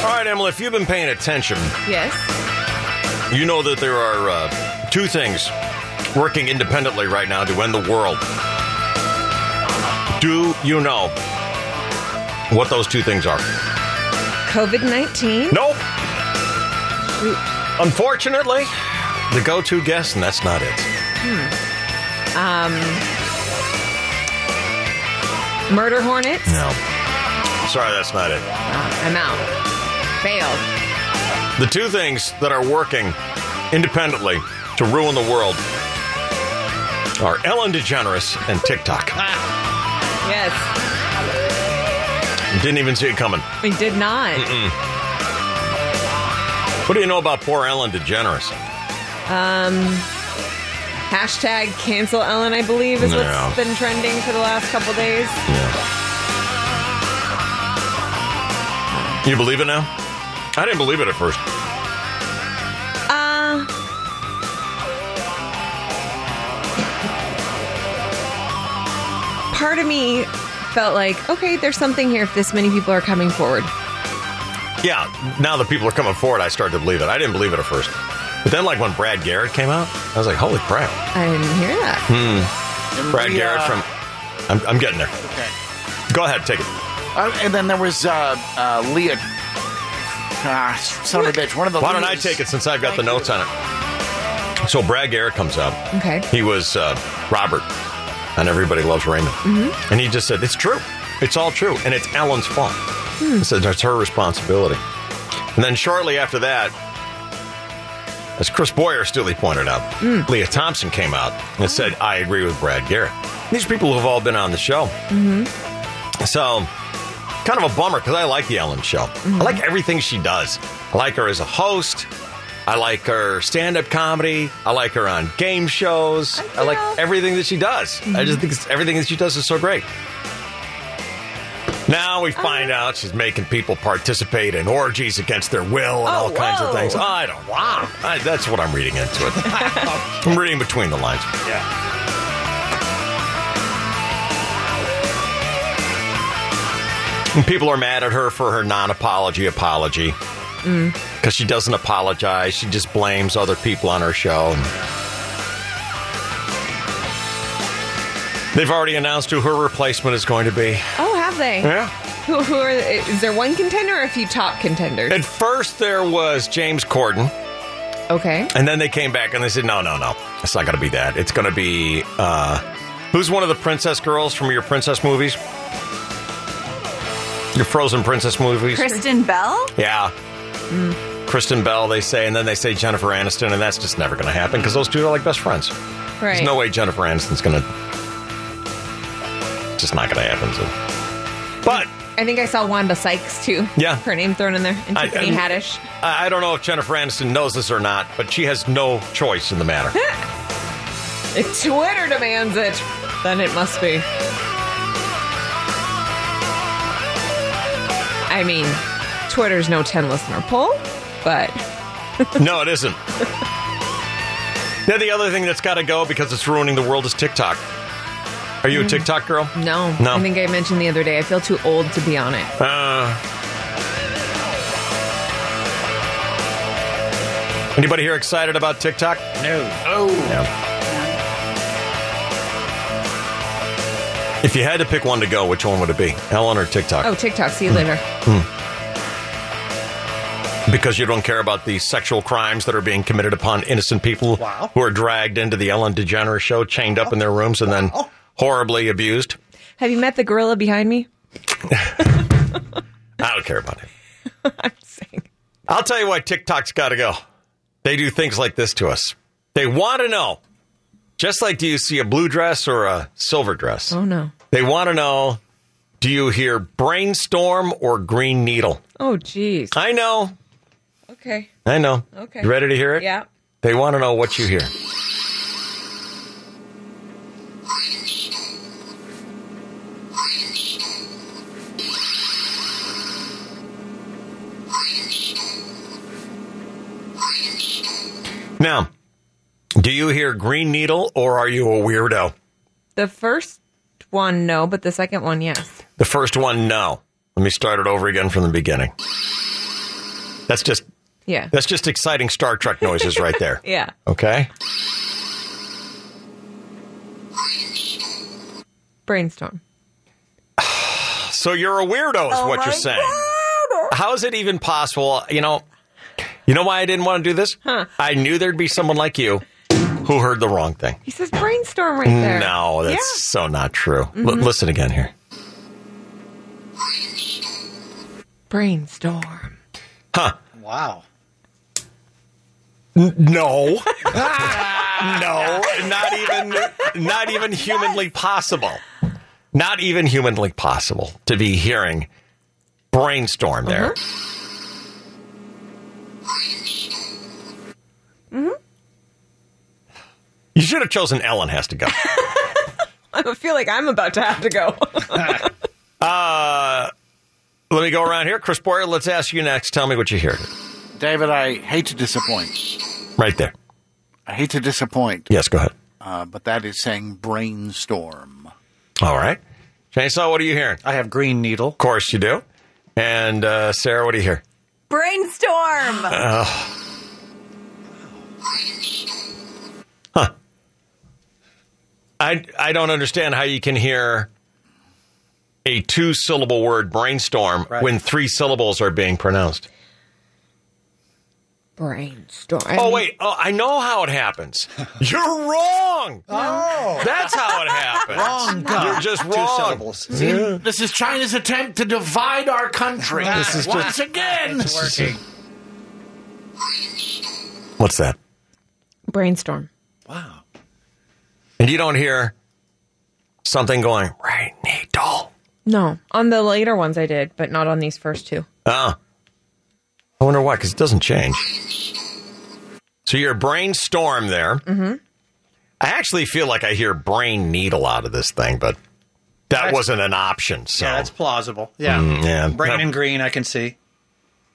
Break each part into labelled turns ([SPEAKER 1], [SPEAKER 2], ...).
[SPEAKER 1] All right, Emily, if you've been paying attention,
[SPEAKER 2] Yes.
[SPEAKER 1] you know that there are uh, two things working independently right now to end the world. Do you know what those two things are?
[SPEAKER 3] COVID 19?
[SPEAKER 1] Nope. Unfortunately, the go to guess, and that's not it.
[SPEAKER 3] Hmm. Um, Murder hornets?
[SPEAKER 1] No. Sorry, that's not it.
[SPEAKER 3] I'm out. Failed.
[SPEAKER 1] The two things that are working independently to ruin the world are Ellen DeGeneres and TikTok.
[SPEAKER 3] Yes.
[SPEAKER 1] Didn't even see it coming.
[SPEAKER 3] We did not.
[SPEAKER 1] What do you know about poor Ellen DeGeneres?
[SPEAKER 3] Um, Hashtag cancel Ellen, I believe, is
[SPEAKER 1] No.
[SPEAKER 3] what's been trending for the last couple days.
[SPEAKER 1] You believe it now? I didn't believe it at first.
[SPEAKER 3] Uh, part of me felt like, okay, there's something here if this many people are coming forward.
[SPEAKER 1] Yeah, now that people are coming forward, I started to believe it. I didn't believe it at first. But then, like, when Brad Garrett came out, I was like, holy crap.
[SPEAKER 3] I didn't hear that.
[SPEAKER 1] Brad
[SPEAKER 4] the,
[SPEAKER 1] Garrett
[SPEAKER 4] uh,
[SPEAKER 1] from. I'm, I'm getting there.
[SPEAKER 4] Okay.
[SPEAKER 1] Go ahead, take it.
[SPEAKER 4] Uh, and then there was uh, uh, Leah. Ah, son of a bitch. One of the.
[SPEAKER 1] Why don't I
[SPEAKER 4] leaders.
[SPEAKER 1] take it since I've got the
[SPEAKER 4] Thank
[SPEAKER 1] notes
[SPEAKER 4] you.
[SPEAKER 1] on it? So, Brad Garrett comes out.
[SPEAKER 3] Okay.
[SPEAKER 1] He was uh, Robert and Everybody Loves Raymond.
[SPEAKER 5] Mm-hmm.
[SPEAKER 1] Mm-hmm. And he just said, It's true. It's all true. And it's Ellen's fault. He said, It's her responsibility. And then shortly after that, as Chris Boyer astutely pointed out, Leah Thompson came out and said, I agree with Brad Garrett. These people have all been on the show. So, kind of a bummer because I like the Ellen show.
[SPEAKER 3] Mm-hmm.
[SPEAKER 1] I like everything she does. I like her as a host. I like her stand up comedy. I like her on game shows. I like everything that she does. I
[SPEAKER 3] Mm-hmm.
[SPEAKER 1] just think it's, everything that she does is so great. Now
[SPEAKER 3] Uh-huh.
[SPEAKER 1] we find out she's making people participate in orgies against their will and
[SPEAKER 3] Oh,
[SPEAKER 1] all kinds of
[SPEAKER 3] whoa.
[SPEAKER 1] things. I don't. Wow, I, that's what I'm reading into it. I'm reading between the lines. And people are mad at her for her non-apology apology because she doesn't apologize. She just blames other people on her show. They've already announced who her replacement is going to be.
[SPEAKER 3] Oh, have they?
[SPEAKER 1] Yeah.
[SPEAKER 3] Who, who are? Is there one contender or a few top contenders?
[SPEAKER 1] At first, there was James Corden,
[SPEAKER 3] okay.
[SPEAKER 1] and then they came back and they said, "No, no, no, it's not going to be that. It's going to be uh, who's one of the princess girls from your princess movies, your Frozen princess movies."
[SPEAKER 6] Kristen Bell?
[SPEAKER 1] Yeah. Kristen Bell, they say, and then they say Jennifer Aniston, and that's just never going to happen because those two are like best friends.
[SPEAKER 3] Right.
[SPEAKER 1] There's no way Jennifer Aniston's going to. Just not going to happen. So. But
[SPEAKER 3] I think I saw Wanda Sykes too.
[SPEAKER 1] Yeah.
[SPEAKER 3] Her name thrown in there. And
[SPEAKER 1] I-
[SPEAKER 3] Tiffany
[SPEAKER 1] I-
[SPEAKER 3] Haddish.
[SPEAKER 1] I I don't know if Jennifer Aniston knows this or not, but she has no choice in the matter.
[SPEAKER 3] If Twitter demands it, then it must be. I mean, Twitter's no 10 listener poll, but
[SPEAKER 1] no, it isn't. then the other thing that's got to go because it's ruining the world is TikTok. Are you a TikTok girl?
[SPEAKER 3] Mm. no.
[SPEAKER 1] No.
[SPEAKER 3] I think I mentioned the other day, I feel too old to be on it.
[SPEAKER 1] Uh, anybody here excited about TikTok?
[SPEAKER 4] No. Oh.
[SPEAKER 1] If you had to pick one to go, which one would it be? Ellen or TikTok?
[SPEAKER 3] Oh, TikTok, see you later.
[SPEAKER 1] Because you don't care about the sexual crimes that are being committed upon innocent people
[SPEAKER 4] Wow.
[SPEAKER 1] who are dragged into the Ellen DeGeneres show, chained up in their rooms, and then horribly abused.
[SPEAKER 3] Have you met the gorilla behind me?
[SPEAKER 1] I don't care about it.
[SPEAKER 3] I'm saying.
[SPEAKER 1] I'll tell you why TikTok's got to go. They do things like this to us. They want to know, just like do you see a blue dress or a silver dress?
[SPEAKER 3] Oh, no.
[SPEAKER 1] They want to know do you hear brainstorm or green needle?
[SPEAKER 5] Oh, geez.
[SPEAKER 1] I know.
[SPEAKER 5] Okay.
[SPEAKER 1] I know.
[SPEAKER 5] Okay.
[SPEAKER 1] You ready to hear it?
[SPEAKER 5] Yeah.
[SPEAKER 1] They want to know what you hear. Now, do you hear Green Needle or are you a weirdo?
[SPEAKER 5] The first one, no, but the second one, yes.
[SPEAKER 1] The first one, no. Let me start it over again from the beginning. That's just
[SPEAKER 5] Yeah.
[SPEAKER 1] that's just exciting Star Trek noises right there.
[SPEAKER 5] Yeah.
[SPEAKER 1] Okay.
[SPEAKER 5] Brainstorm.
[SPEAKER 1] So you're a weirdo, is what you're saying. How is it even possible? You know, you know why I didn't want to do this? I knew there'd be someone like you who heard the wrong thing.
[SPEAKER 5] He says brainstorm right there. Mm-hmm.
[SPEAKER 1] No, that's so not true. L- listen again here.
[SPEAKER 5] Brainstorm.
[SPEAKER 4] Wow.
[SPEAKER 1] No, no, not even, not even humanly possible. Not even humanly possible to be hearing brainstorm there.
[SPEAKER 5] Mm-hmm. Mm-hmm.
[SPEAKER 1] You should have chosen Ellen has to go.
[SPEAKER 5] I feel like I'm about to have to go.
[SPEAKER 1] Uh, Let me go around here. Chris Boyer, let's ask you next. Tell me what you hear.
[SPEAKER 4] David, I hate to disappoint.
[SPEAKER 1] Right there.
[SPEAKER 4] I hate to disappoint,
[SPEAKER 1] Yes, go ahead.
[SPEAKER 4] uh, but that is saying brainstorm.
[SPEAKER 1] All right. Chainsaw, what are you hearing?
[SPEAKER 7] I have green needle.
[SPEAKER 1] Of course you do. And uh, Sarah, what do you hear?
[SPEAKER 8] Brainstorm.
[SPEAKER 1] I I don't understand how you can hear a two syllable word brainstorm
[SPEAKER 7] Right.
[SPEAKER 1] when three syllables are being pronounced.
[SPEAKER 5] brainstorm.
[SPEAKER 1] Oh wait, oh I know how it happens. You're wrong.
[SPEAKER 7] Oh,
[SPEAKER 1] That's how it happens.
[SPEAKER 7] Wrong, duh.
[SPEAKER 1] You're just
[SPEAKER 7] two
[SPEAKER 1] wrong.
[SPEAKER 7] syllables. Mm-hmm.
[SPEAKER 4] This is China's attempt to divide our country
[SPEAKER 7] This is
[SPEAKER 4] once
[SPEAKER 7] just-
[SPEAKER 4] again.
[SPEAKER 7] It's working.
[SPEAKER 1] What's that?
[SPEAKER 5] Brainstorm.
[SPEAKER 4] Wow.
[SPEAKER 1] And you don't hear something going right needle.
[SPEAKER 5] No. On the later ones I did, but not on these first two.
[SPEAKER 1] Oh. I wonder why, because it doesn't change. So you're brainstorm there. Mm-hmm. I actually feel like I hear brain needle out of this thing, but that
[SPEAKER 7] That's-
[SPEAKER 1] wasn't an option. So Mm,
[SPEAKER 7] Yeah, that's plausible. Yeah.
[SPEAKER 1] yeah.
[SPEAKER 7] Brain and green, I can see.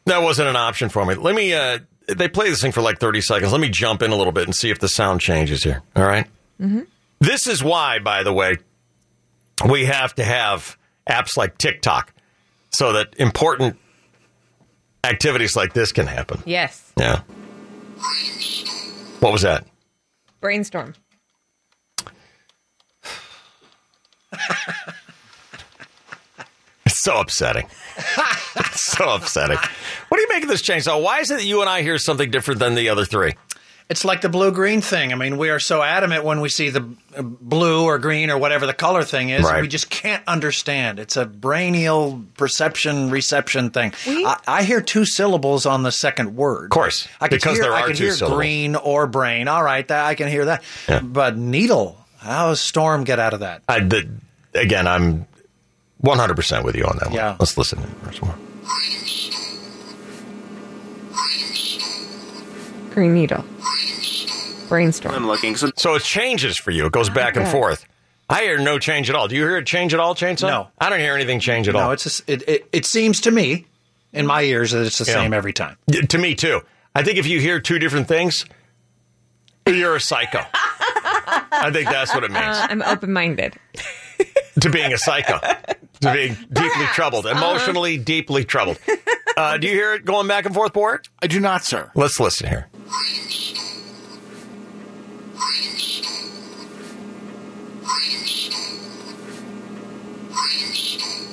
[SPEAKER 1] that wasn't an option for me. Let me, uh, they play this thing for like 30 seconds. Let me jump in a little bit and see if the sound changes here. All right?
[SPEAKER 5] Mm-hmm.
[SPEAKER 1] This is why, by the way, we have to have apps like TikTok so that important activities like this can happen.
[SPEAKER 5] Yes.
[SPEAKER 1] Yeah. What was that?
[SPEAKER 5] Brainstorm.
[SPEAKER 1] It's so upsetting. It's so upsetting. What do you make of this change? So why is it that you and I hear something different than the other three?
[SPEAKER 7] It's like the blue green thing. I mean, we are so adamant when we see the uh, blue or green or whatever the color thing is,
[SPEAKER 1] Right.
[SPEAKER 7] we just can't understand. It's a brainial perception reception thing. I, I hear two syllables on the second word. Of
[SPEAKER 1] course,
[SPEAKER 7] I can
[SPEAKER 1] because
[SPEAKER 7] hear,
[SPEAKER 1] there
[SPEAKER 7] I
[SPEAKER 1] are
[SPEAKER 7] can
[SPEAKER 1] two
[SPEAKER 7] hear
[SPEAKER 1] syllables.
[SPEAKER 7] green or brain. All right, that I can hear that. But needle, how does storm get out of that?
[SPEAKER 1] I, the, again, I'm 100% with you on that one.
[SPEAKER 7] Yeah.
[SPEAKER 1] Let's listen to the first one.
[SPEAKER 5] Green needle. Brainstorm.
[SPEAKER 1] So it changes for you. It goes back and
[SPEAKER 5] Okay.
[SPEAKER 1] forth. I hear no change at all. Do you hear a change at all, Chainsaw?
[SPEAKER 7] No.
[SPEAKER 1] I don't hear anything change at all.
[SPEAKER 7] No, it's just, it, it. It seems to me, in my ears, that it's the
[SPEAKER 1] Yeah.
[SPEAKER 7] same every time.
[SPEAKER 1] Y- To me, too. I think if you hear two different things, you're a psycho. I think that's what it means.
[SPEAKER 5] Uh, I'm open minded.
[SPEAKER 1] to being a psycho, to being deeply troubled, emotionally
[SPEAKER 7] Uh-huh.
[SPEAKER 1] deeply troubled. Uh, do you hear it going back and forth, Bort?
[SPEAKER 4] I do not, sir.
[SPEAKER 1] Let's listen here.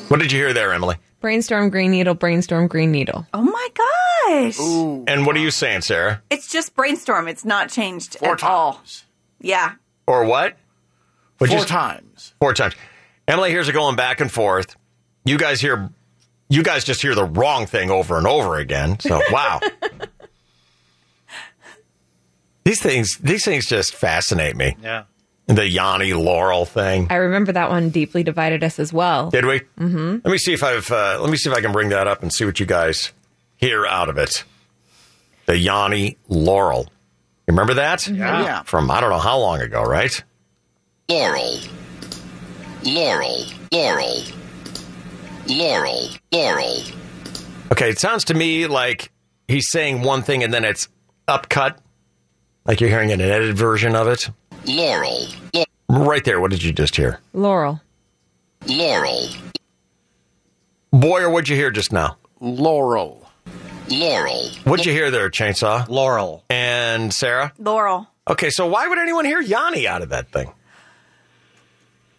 [SPEAKER 1] What did you hear there, Emily?
[SPEAKER 5] Brainstorm, green needle, brainstorm, green needle.
[SPEAKER 9] Oh my gosh.
[SPEAKER 1] And what are you saying, Sarah?
[SPEAKER 9] It's just brainstorm. It's not changed
[SPEAKER 4] Four
[SPEAKER 9] at all.
[SPEAKER 4] times.
[SPEAKER 9] Yeah.
[SPEAKER 1] Or what? What'd
[SPEAKER 4] Four
[SPEAKER 1] you-
[SPEAKER 4] times.
[SPEAKER 1] Four times. Emily hears it going back and forth. You guys hear, you guys just hear the wrong thing over and over again. So wow, these things, these things just fascinate me.
[SPEAKER 7] Yeah.
[SPEAKER 1] The Yanni Laurel thing.
[SPEAKER 3] I remember that one deeply divided us as well.
[SPEAKER 1] Did we? Mm-hmm. Let me see if I've. Uh, let me see if I can bring that up and see what you guys hear out of it. The Yanni Laurel. You remember that?
[SPEAKER 10] Yeah. Yeah.
[SPEAKER 1] From I don't know how long ago, right?
[SPEAKER 11] Laurel. Laurel. Laurel. Laurel. Laurel.
[SPEAKER 1] Okay, it sounds to me like he's saying one thing and then it's upcut, like you're hearing an edited version of it.
[SPEAKER 11] Laurel. Lau-
[SPEAKER 1] Right there. What did you just hear?
[SPEAKER 3] Laurel.
[SPEAKER 11] Laurel.
[SPEAKER 1] Boyer, what'd you hear just now?
[SPEAKER 10] Laurel.
[SPEAKER 11] Laurel.
[SPEAKER 1] What'd you hear there, Chainsaw?
[SPEAKER 7] Laurel.
[SPEAKER 1] And Sarah?
[SPEAKER 8] Laurel.
[SPEAKER 1] Okay, so why would anyone hear Yanni out of that thing?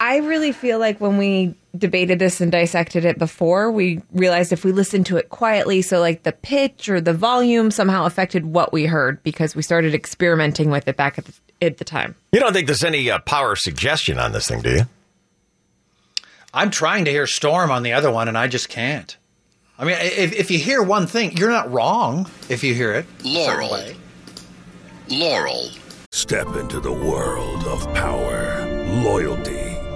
[SPEAKER 3] I really feel like when we debated this and dissected it before, we realized if we listened to it quietly, so like the pitch or the volume somehow affected what we heard because we started experimenting with it back at the, at the time.
[SPEAKER 1] You don't think there's any uh, power suggestion on this thing, do you?
[SPEAKER 7] I'm trying to hear Storm on the other one, and I just can't. I mean, if, if you hear one thing, you're not wrong if you hear it.
[SPEAKER 11] Laurel.
[SPEAKER 7] Certainly.
[SPEAKER 11] Laurel.
[SPEAKER 12] Step into the world of power, loyalty,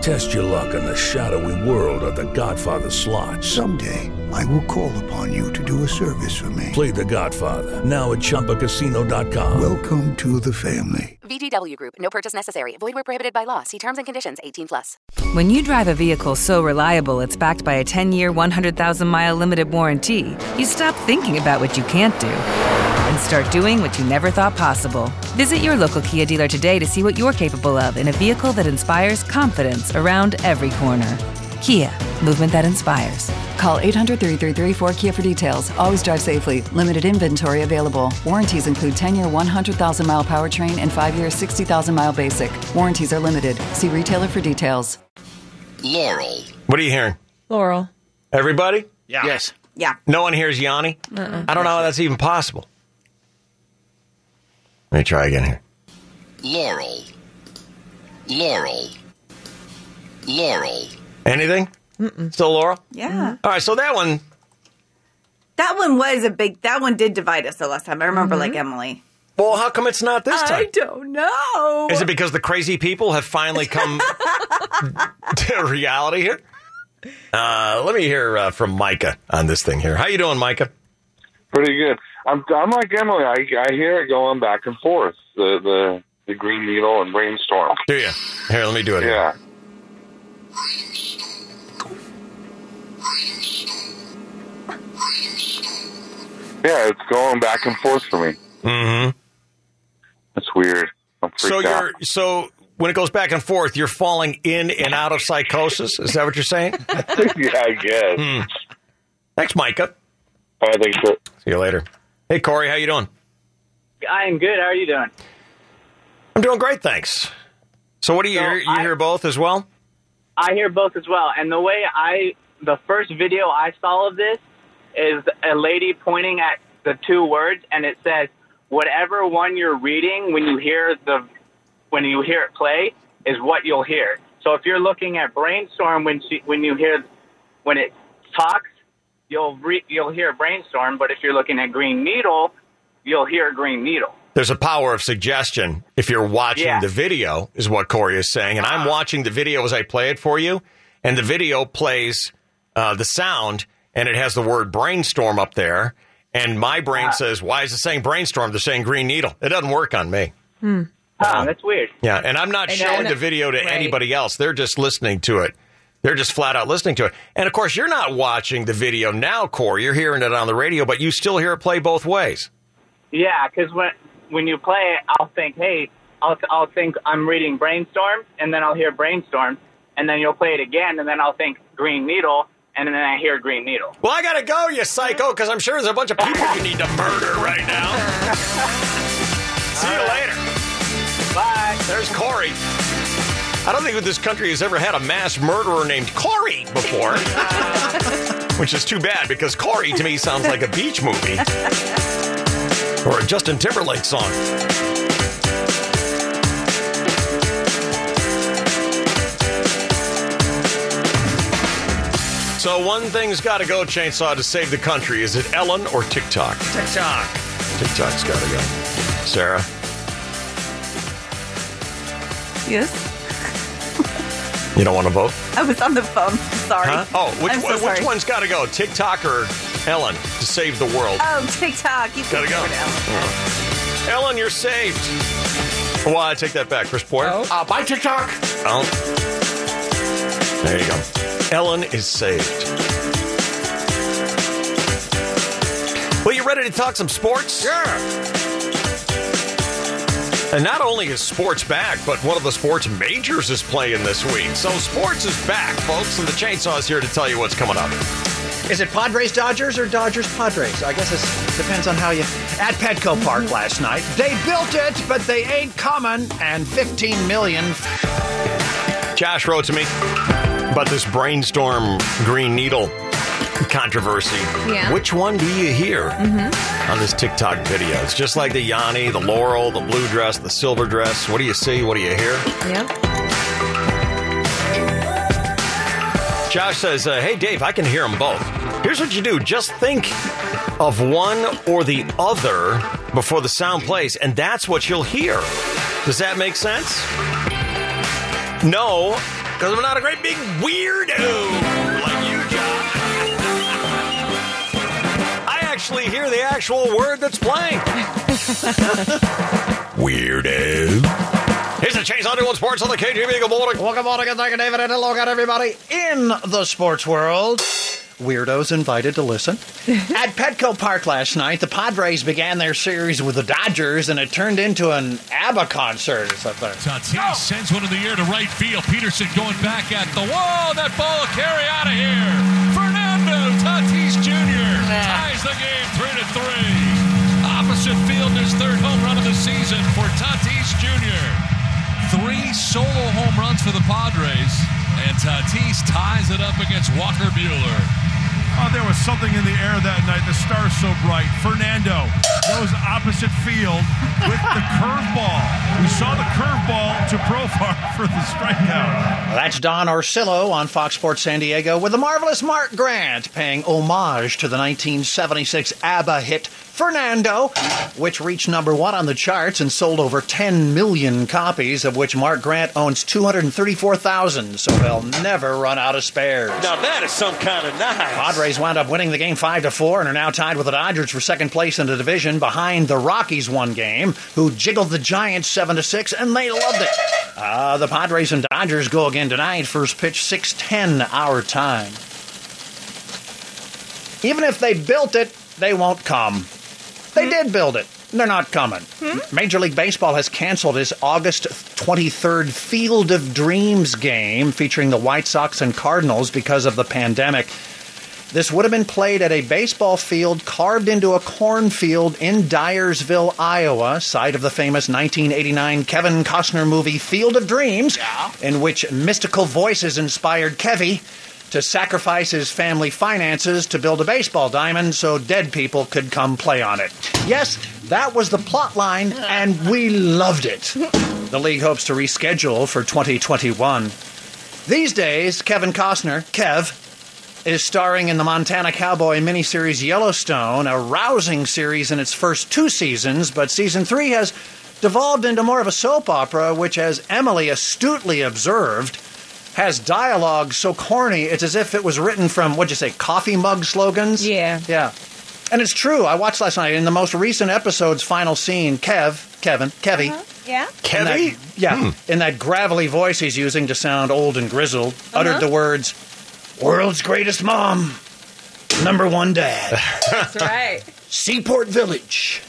[SPEAKER 12] Test your luck in the shadowy world of The Godfather slot.
[SPEAKER 13] Someday, I will call upon you to do a service for me.
[SPEAKER 12] Play The Godfather now at ChumbaCasino.com.
[SPEAKER 13] Welcome to the family.
[SPEAKER 14] VGW Group. No purchase necessary. Void where prohibited by law. See terms and conditions. 18 plus.
[SPEAKER 15] When you drive a vehicle so reliable it's backed by a 10 year, 100,000 mile limited warranty, you stop thinking about what you can't do and start doing what you never thought possible. Visit your local Kia dealer today to see what you're capable of in a vehicle that inspires confidence around every corner. Kia, movement that inspires.
[SPEAKER 16] Call 800 333 4KIA for details. Always drive safely. Limited inventory available. Warranties include 10 year 100,000 mile powertrain and 5 year 60,000 mile basic. Warranties are limited. See retailer for details.
[SPEAKER 11] Laurel.
[SPEAKER 1] What are you hearing?
[SPEAKER 3] Laurel.
[SPEAKER 1] Everybody?
[SPEAKER 7] Yeah.
[SPEAKER 10] Yes.
[SPEAKER 8] Yeah.
[SPEAKER 1] No one hears Yanni?
[SPEAKER 5] Uh-uh.
[SPEAKER 1] I don't know how that's even possible. Let me try again here.
[SPEAKER 11] Laurel. Laurel. Laurel.
[SPEAKER 1] Anything? Still Laurel?
[SPEAKER 8] Yeah.
[SPEAKER 1] All right, so that one,
[SPEAKER 8] That one was a big, that one did divide us the last time. I remember like Emily.
[SPEAKER 1] well, how come it's not this time?
[SPEAKER 8] I don't know.
[SPEAKER 1] Is it because the crazy people have finally come to reality here? Uh, let me hear uh, from Micah on this thing here. How you doing, Micah?
[SPEAKER 17] Pretty good. I'm I'm like Emily. I I hear it going back and forth. The the the green needle and brainstorm.
[SPEAKER 1] Do you? Here, let me do it. here.
[SPEAKER 17] Yeah. Yeah, it's going back and forth for me.
[SPEAKER 1] Mm-hmm.
[SPEAKER 17] That's weird. I'm freaked
[SPEAKER 1] So
[SPEAKER 17] out.
[SPEAKER 1] you're so when it goes back and forth, you're falling in and out of psychosis. Is that what you're saying?
[SPEAKER 17] yeah, I guess.
[SPEAKER 18] Mm.
[SPEAKER 1] Thanks, Micah.
[SPEAKER 17] I think so.
[SPEAKER 1] See you later. Hey, Corey, how you doing?
[SPEAKER 19] I am good. How are you doing?
[SPEAKER 1] I'm doing great, thanks. So what do you
[SPEAKER 19] So
[SPEAKER 1] hear? You
[SPEAKER 19] I-
[SPEAKER 1] hear both as well?
[SPEAKER 19] I hear both as well. And the way I, the first video I saw of this is a lady pointing at the two words, and it says, "Whatever one you're reading, when you hear the, when you hear it play, is what you'll hear." So if you're looking at brainstorm when she, when you hear, when it talks, you'll re, you'll hear brainstorm. But if you're looking at green needle, you'll hear green needle.
[SPEAKER 1] There's a power of suggestion if you're watching
[SPEAKER 19] Yeah. Uh-huh.
[SPEAKER 1] the video, is what Corey is saying. And I'm watching the video as I play it for you, and the video plays uh, the sound, and it has the word brainstorm up there. And my brain
[SPEAKER 19] Uh-huh.
[SPEAKER 1] says, "Why is it saying brainstorm? They're saying green needle." It doesn't work on me.
[SPEAKER 19] Ah, that's weird.
[SPEAKER 1] Yeah, and I'm not
[SPEAKER 3] And
[SPEAKER 1] showing
[SPEAKER 3] then-
[SPEAKER 1] the video to
[SPEAKER 3] right.
[SPEAKER 1] anybody else. They're just listening to it. They're just flat out listening to it. And of course, you're not watching the video now, Corey. You're hearing it on the radio, but you still hear it play both ways.
[SPEAKER 19] Yeah, because when when you play it, I'll think, hey, I'll I'll think I'm reading brainstorm, and then I'll hear brainstorm, and then you'll play it again, and then I'll think green needle, and then I hear green needle.
[SPEAKER 1] Well, I gotta go, you psycho, because I'm sure there's a bunch of people you need to murder right now. See you later.
[SPEAKER 19] Bye.
[SPEAKER 1] There's Corey. I don't think that this country has ever had a mass murderer named Corey before. Which is too bad because Corey to me sounds like a beach movie or a Justin Timberlake song. So one thing's got to go, Chainsaw, to save the country. Is it Ellen or TikTok?
[SPEAKER 7] TikTok.
[SPEAKER 1] TikTok's got to go. Sarah,
[SPEAKER 9] Yes.
[SPEAKER 1] you don't want to vote?
[SPEAKER 9] I was on the phone. Sorry.
[SPEAKER 1] Huh? Oh, which,
[SPEAKER 9] I'm so
[SPEAKER 1] one- which
[SPEAKER 9] sorry.
[SPEAKER 1] one's got to go, TikTok or Ellen, to save the world?
[SPEAKER 9] Oh, TikTok. You
[SPEAKER 1] Gotta
[SPEAKER 9] can
[SPEAKER 1] go.
[SPEAKER 9] figure it out.
[SPEAKER 1] Yeah. Ellen, you're saved. Well, I take that back. Chris Porter. Oh.
[SPEAKER 4] Uh, bye, TikTok.
[SPEAKER 1] There you go. Ellen is saved. Well, you ready to talk some sports?
[SPEAKER 7] Sure.
[SPEAKER 1] And not only is sports back, but one of the sports majors is playing this week. So sports is back, folks, and the chainsaw is here to tell you what's coming up.
[SPEAKER 7] Is it Padres Dodgers or Dodgers Padres? I guess it depends on how you. At Petco Park last night, they built it, but they ain't coming. And 15 million.
[SPEAKER 1] Josh wrote to me about this brainstorm green needle controversy.
[SPEAKER 3] Yeah.
[SPEAKER 1] Which one do you hear on this TikTok video? It's just like the Yanni, the Laurel, the blue dress, the silver dress. What do you see? What do you hear?
[SPEAKER 3] Yep.
[SPEAKER 1] Josh says, uh, Hey, Dave, I can hear them both. Here's what you do just think of one or the other before the sound plays, and that's what you'll hear. Does that make sense? No, because I'm not a great big weirdo like you, Josh. I actually hear the actual word that's playing. Weirdo. Here's the Chase Underwood Sports on the KGB. Good morning.
[SPEAKER 7] Welcome on again, thank you, David, and hello again, everybody in the sports world. Weirdos invited to listen. At Petco Park last night, the Padres began their series with the Dodgers, and it turned into an ABBA concert or something.
[SPEAKER 20] Tatis sends one in the air to right field. Peterson going back at the wall. That ball will carry out of here. Fernando Tatis Jr. ties the game three to three. Opposite field, his third home run of the season for Tatis Jr. Three solo home runs for the Padres, and Tatis ties it up against Walker Bueller.
[SPEAKER 21] Oh, there was something in the air that night. The stars so bright. Fernando goes opposite field with the curveball. We saw the curveball to Profar for the strikeout.
[SPEAKER 7] Well, that's Don Orsillo on Fox Sports San Diego with the marvelous Mark Grant paying homage to the 1976 ABBA hit Fernando, which reached number one on the charts and sold over 10 million copies, of which Mark Grant owns 234,000, so they'll never run out of spares.
[SPEAKER 13] Now that is some kind of nice.
[SPEAKER 7] Padres wound up winning the game five to four and are now tied with the Dodgers for second place in the division behind the Rockies one game, who jiggled the Giants seven to six, and they loved it. Uh, the Padres and Dodgers go again tonight. First pitch six ten our time. Even if they built it, they won't come. They did build it. They're not coming. Major League Baseball has canceled its August 23rd Field of Dreams game featuring the White Sox and Cardinals because of the pandemic. This would have been played at a baseball field carved into a cornfield in Dyersville, Iowa, site of the famous 1989 Kevin Costner movie Field of Dreams, in which mystical voices inspired Kevy to sacrifice his family finances to build a baseball diamond so dead people could come play on it. Yes, that was the plot line, and we loved it. The league hopes to reschedule for 2021. These days, Kevin Costner, Kev, is starring in the Montana Cowboy miniseries Yellowstone, a rousing series in its first two seasons, but season three has devolved into more of a soap opera, which, as Emily astutely observed, has dialogue so corny it's as if it was written from, what'd you say, coffee mug slogans? Yeah. Yeah. And it's true. I watched last night in the most recent episode's final scene, Kev, Kevin, Kevy.
[SPEAKER 12] Yeah.
[SPEAKER 7] In that- yeah. In that gravelly voice he's using to sound old and grizzled, uttered the words, World's greatest mom, number one dad. That's
[SPEAKER 12] right.
[SPEAKER 7] Seaport Village.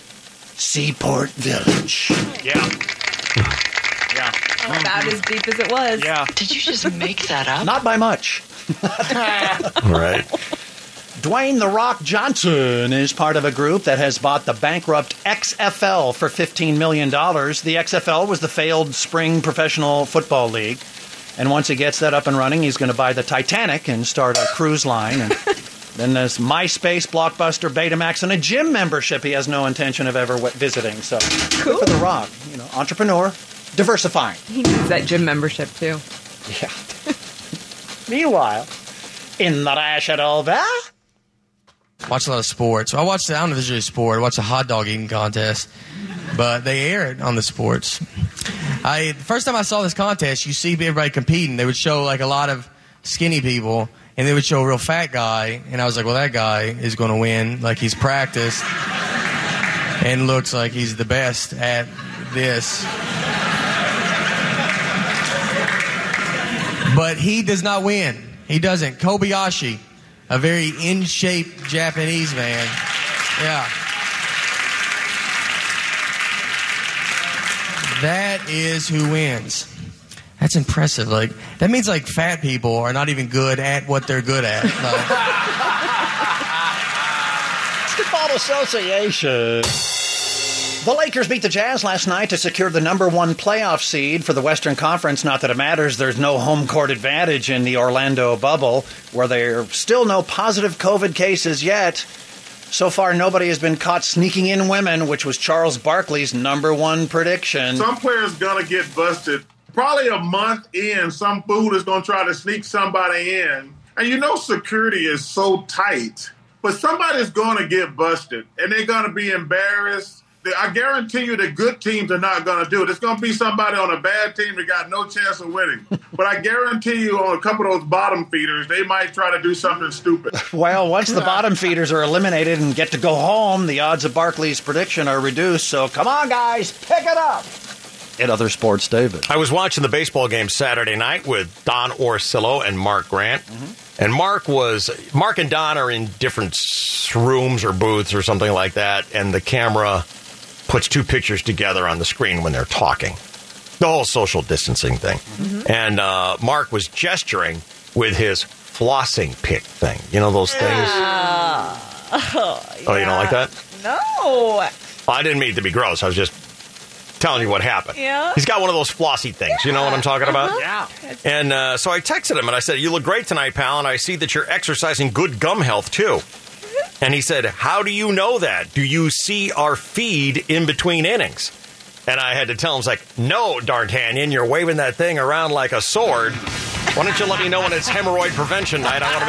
[SPEAKER 7] Seaport Village. Yeah. Yeah.
[SPEAKER 12] Oh, About as deep as it was.
[SPEAKER 7] Yeah.
[SPEAKER 12] Did you just make that up?
[SPEAKER 7] Not by much.
[SPEAKER 1] right.
[SPEAKER 7] Dwayne The Rock Johnson is part of a group that has bought the bankrupt XFL for $15 million. The XFL was the failed spring professional football league. And once he gets that up and running, he's going to buy the Titanic and start a cruise line. And then there's MySpace, Blockbuster, Betamax, and a gym membership he has no intention of ever wi- visiting. So cool. for The Rock, you know, entrepreneur, diversifying.
[SPEAKER 5] He needs that gym membership too.
[SPEAKER 7] Yeah. Meanwhile, in the rash at over.
[SPEAKER 22] watch a lot of sports. I watch the, I don't visually sport. I watch the hot dog eating contest, but they air it on the sports. I the first time I saw this contest, you see everybody competing. They would show like a lot of skinny people, and they would show a real fat guy, and I was like, well, that guy is going to win. Like he's practiced and looks like he's the best at this. But he does not win. He doesn't. Kobayashi, a very in shape Japanese man. Yeah. That is who wins. That's impressive. Like that means like fat people are not even good at what they're good at. Like,
[SPEAKER 7] Football Association. The Lakers beat the Jazz last night to secure the number one playoff seed for the Western Conference. Not that it matters, there's no home court advantage in the Orlando bubble, where there are still no positive COVID cases yet. So far, nobody has been caught sneaking in women, which was Charles Barkley's number one prediction.
[SPEAKER 23] Some player's gonna get busted. Probably a month in, some fool is gonna try to sneak somebody in. And you know security is so tight, but somebody's gonna get busted and they're gonna be embarrassed. They- I guarantee you the good teams are not gonna do it. It's gonna be somebody on a bad team that got no chance of winning. but I guarantee you on a couple of those bottom feeders, they might try to do something stupid.
[SPEAKER 7] Well, once the bottom feeders are eliminated and get to go home, the odds of Barkley's prediction are reduced. So come on, guys, pick it up. at other sports, David.
[SPEAKER 1] I was watching the baseball game Saturday night with Don Orsillo and Mark Grant. And Mark was Mark and Don are in different s- rooms or booths or something like that, and the camera puts two pictures together on the screen when they're talking. The whole social distancing thing. And uh, Mark was gesturing with his flossing pick thing. You know those things?
[SPEAKER 12] Ah.
[SPEAKER 1] Oh, you don't like that?
[SPEAKER 3] No.
[SPEAKER 1] I didn't mean it to be gross. I was just telling you what happened.
[SPEAKER 3] Yeah.
[SPEAKER 1] He's got one of those flossy things. You know what I'm talking about?
[SPEAKER 11] Uh-huh.
[SPEAKER 12] Uh-huh.
[SPEAKER 3] Yeah.
[SPEAKER 1] And uh, so I texted him and I said, You look great tonight, pal. And I see that you're exercising good gum health, too. And he said, How do you know that? Do you see our feed in between innings? And I had to tell him, it's like, No, D'Artagnan, you're waving that thing around like a sword. Why don't you let me know when it's hemorrhoid prevention night? I want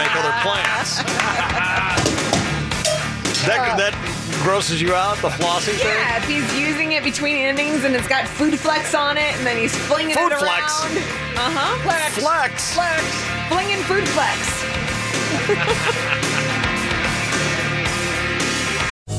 [SPEAKER 1] to make other plans. That, that grosses you out, the flossy thing?
[SPEAKER 3] Yeah, if he's using it between innings and it's got food flex on it, and then he's flinging
[SPEAKER 1] Food
[SPEAKER 3] it around.
[SPEAKER 1] flex.
[SPEAKER 3] Uh huh. Flex.
[SPEAKER 1] Flex.
[SPEAKER 3] Flex. Flinging food flex.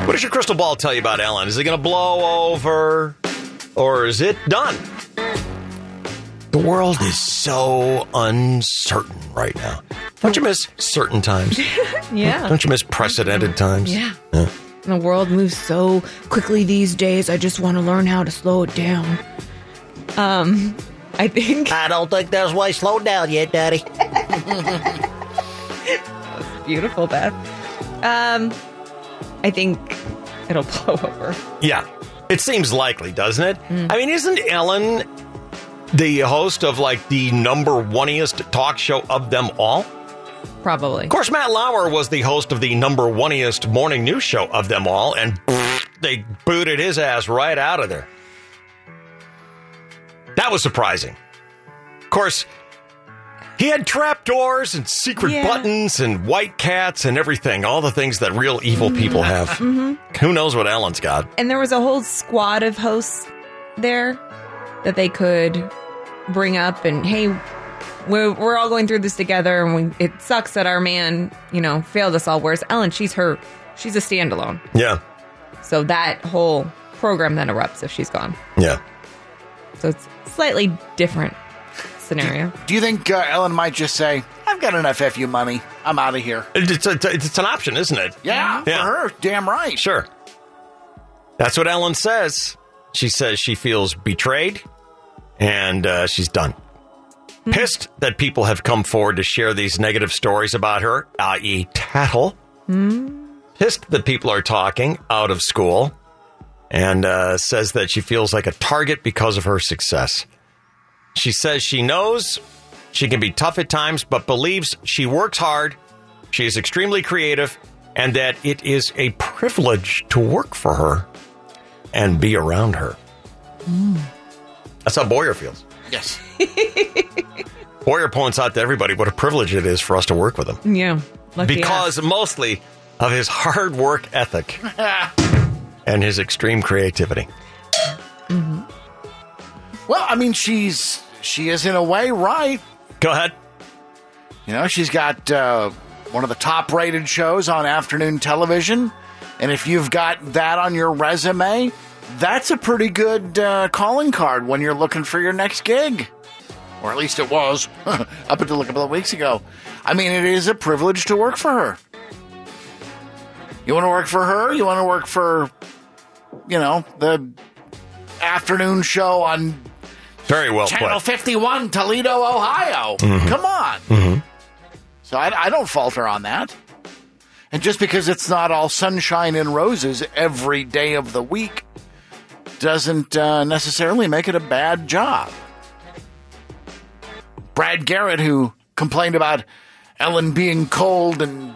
[SPEAKER 1] What does your crystal ball tell you about Ellen? Is it going to blow over or is it done? The world is so uncertain right now. Don't you miss certain times?
[SPEAKER 11] yeah.
[SPEAKER 1] Don't you miss precedented times?
[SPEAKER 11] Yeah.
[SPEAKER 1] Yeah.
[SPEAKER 11] The world moves so quickly these days. I just want to learn how to slow it down. Um, I think
[SPEAKER 24] I don't think that's why slow down yet, Daddy.
[SPEAKER 11] beautiful,
[SPEAKER 1] Uh,
[SPEAKER 11] Beth. Um, I think it'll blow over.
[SPEAKER 1] Yeah. It seems likely, doesn't it? I mean, isn't Ellen the host of like the number oneiest talk show of them all?
[SPEAKER 3] Probably.
[SPEAKER 1] Of course, Matt Lauer was the host of the number oneiest morning news show of them all, and they booted his ass right out of there. That was surprising. Of course, he had trapdoors and secret
[SPEAKER 25] Yeah.
[SPEAKER 1] buttons and white cats and everything, all the things that real evil people have.
[SPEAKER 3] Mhm.
[SPEAKER 1] Who knows what Ellen's got?
[SPEAKER 3] And there was a whole squad of hosts there that they could bring up and hey, we're, we're all going through this together and we, it sucks that our man, you know, failed us all. Whereas Ellen, she's her, she's a standalone.
[SPEAKER 1] Yeah.
[SPEAKER 3] So that whole program then erupts if she's gone.
[SPEAKER 1] Yeah.
[SPEAKER 3] So it's slightly different scenario.
[SPEAKER 4] Do you think uh, Ellen might just say, I've got enough F you money. I'm out of here?
[SPEAKER 1] It's, a, it's an option, isn't it?
[SPEAKER 4] Yeah,
[SPEAKER 1] Yeah.
[SPEAKER 4] for her. Damn right.
[SPEAKER 1] Sure. That's what Ellen says. She says she feels betrayed and uh, she's done.
[SPEAKER 4] Hmm.
[SPEAKER 1] Pissed that people have come forward to share these negative stories about her, i.e., tattle. Pissed that people are talking out of school and uh, says that she feels like a target because of her success. She says she knows she can be tough at times, but believes she works hard, she is extremely creative, and that it is a privilege to work for her and be around her. That's how Boyer feels.
[SPEAKER 4] Yes.
[SPEAKER 1] Boyer points out to everybody what a privilege it is for us to work with him
[SPEAKER 3] Yeah. Lucky
[SPEAKER 1] because mostly of his hard work ethic and his extreme creativity.
[SPEAKER 4] Well, I mean, she's she is in a way right.
[SPEAKER 1] Go ahead.
[SPEAKER 4] You know, she's got uh, one of the top-rated shows on afternoon television, and if you've got that on your resume, that's a pretty good uh, calling card when you're looking for your next gig, or at least it was up until a couple of weeks ago. I mean, it is a privilege to work for her. You want to work for her? You want to work for, you know, the afternoon show on
[SPEAKER 1] Very well
[SPEAKER 4] Channel 51, Toledo, Ohio.
[SPEAKER 1] Mhm.
[SPEAKER 4] Come on. So I, I don't falter on that. And just because it's not all sunshine and roses every day of the week doesn't uh, necessarily make it a bad job. Brad Garrett, who complained about Ellen being cold and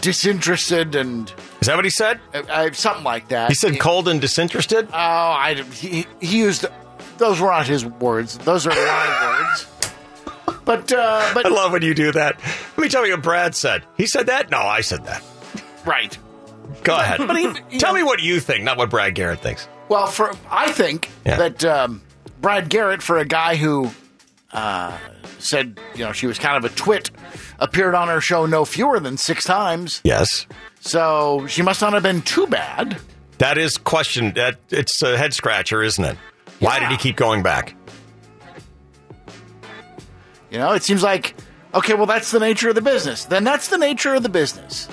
[SPEAKER 4] disinterested and.
[SPEAKER 1] Is that what he said?
[SPEAKER 4] Uh, uh, something like that.
[SPEAKER 1] He said cold and disinterested?
[SPEAKER 4] Oh, I, he, he used. Those were not his words. Those are my words. But uh, but
[SPEAKER 1] I love when you do that. Let me tell you what Brad said. He said that. No, I said that.
[SPEAKER 4] Right.
[SPEAKER 1] Go ahead.
[SPEAKER 4] But
[SPEAKER 1] tell me what you think, not what Brad Garrett thinks.
[SPEAKER 4] Well, for I think
[SPEAKER 1] Yeah.
[SPEAKER 4] that um, Brad Garrett, for a guy who uh, said you know she was kind of a twit, appeared on her show no fewer than six times.
[SPEAKER 1] Yes.
[SPEAKER 4] So she must not have been too bad.
[SPEAKER 1] That is question. That it's a head scratcher, isn't it? Why did he keep going back?
[SPEAKER 4] You know, it seems like okay, well that's the nature of the business. Then that's the nature of the business.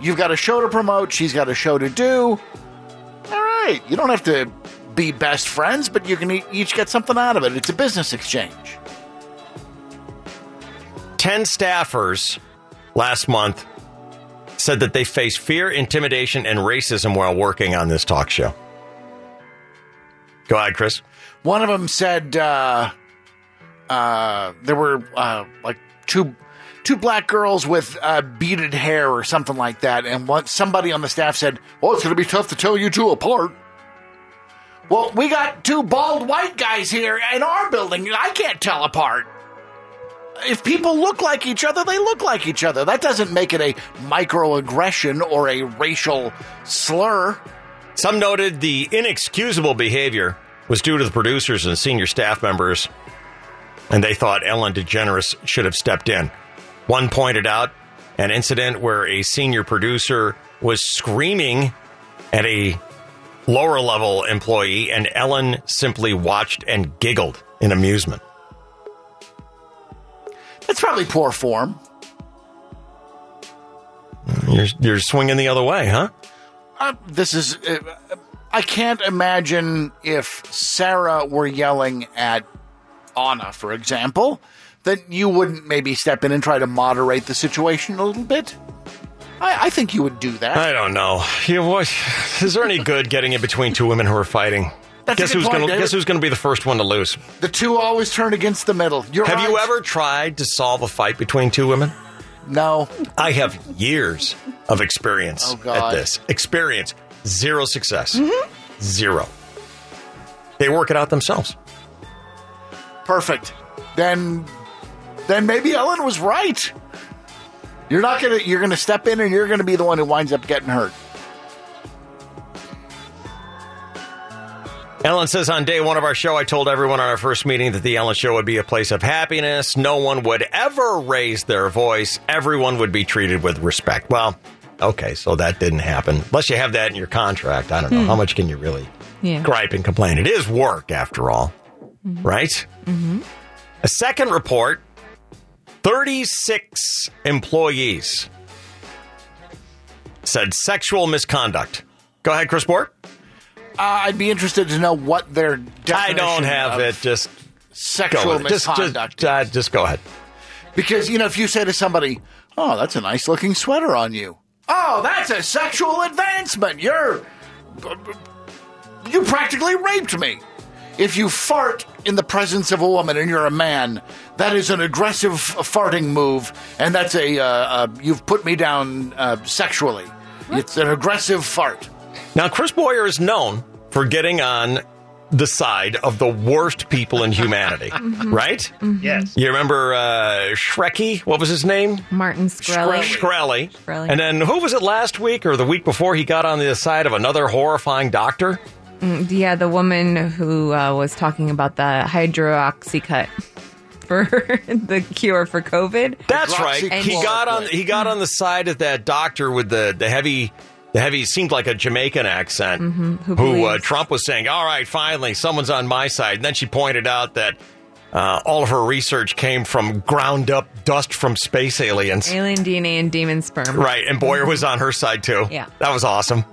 [SPEAKER 4] You've got a show to promote. She's got a show to do. All right, you don't have to be best friends, but you can e- each get something out of it. It's a business exchange.
[SPEAKER 1] Ten staffers last month said that they face fear, intimidation, and racism while working on this talk show. Go ahead, Chris.
[SPEAKER 4] One of them said uh, uh, there were uh, like two two black girls with uh, beaded hair or something like that, and once somebody on the staff said, "Well, it's going to be tough to tell you two apart." Well, we got two bald white guys here in our building. I can't tell apart. If people look like each other, they look like each other. That doesn't make it a microaggression or a racial slur.
[SPEAKER 1] Some noted the inexcusable behavior was due to the producers and senior staff members, and they thought Ellen DeGeneres should have stepped in. One pointed out an incident where a senior producer was screaming at a lower level employee, and Ellen simply watched and giggled in amusement.
[SPEAKER 4] That's probably poor form.
[SPEAKER 1] You're, you're swinging the other way, huh?
[SPEAKER 4] Uh, this is. Uh, I can't imagine if Sarah were yelling at Anna, for example, that you wouldn't maybe step in and try to moderate the situation a little bit. I, I think you would do that.
[SPEAKER 1] I don't know. You know what? Is there any good getting in between two women who are fighting?
[SPEAKER 4] That's a
[SPEAKER 1] guess
[SPEAKER 4] good
[SPEAKER 1] who's
[SPEAKER 4] point,
[SPEAKER 1] gonna
[SPEAKER 4] David.
[SPEAKER 1] guess who's gonna be the first one to lose?
[SPEAKER 4] The two always turn against the middle. You're
[SPEAKER 1] have you
[SPEAKER 4] right.
[SPEAKER 1] ever tried to solve a fight between two women?
[SPEAKER 4] No.
[SPEAKER 1] I have years of experience
[SPEAKER 4] Oh, God. Mm-hmm.
[SPEAKER 1] at this. Experience. Zero success. Zero. They work it out themselves.
[SPEAKER 4] Perfect. Then, then maybe Ellen was right. You're not gonna. You're gonna step in, and you're gonna be the one who winds up getting hurt.
[SPEAKER 1] Ellen says on day one of our show, I told everyone on our first meeting that the Ellen Show would be a place of happiness. No one would ever raise their voice. Everyone would be treated with respect. Well, okay, so that didn't happen. Unless you have that in your contract. I don't know.
[SPEAKER 25] Hmm.
[SPEAKER 1] How much can you really
[SPEAKER 25] Yeah.
[SPEAKER 1] gripe and complain? It is work, after all, right?
[SPEAKER 25] Mm-hmm.
[SPEAKER 1] A second report 36 employees said sexual misconduct. Go ahead, Chris Bort.
[SPEAKER 4] Uh, I'd be interested to know what their
[SPEAKER 1] I
[SPEAKER 4] definition
[SPEAKER 1] don't
[SPEAKER 4] of-
[SPEAKER 1] have it. Just
[SPEAKER 4] sexual
[SPEAKER 1] go with it. Just- just-
[SPEAKER 4] misconduct
[SPEAKER 1] uh, Just, go ahead.
[SPEAKER 4] Because you know, if you say to somebody, "Oh, that's a nice looking sweater on you," "Oh, that's a sexual advancement," you're you practically raped me. If you fart in the presence of a woman and you're a man, that is an aggressive farting move, and that's a uh, uh, you've put me down uh, sexually. It's an aggressive fart.
[SPEAKER 1] Now, Chris Boyer is known for getting on the side of the worst people in humanity,
[SPEAKER 3] Mhm.
[SPEAKER 1] right?
[SPEAKER 3] Yes.
[SPEAKER 1] You remember uh, Shrekky? What was his name?
[SPEAKER 3] Martin Shkreli.
[SPEAKER 1] Shkreli.
[SPEAKER 3] Shkreli.
[SPEAKER 1] And then who was it last week or the week before he got on the side of another horrifying doctor?
[SPEAKER 3] Mm, Yeah, the woman who uh, was talking about the hydroxy cut for the cure for COVID.
[SPEAKER 1] That's right.
[SPEAKER 3] And-
[SPEAKER 1] He got on he got on the side of that doctor with the the heavy the heavy seemed like a Jamaican accent.
[SPEAKER 4] Mm-hmm.
[SPEAKER 3] Mhm, who
[SPEAKER 1] uh,
[SPEAKER 3] believes-
[SPEAKER 1] Trump was saying, "All right, finally, someone's on my side." And then she pointed out that uh, all of her research came from ground up dust from space aliens.
[SPEAKER 3] Alien DNA and demon sperm.
[SPEAKER 1] Right, and Boyer was on her side too.
[SPEAKER 3] Yeah.
[SPEAKER 1] that was awesome.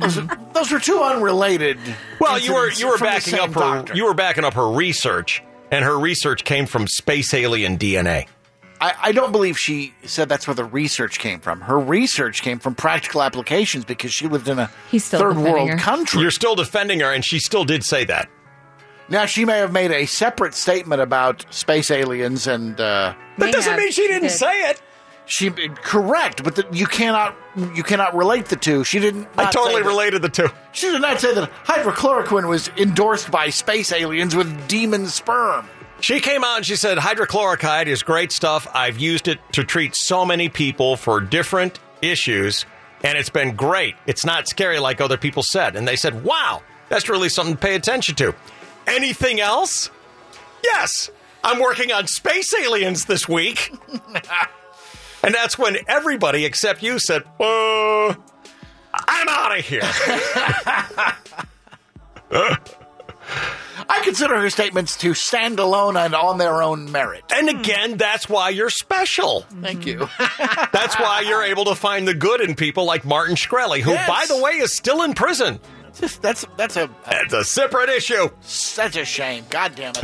[SPEAKER 4] Those were two unrelated.
[SPEAKER 1] Well, you were you were
[SPEAKER 4] incidents from the
[SPEAKER 1] backing
[SPEAKER 4] same
[SPEAKER 1] up her
[SPEAKER 4] doctor.
[SPEAKER 1] you were backing up her research, and her research came from space alien DNA.
[SPEAKER 4] I, I don't believe she said that's where the research came from. Her research came from practical applications because she lived in a third world country.
[SPEAKER 1] You're still defending her, and she still did say that.
[SPEAKER 4] Now, she may have made a separate statement about space aliens and. Uh,
[SPEAKER 1] That May doesn't have. mean she didn't She did. say it.
[SPEAKER 4] She correct, but the, you cannot you cannot relate the two. She didn't.
[SPEAKER 1] I
[SPEAKER 4] not
[SPEAKER 1] totally
[SPEAKER 4] say that-
[SPEAKER 1] related the two.
[SPEAKER 4] She did not say that hydrochloroquine was endorsed by space aliens with demon sperm.
[SPEAKER 1] She came out and she said, Hydrochloricide is great stuff. I've used it to treat so many people for different issues, and it's been great. It's not scary like other people said. And they said, wow, that's really something to pay attention to. Anything else? Yes, I'm working on space aliens this week. and that's when everybody except you said, uh, I'm out of here.
[SPEAKER 4] I consider her statements to stand alone and on their own merit.
[SPEAKER 1] And again, that's why you're special.
[SPEAKER 4] Thank you.
[SPEAKER 1] That's why you're able to find the good in people like Martin Shkreli, who,
[SPEAKER 4] Yes.
[SPEAKER 1] by the way, is still in prison.
[SPEAKER 4] Just, that's that's a
[SPEAKER 1] That's a separate issue.
[SPEAKER 4] such a shame. God damn it.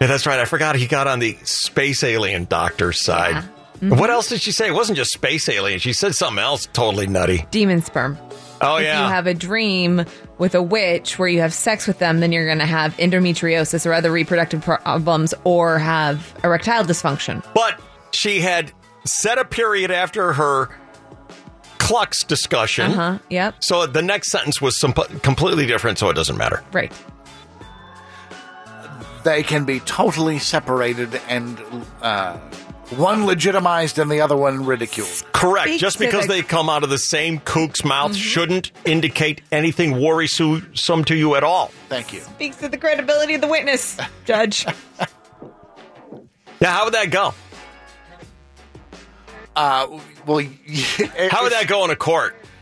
[SPEAKER 1] Yeah, that's right. I forgot he got on the space alien doctor's side.
[SPEAKER 4] Mm-hmm.
[SPEAKER 1] What else did she say? It wasn't just space alien. She said something else totally nutty.
[SPEAKER 3] Demon sperm.
[SPEAKER 1] Oh,
[SPEAKER 3] If
[SPEAKER 1] yeah.
[SPEAKER 3] you have a dream with a witch where you have sex with them, then you're going to have endometriosis or other reproductive problems or have erectile dysfunction.
[SPEAKER 1] But she had set a period after her clucks discussion.
[SPEAKER 3] Uh-huh. Yep.
[SPEAKER 1] So the next sentence was some, completely different, so it doesn't matter.
[SPEAKER 3] Right.
[SPEAKER 4] they can be totally separated and uh, one legitimized and the other one ridiculed.
[SPEAKER 1] Correct.
[SPEAKER 4] Speak
[SPEAKER 1] Just
[SPEAKER 4] to
[SPEAKER 1] because
[SPEAKER 4] the-
[SPEAKER 1] they
[SPEAKER 4] Mm-hmm.
[SPEAKER 1] come out of the same kook's mouth shouldn't indicate anything worrisome to you at all.
[SPEAKER 4] Thank you.
[SPEAKER 3] Speaks to the credibility of the witness, Judge.
[SPEAKER 1] Now, how would that go?
[SPEAKER 4] Uh, well,
[SPEAKER 1] how would that go in a court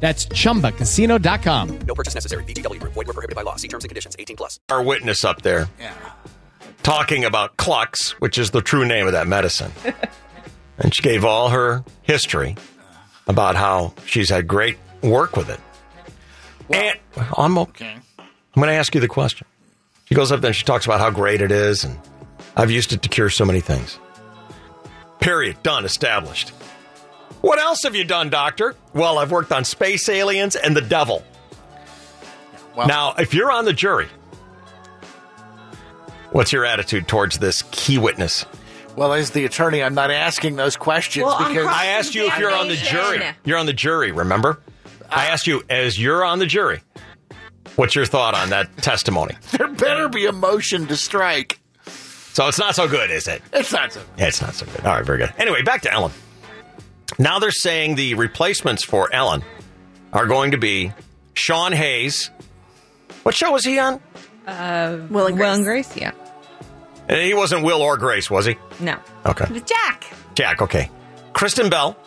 [SPEAKER 26] That's chumbacasino.com.
[SPEAKER 25] No purchase necessary. BGW. Void were prohibited by law. See terms and conditions. 18 plus.
[SPEAKER 1] Our witness up there talking about clucks, which is the true name of that medicine. and she gave all her history about how she's had great work with it. and I'm okay. I'm going to ask you the question. She goes up there and she talks about how great it is, and I've used it to cure so many things. Period. Done. Established. What else have you done, Doctor? Well, I've worked on space aliens and the devil. now, if you're on the jury, what's your attitude towards this key witness?
[SPEAKER 4] Well, as the attorney, I'm not asking those questions
[SPEAKER 1] Well, I'm
[SPEAKER 4] because
[SPEAKER 1] I asked you if you're on the jury. You're on the jury, remember? I
[SPEAKER 4] Uh,
[SPEAKER 1] asked you, as you're on the jury, what's your thought on that testimony?
[SPEAKER 4] There better be a motion to strike.
[SPEAKER 1] So it's not so good, is it?
[SPEAKER 4] It's not so.
[SPEAKER 1] Yeah, it's not so good. All right, very good. Anyway, back to Ellen. Now they're saying the replacements for Ellen are going to be Sean Hayes. What show was he on?
[SPEAKER 3] Uh, Will and Grace. Will and Grace, yeah.
[SPEAKER 1] Eh, He wasn't Will or Grace, was he?
[SPEAKER 3] No.
[SPEAKER 1] Okay.
[SPEAKER 3] It was Jack.
[SPEAKER 1] Jack, okay. Kristen Bell,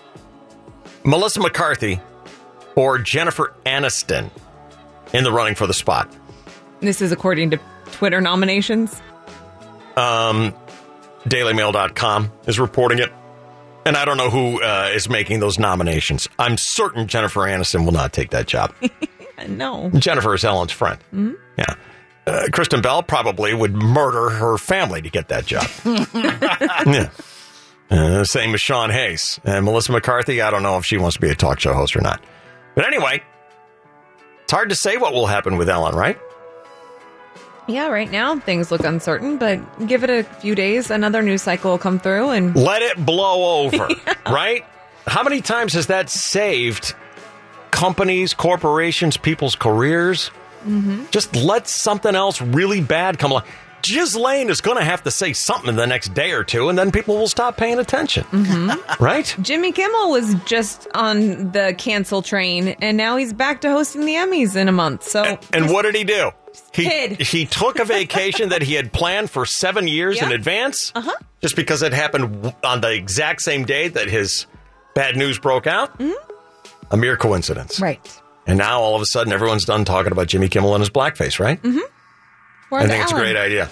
[SPEAKER 1] Melissa McCarthy, or Jennifer Aniston in the running for the spot.
[SPEAKER 3] This is according to Twitter nominations.
[SPEAKER 1] Um, DailyMail.com is reporting it. And I don't know who uh, is making those nominations. I'm certain Jennifer Aniston will not take that job.
[SPEAKER 3] no.
[SPEAKER 1] Jennifer is Ellen's friend.
[SPEAKER 3] Mhm.
[SPEAKER 1] Yeah. Uh, Kristen Bell probably would murder her family to get that job. yeah. Uh, same as Sean Hayes and Melissa McCarthy. I don't know if she wants to be a talk show host or not. But anyway, it's hard to say what will happen with Ellen, right?
[SPEAKER 3] Yeah, right now things look uncertain, but give it a few days. Another news cycle will come through and.
[SPEAKER 1] Let it blow over, right? How many times has that saved companies, corporations, people's careers?
[SPEAKER 3] Mhm.
[SPEAKER 1] Just let something else really bad come along. Ghislaine is going to have to say something in the next day or two, and then people will stop paying attention,
[SPEAKER 3] Mhm.
[SPEAKER 1] right?
[SPEAKER 3] Jimmy Kimmel was just on the cancel train, and now he's back to hosting the Emmys in a month. So,
[SPEAKER 1] And what did he do? He
[SPEAKER 3] Hid.
[SPEAKER 1] he took a vacation that he had planned for seven years in
[SPEAKER 3] Yeah.
[SPEAKER 1] advance,
[SPEAKER 3] Uh-huh.
[SPEAKER 1] just because it happened w- on the exact same day that his bad news broke out. A mere coincidence,
[SPEAKER 3] right?
[SPEAKER 1] And now all of a sudden, everyone's done talking about Jimmy Kimmel and his blackface, right?
[SPEAKER 3] hmm
[SPEAKER 1] I think it's a great idea.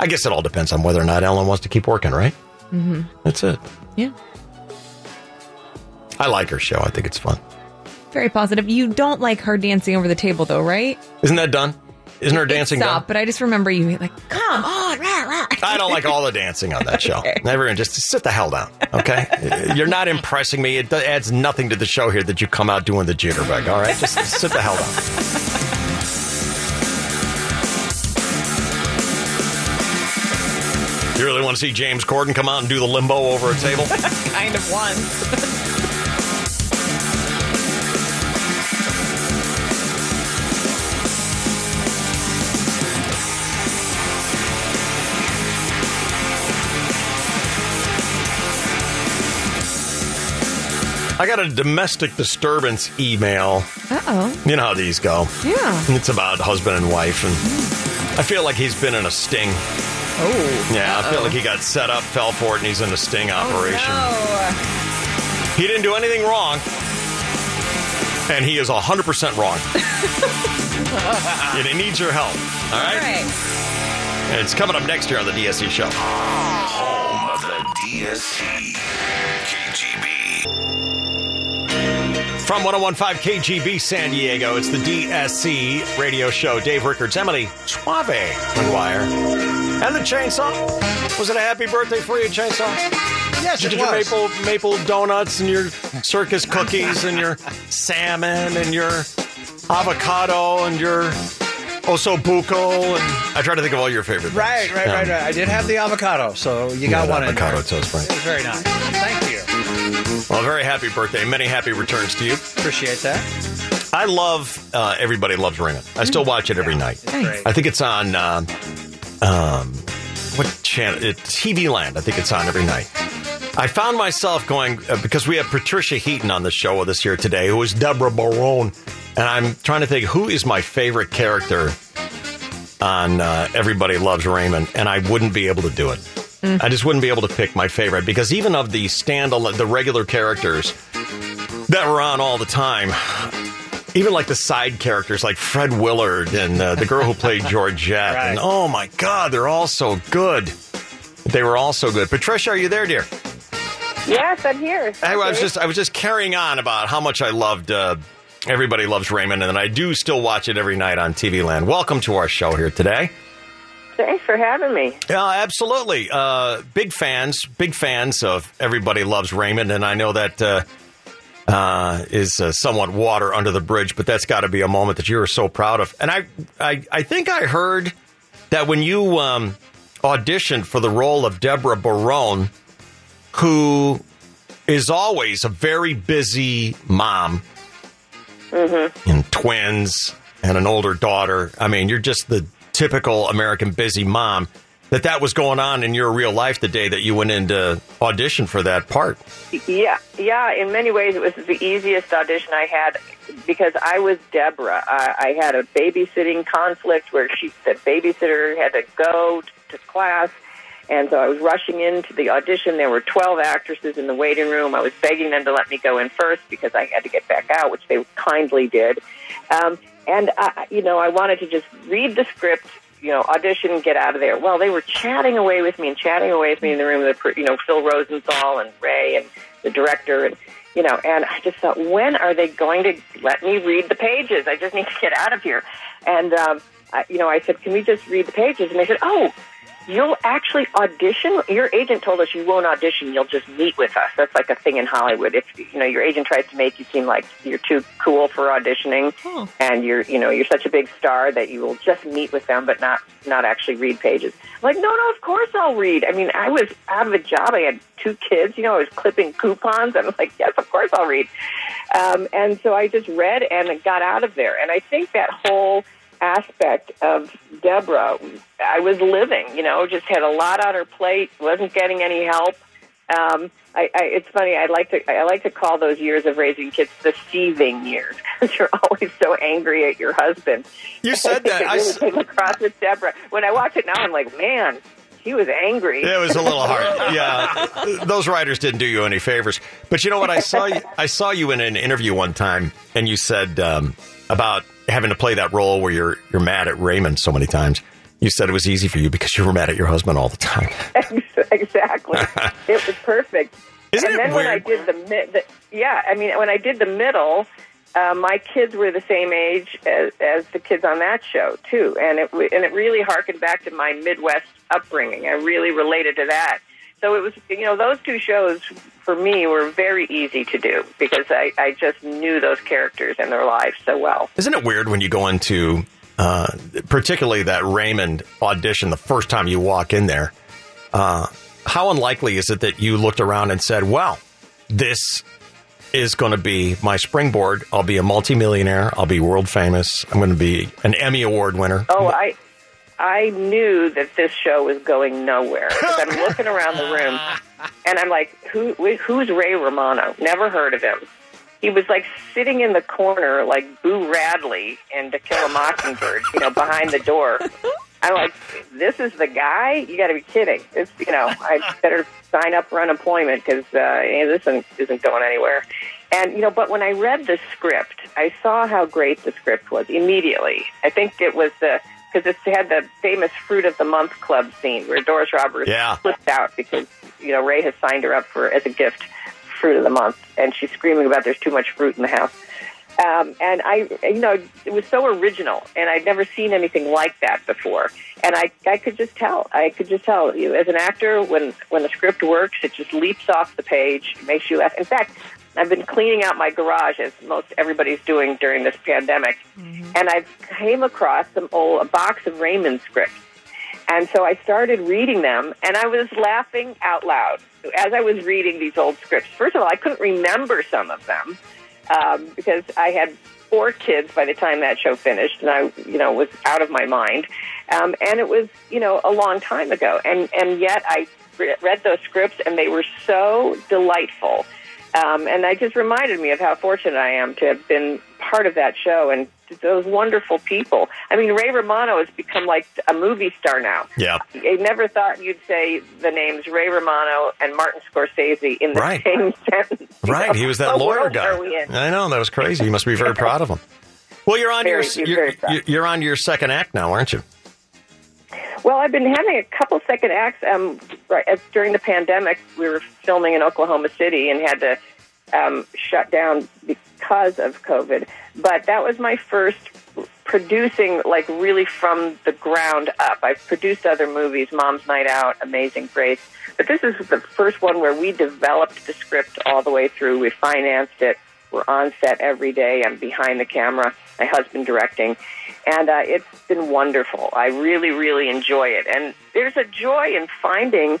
[SPEAKER 1] I guess it all depends on whether or not Ellen wants to keep working, right?
[SPEAKER 3] Mm-hmm.
[SPEAKER 1] That's it.
[SPEAKER 3] Yeah.
[SPEAKER 1] I like her show. I think it's fun.
[SPEAKER 3] Very positive. You don't like her dancing over the table, though, right?
[SPEAKER 1] Isn't that done? Isn't her dancing done?
[SPEAKER 3] Stop. But I just remember you like, come on, rah, rah.
[SPEAKER 1] I don't like all the dancing on that show. Everyone, just sit the hell down, okay? You're not impressing me. It adds nothing to the show here that you come out doing the jitterbug, all right? Just sit the hell down. You really want to see James Corden come out and do the limbo over a table?
[SPEAKER 3] kind of one.
[SPEAKER 1] I got a domestic disturbance email.
[SPEAKER 3] Uh oh.
[SPEAKER 1] You know how these go.
[SPEAKER 3] Yeah.
[SPEAKER 1] It's about husband and wife, and I feel like he's been in a sting.
[SPEAKER 3] Oh.
[SPEAKER 1] Yeah, I feel like he got set up, fell for it, and he's in a sting operation.
[SPEAKER 8] Oh,
[SPEAKER 1] He didn't do anything wrong, and he is 100% wrong. and it needs your help. All right? And it's coming up next year on the DSE show.
[SPEAKER 18] Home of the DSC. KGB.
[SPEAKER 1] From 1015 KGB San Diego, it's the DSC radio show. Dave Rickards, Emily Suave on Wire. And the chainsaw. Was it a happy birthday for you, chainsaw?
[SPEAKER 18] Yes,
[SPEAKER 1] you
[SPEAKER 18] it
[SPEAKER 1] did
[SPEAKER 18] was.
[SPEAKER 1] your maple maple donuts and your circus cookies and your salmon and your avocado and your osobuco and I try to think of all your favorite
[SPEAKER 7] Right,
[SPEAKER 1] things.
[SPEAKER 7] right,
[SPEAKER 1] Yeah.
[SPEAKER 7] right, right. I did have the avocado, so you got
[SPEAKER 1] Yeah,
[SPEAKER 7] one in
[SPEAKER 1] avocado
[SPEAKER 7] there.
[SPEAKER 1] toast, right.
[SPEAKER 7] It was very nice. Thank you.
[SPEAKER 1] Well, very happy birthday. Many happy returns to you.
[SPEAKER 7] Appreciate
[SPEAKER 1] that. I love uh, Everybody Loves Raymond. I still watch it every night.
[SPEAKER 7] Mm-hmm. it's great.
[SPEAKER 1] I think it's on um, um, what channel? It's TV Land. I think it's on every night. I found myself going uh, because we have Patricia Heaton on the show with us here today, who is Deborah Barone, and I'm trying to think who is my favorite character on uh, Everybody Loves Raymond, and I wouldn't be able to do it. I just wouldn't be able to pick my favorite because even of the standalone, the regular characters that were on all the time, Even like the side characters, like Fred Willard and uh, the girl who played Georgette. And oh my God, they're all so good. They were all so good. Patricia, are you there, dear?
[SPEAKER 9] Yes, I'm here.
[SPEAKER 1] Hey, I was just I was just carrying on about how much I loved. Uh, Everybody loves Raymond, and I do still watch it every night on TV Land. Welcome to our show here today.
[SPEAKER 9] Thanks for having me.
[SPEAKER 1] Yeah, absolutely. Uh, big fans, big fans of Everybody Loves Raymond, and I know that uh, uh, is uh, somewhat water under the bridge, but that's got to be a moment that you are so proud of. And I, I, I think I heard that when you um, auditioned for the role of Deborah Barone, who is always a very busy mom and twins and an older daughter. I mean, you're just the typical American busy mom. That that was going on in your real life the day that you went into audition for that part.
[SPEAKER 9] Yeah, yeah. In many ways, it was the easiest audition I had because I was Deborah. I, I had a babysitting conflict where she, the babysitter, had to go to class, and so I was rushing into the audition. There were twelve actresses in the waiting room. I was begging them to let me go in first because I had to get back out, which they kindly did. Um, and I, you know, I wanted to just read the script you know, audition, get out of there. Well, they were chatting away with me and chatting away with me in the room. The pr- you know, Phil Rosenthal and Ray and the director and you know, and I just thought, when are they going to let me read the pages? I just need to get out of here. And um, I, you know, I said, can we just read the pages? And they said, oh. You'll actually audition. Your agent told us you won't audition. You'll just meet with us. That's like a thing in Hollywood. If you know your agent tries to make you seem like you're too cool for auditioning, and you're you know you're such a big star that you will just meet with them, but not not actually read pages. I'm like, no, no, of course I'll read. I mean, I was out of a job. I had two kids. You know, I was clipping coupons. I'm like, yes, of course I'll read. Um, and so I just read and got out of there. And I think that whole aspect of Deborah, I was living, you know, just had a lot on her plate, wasn't getting any help. Um, I, I, it's funny. I like to I like to call those years of raising kids the seething years because you're always so angry at your husband.
[SPEAKER 1] You said that.
[SPEAKER 9] I, think it really
[SPEAKER 1] I s-
[SPEAKER 9] came across with Deborah. When I watch it now, I'm like, man, he was angry.
[SPEAKER 1] It was a little hard. Yeah, those writers didn't do you any favors. But you know what? I saw you. I saw you in an interview one time, and you said um, about having to play that role where you're you're mad at Raymond so many times. You said it was easy for you because you were mad at your husband all the time.
[SPEAKER 9] exactly. it was perfect.
[SPEAKER 1] Isn't
[SPEAKER 9] and
[SPEAKER 1] it
[SPEAKER 9] then when I did
[SPEAKER 1] weird?
[SPEAKER 9] the, mid, the yeah, I mean when I did the middle, uh, my kids were the same age as, as the kids on that show too, and it w- and it really harkened back to my Midwest upbringing. I really related to that. So it was you know those two shows for me were very easy to do because I, I just knew those characters and their lives so well.
[SPEAKER 1] Isn't it weird when you go into, uh, particularly that Raymond audition the first time you walk in there? Uh, how unlikely is it that you looked around and said, "Well, this is going to be my springboard. I'll be a multimillionaire. I'll be world famous. I'm going to be an Emmy award winner."
[SPEAKER 9] Oh, I I knew that this show was going nowhere. 'Cause I'm looking around the room, and I'm like, who who's Ray Romano? Never heard of him. He was like sitting in the corner, like Boo Radley in To Kill a Mockingbird, you know, behind the door. I'm like, this is the guy? You got to be kidding! It's you know, I better sign up for unemployment because uh, you know, this isn't, isn't going anywhere. And you know, but when I read the script, I saw how great the script was immediately. I think it was the because it had the famous fruit of the month club scene where Doris Roberts
[SPEAKER 1] Yeah.
[SPEAKER 9] flipped out because you know Ray has signed her up for as a gift fruit of the month, and she's screaming about there's too much fruit in the house. Um, and I, you know, it was so original, and I'd never seen anything like that before. And I, I could just tell. I could just tell. You know, as an actor, when when the script works, it just leaps off the page, makes you laugh. In fact, I've been cleaning out my garage as most everybody's doing during this pandemic, and I came across some old a box of Raymond scripts. And so I started reading them, and I was laughing out loud as I was reading these old scripts. First of all, I couldn't remember some of them um, because I had four kids by the time that show finished, and I, you know, was out of my mind. Um, and it was, you know, a long time ago, and and yet I re- read those scripts, and they were so delightful. Um, and that just reminded me of how fortunate I am to have been part of that show and those wonderful people. I mean, Ray Romano has become like a movie star now.
[SPEAKER 1] Yeah.
[SPEAKER 9] I never thought you'd say the names Ray Romano and Martin Scorsese in the
[SPEAKER 1] Right.
[SPEAKER 9] same sentence.
[SPEAKER 1] Right, he was that
[SPEAKER 9] What
[SPEAKER 1] lawyer
[SPEAKER 9] world
[SPEAKER 1] guy.
[SPEAKER 9] are we in?
[SPEAKER 1] I know that was crazy. You must be very proud of him. Well, you're on
[SPEAKER 9] Very few
[SPEAKER 1] your you're,
[SPEAKER 9] curves up.
[SPEAKER 1] you're- you're on your second act now, aren't you?
[SPEAKER 9] Well, I've been having a couple second acts. Um, right at, during the pandemic, we were filming in Oklahoma City and had to um, shut down because of COVID. But that was my first producing, like really from the ground up. I've produced other movies, Mom's Night Out, Amazing Grace, but this is the first one where we developed the script all the way through. We financed it. We're on set every day. I'm behind the camera. My husband directing and uh, it's been wonderful. I really, really enjoy it. And there's a joy in finding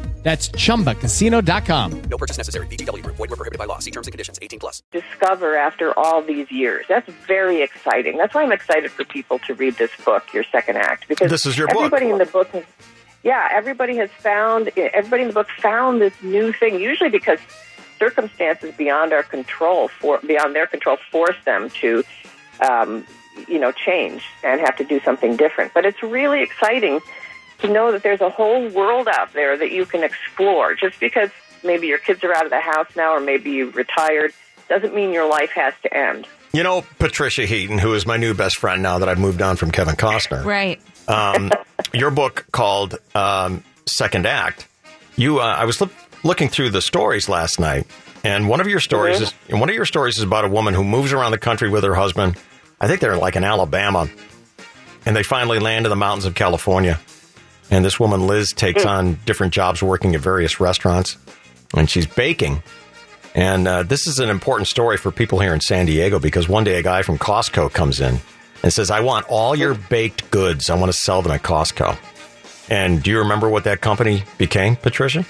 [SPEAKER 26] That's chumbacasino.com.
[SPEAKER 25] No purchase necessary. VGW Group. Void were prohibited by law. See terms and conditions. 18 plus.
[SPEAKER 9] discover after all these years. That's very exciting. That's why I'm excited for people to read this book, Your Second Act, because
[SPEAKER 1] This is your book.
[SPEAKER 9] everybody in the book. Has, yeah, everybody has found. Everybody in the book found this new thing. Usually because circumstances beyond our control, for beyond their control, force them to, um, you know, change and have to do something different. But it's really exciting to know that there's a whole world out there that you can explore. Just because maybe your kids are out of the house now, or maybe you've retired, doesn't mean your life has to end.
[SPEAKER 1] You know Patricia Heaton, who is my new best friend now that I've moved on from Kevin Costner.
[SPEAKER 3] Right.
[SPEAKER 1] um, your book called um, Second Act. You, uh, I was look looking through the stories last night, and one of your stories is and one of your stories is about a woman who moves around the country with her husband. I think they're like in Alabama, and they finally land in the mountains of California. And this woman Liz takes on different jobs working at various restaurants, and she's baking. And uh, this is an important story for people here in San Diego because one day a guy from Costco comes in and says, I want all your baked goods. I want to sell them at Costco. And do you remember what that company became, Patricia?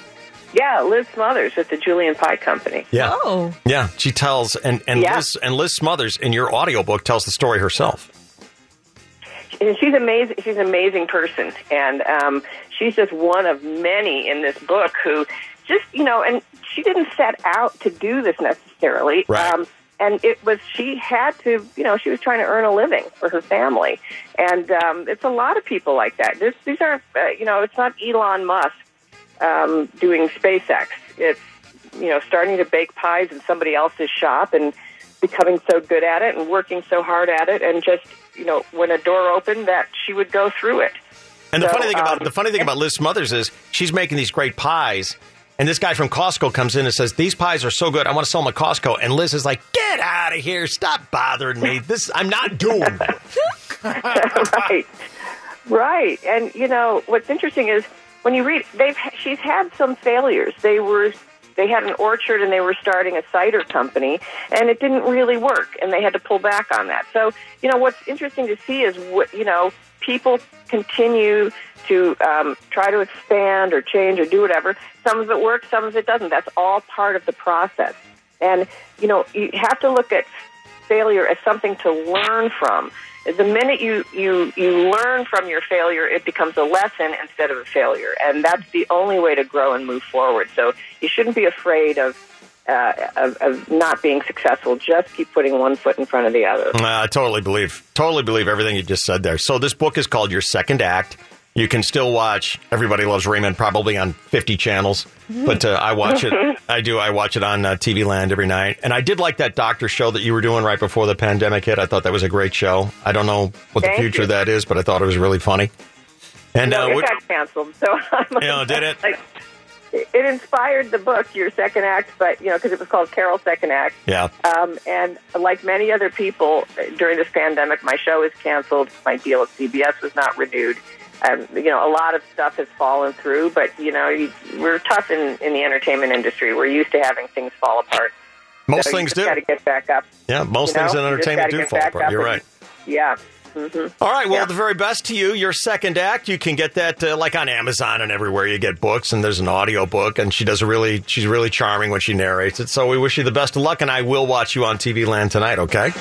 [SPEAKER 9] Yeah, Liz Smothers at the Julian Pie Company.
[SPEAKER 1] Yeah. Oh. Yeah. She tells, and, and,
[SPEAKER 9] Yeah.
[SPEAKER 1] Liz, and Liz Smothers in your audiobook tells the story herself.
[SPEAKER 9] And she's amazing. She's an amazing person, and um, she's just one of many in this book who just you know. And she didn't set out to do this necessarily.
[SPEAKER 1] Right.
[SPEAKER 9] Um, and it was she had to you know she was trying to earn a living for her family, and um, it's a lot of people like that. This, these aren't uh, you know it's not Elon Musk um, doing SpaceX. It's you know starting to bake pies in somebody else's shop and becoming so good at it and working so hard at it and just you know when a door opened that she would go through it.
[SPEAKER 1] And the
[SPEAKER 9] So,
[SPEAKER 1] funny thing about
[SPEAKER 9] um,
[SPEAKER 1] the funny thing about Liz Smothers is she's making these great pies, and this guy from Costco comes in and says, "These pies are so good, I want to sell them at Costco." And Liz is like, "Get out of here! Stop bothering me. This I'm not doing." it."
[SPEAKER 9] right, right. And you know what's interesting is when you read, they've she's had some failures. They were they had an orchard and they were starting a cider company, and it didn't really work, and they had to pull back on that. So you know what's interesting to see is what you know people continue to um, try to expand or change or do whatever. Some of it works, some of it doesn't. That's all part of the process. And you know you have to look at failure as something to learn from. The minute you, you, you learn from your failure, it becomes a lesson instead of a failure. And that's the only way to grow and move forward. So you shouldn't be afraid of, uh, of, of not being successful. Just keep putting one foot in front of the other.
[SPEAKER 1] Uh, I totally believe, totally believe everything you just said there. So this book is called Your Second Act. You can still watch Everybody Loves Raymond probably on 50 channels, but uh, I watch it. I do. I watch it on uh, TV Land every night. And I did like that doctor show that you were doing right before the pandemic hit. I thought that was a great show. I don't know what
[SPEAKER 9] Thank
[SPEAKER 1] the future
[SPEAKER 9] you.
[SPEAKER 1] of that is, but I thought it was really funny. And
[SPEAKER 9] No,
[SPEAKER 1] uh,
[SPEAKER 9] it
[SPEAKER 1] what-
[SPEAKER 9] got canceled. So I'm
[SPEAKER 1] You know, did it?
[SPEAKER 9] Like, it inspired the book, Your Second Act, but, you know, because it was called Carol's Second Act.
[SPEAKER 1] yeah,
[SPEAKER 9] Um, and like many other people uh, during this pandemic, my show is canceled. My deal at CBS was not renewed. Um, you know, a lot of stuff has fallen through, but you know, you, we're tough in, in the entertainment industry. We're used to having things fall apart.
[SPEAKER 1] Most
[SPEAKER 9] So you
[SPEAKER 1] things
[SPEAKER 9] just
[SPEAKER 1] do.
[SPEAKER 9] Got to get back up.
[SPEAKER 1] yeah, most
[SPEAKER 9] You know,
[SPEAKER 1] things in
[SPEAKER 9] you just gotta
[SPEAKER 1] entertainment do
[SPEAKER 9] get
[SPEAKER 1] fall
[SPEAKER 9] back
[SPEAKER 1] apart.
[SPEAKER 9] up
[SPEAKER 1] You're
[SPEAKER 9] and-
[SPEAKER 1] right.
[SPEAKER 9] Yeah. Mm-hmm.
[SPEAKER 1] All right. Well, the very best to you. Your second act. You can get that uh, like on Amazon and everywhere you get books. And there's an audio book, and she does a really she's really charming when she narrates it. So we wish you the best of luck, and I will watch you on TV Land tonight. Okay.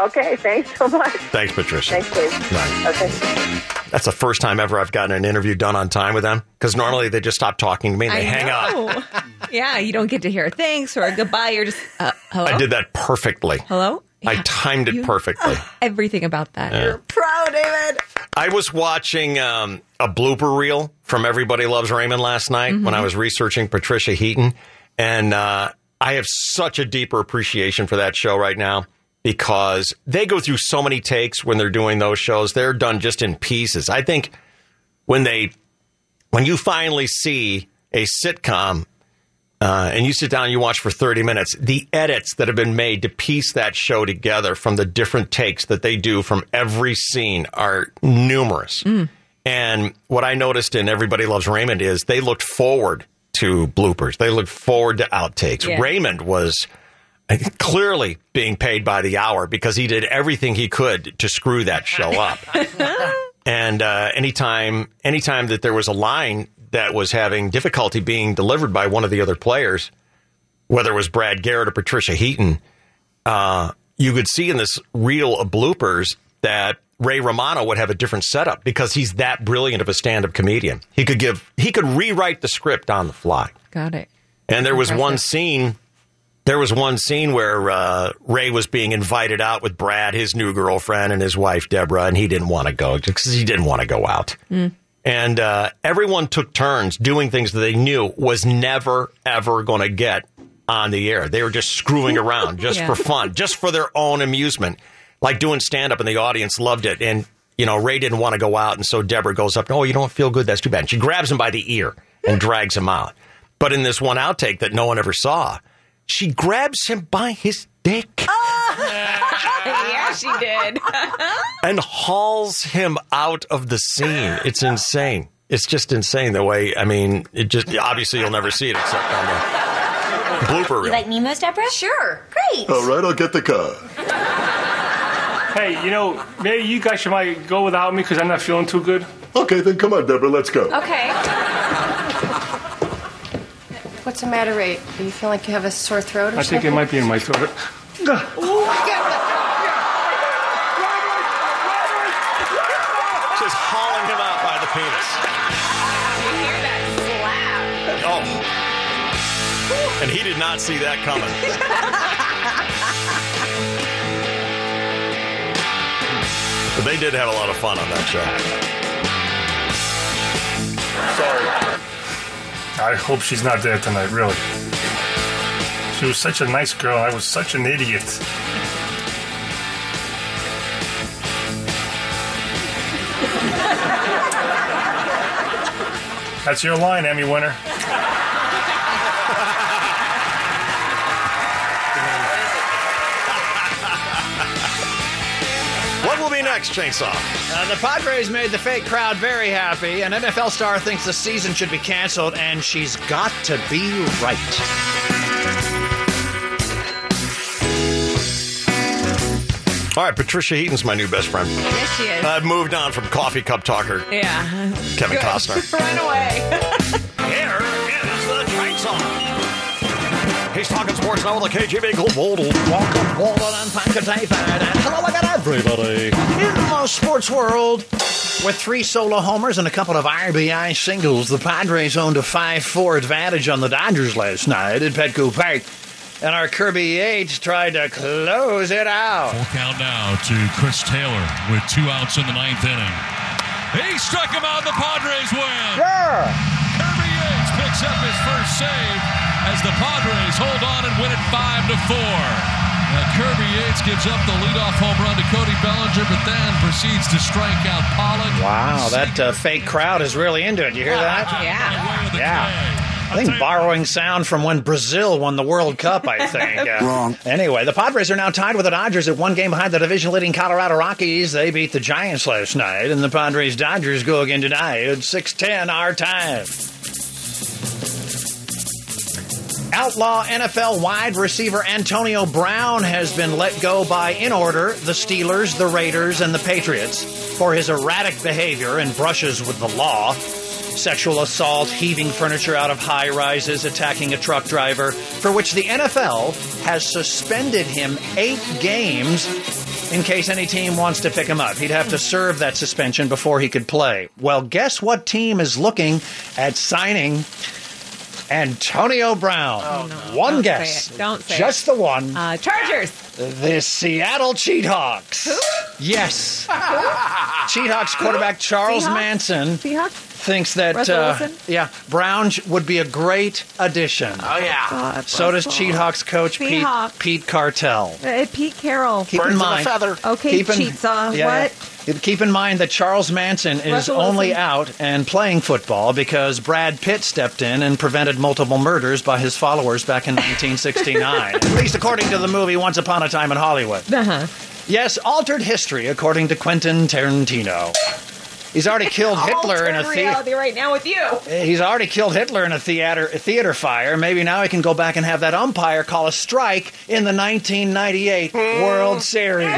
[SPEAKER 9] Okay, thanks so much.
[SPEAKER 1] Thanks, Patricia.
[SPEAKER 9] Thanks, Dave.
[SPEAKER 1] Bye.
[SPEAKER 9] Okay.
[SPEAKER 1] That's the first time ever I've gotten an interview done on time with them because normally they just stop talking to me and they hang up.
[SPEAKER 3] up. yeah, you don't get to hear a thanks or a goodbye. You're just uh, hello.
[SPEAKER 1] I did that perfectly.
[SPEAKER 3] Hello.
[SPEAKER 1] I timed it
[SPEAKER 3] You-
[SPEAKER 1] perfectly.
[SPEAKER 3] Everything about that.
[SPEAKER 1] Yeah.
[SPEAKER 3] Proud, David.
[SPEAKER 1] I was watching um, a blooper reel from Everybody Loves Raymond last night
[SPEAKER 27] Mhm.
[SPEAKER 1] when I was researching Patricia Heaton, and uh, I have such a deeper appreciation for that show right now because they go through so many takes when they're doing those shows. They're done just in pieces. I think when they when you finally see a sitcom uh, and you sit down and you watch for 30 minutes, the edits that have been made to piece that show together from the different takes that they do from every scene are numerous. And what I noticed in Everybody Loves Raymond is they looked forward to bloopers, they looked forward to outtakes.
[SPEAKER 27] Yeah.
[SPEAKER 1] Raymond was clearly being paid by the hour because he did everything he could to screw that show up. And uh, anytime, anytime that there was a line that was having difficulty being delivered by one of the other players, whether it was Brad Garrett or Patricia Heaton, uh, you could see in this reel of bloopers that Ray Romano would have a different setup because he's that brilliant of a stand-up comedian. He could give, he could rewrite the script on the fly.
[SPEAKER 3] Got it.
[SPEAKER 1] And there was one scene. There was one scene where uh, Ray was being invited out with Brad, his new girlfriend, and his wife Deborah, and he didn't want to go because he didn't want to go out. And uh, everyone took turns doing things that they knew was never ever going to get on the air. They were just screwing around just
[SPEAKER 27] Yeah.
[SPEAKER 1] for fun, just for their own amusement, like doing stand up, and the audience loved it. And you know, Ray didn't want to go out, and so Deborah goes up. Oh, you don't feel good. That's too bad. And she grabs him by the ear and drags him out. But in this one outtake that no one ever saw, she grabs him by his dick
[SPEAKER 5] yeah, she did.
[SPEAKER 1] and hauls him out of the scene. It's insane. It's just insane the way. I mean, it just obviously you'll never see it except on the blooper
[SPEAKER 17] You
[SPEAKER 1] reel.
[SPEAKER 17] like Nemo's, Deborah? Sure. Great.
[SPEAKER 1] Oh,
[SPEAKER 15] All right, I'll get the car.
[SPEAKER 28] Hey, you know, maybe you guys should might go without me because I'm not feeling too good.
[SPEAKER 15] Okay, then come on, Deborah, let's go.
[SPEAKER 14] Okay. What's the matter, Ray? Do you feel like you have a sore throat or
[SPEAKER 28] I think it might be in my throat.
[SPEAKER 1] Just hauling him out by the penis. Oh. And he did not see that coming. But they did have a lot of fun on that show.
[SPEAKER 28] I hope she's not there tonight, really. She was such a nice girl. I was such an idiot. That's your line, Emmy winner.
[SPEAKER 1] What will be next, Chainsaw?
[SPEAKER 7] Uh, the Padres made the fake crowd very happy. An NFL star thinks the season should be canceled, and she's got to be right.
[SPEAKER 1] All right, Patricia Heaton's my new best friend. Yes,
[SPEAKER 3] she is.
[SPEAKER 1] I've moved on from coffee cup talker
[SPEAKER 3] Yeah.
[SPEAKER 1] Kevin Costner.
[SPEAKER 3] Run away.
[SPEAKER 1] Here is the chainsaw. He's talking sports now with the KGB Global. Welcome,
[SPEAKER 7] Walden and Pankatape, and hello again, everybody. In the sports world, with three solo homers and a couple of RBI singles, the Padres owned a 5-4 advantage on the Dodgers last night at Petco Park. And our Kirby 8 tried to close it out.
[SPEAKER 17] Full count now to Chris Taylor with two outs in the ninth inning. He struck him out. The Padres win.
[SPEAKER 7] Yeah.
[SPEAKER 17] Kirby Yates picks up his first save as the Padres hold on and win it five to four. Now Kirby Yates gives up the leadoff home run to Cody Bellinger, but then proceeds to strike out Pollock.
[SPEAKER 7] Wow, that uh, fake crowd is really into it. You hear that?
[SPEAKER 17] Yeah.
[SPEAKER 7] Yeah. I think borrowing sound from when Brazil won the World Cup, I think. Uh,
[SPEAKER 15] Wrong.
[SPEAKER 7] Anyway, the Padres are now tied with the Dodgers at one game behind the division leading Colorado Rockies. They beat the Giants last night, and the Padres Dodgers go again tonight at 6:10 our time. Outlaw NFL wide receiver Antonio Brown has been let go by, in order, the Steelers, the Raiders, and the Patriots for his erratic behavior and brushes with the law. Sexual assault, heaving furniture out of high rises, attacking a truck driver, for which the NFL has suspended him eight games, in case any team wants to pick him up. He'd have to serve that suspension before he could play. Well, guess what team is looking at signing Antonio Brown? One
[SPEAKER 3] Oh, Don't
[SPEAKER 7] guess.
[SPEAKER 3] say it. Don't say
[SPEAKER 7] Just
[SPEAKER 3] it.
[SPEAKER 7] the one.
[SPEAKER 3] Uh, Chargers.
[SPEAKER 7] the Seattle Cheathawks. Yes. Cheathawks quarterback Charles
[SPEAKER 3] Seahawks?
[SPEAKER 7] Manson thinks that
[SPEAKER 3] Russell
[SPEAKER 7] uh,
[SPEAKER 3] Wilson?
[SPEAKER 7] yeah Brown sh- would be a great addition. Oh
[SPEAKER 4] yeah.
[SPEAKER 7] so does
[SPEAKER 3] Russell.
[SPEAKER 7] Cheathawks coach Pete,
[SPEAKER 3] Seahawks.
[SPEAKER 7] Pete Cartell.
[SPEAKER 3] Uh, Pete Carroll.
[SPEAKER 7] Keep in mind,
[SPEAKER 3] Okay,
[SPEAKER 7] keep in-
[SPEAKER 3] cheats. Uh,
[SPEAKER 7] yeah,
[SPEAKER 3] what?
[SPEAKER 7] yeah. Keep in mind that Charles Manson is
[SPEAKER 3] Russell
[SPEAKER 7] only
[SPEAKER 3] Wilson.
[SPEAKER 7] out and playing football because Brad Pitt stepped in and prevented multiple murders by his followers back in 1969. at least according to the movie Once Upon a Time in Hollywood.
[SPEAKER 3] Uh-huh.
[SPEAKER 7] Yes, altered history according to Quentin Tarantino. He's already killed Hitler in a theater.
[SPEAKER 3] reality right now with you.
[SPEAKER 7] He's already killed Hitler in a theater a theater fire. Maybe now he can go back and have that umpire call a strike in the 1998
[SPEAKER 3] Hmm.
[SPEAKER 7] World Series.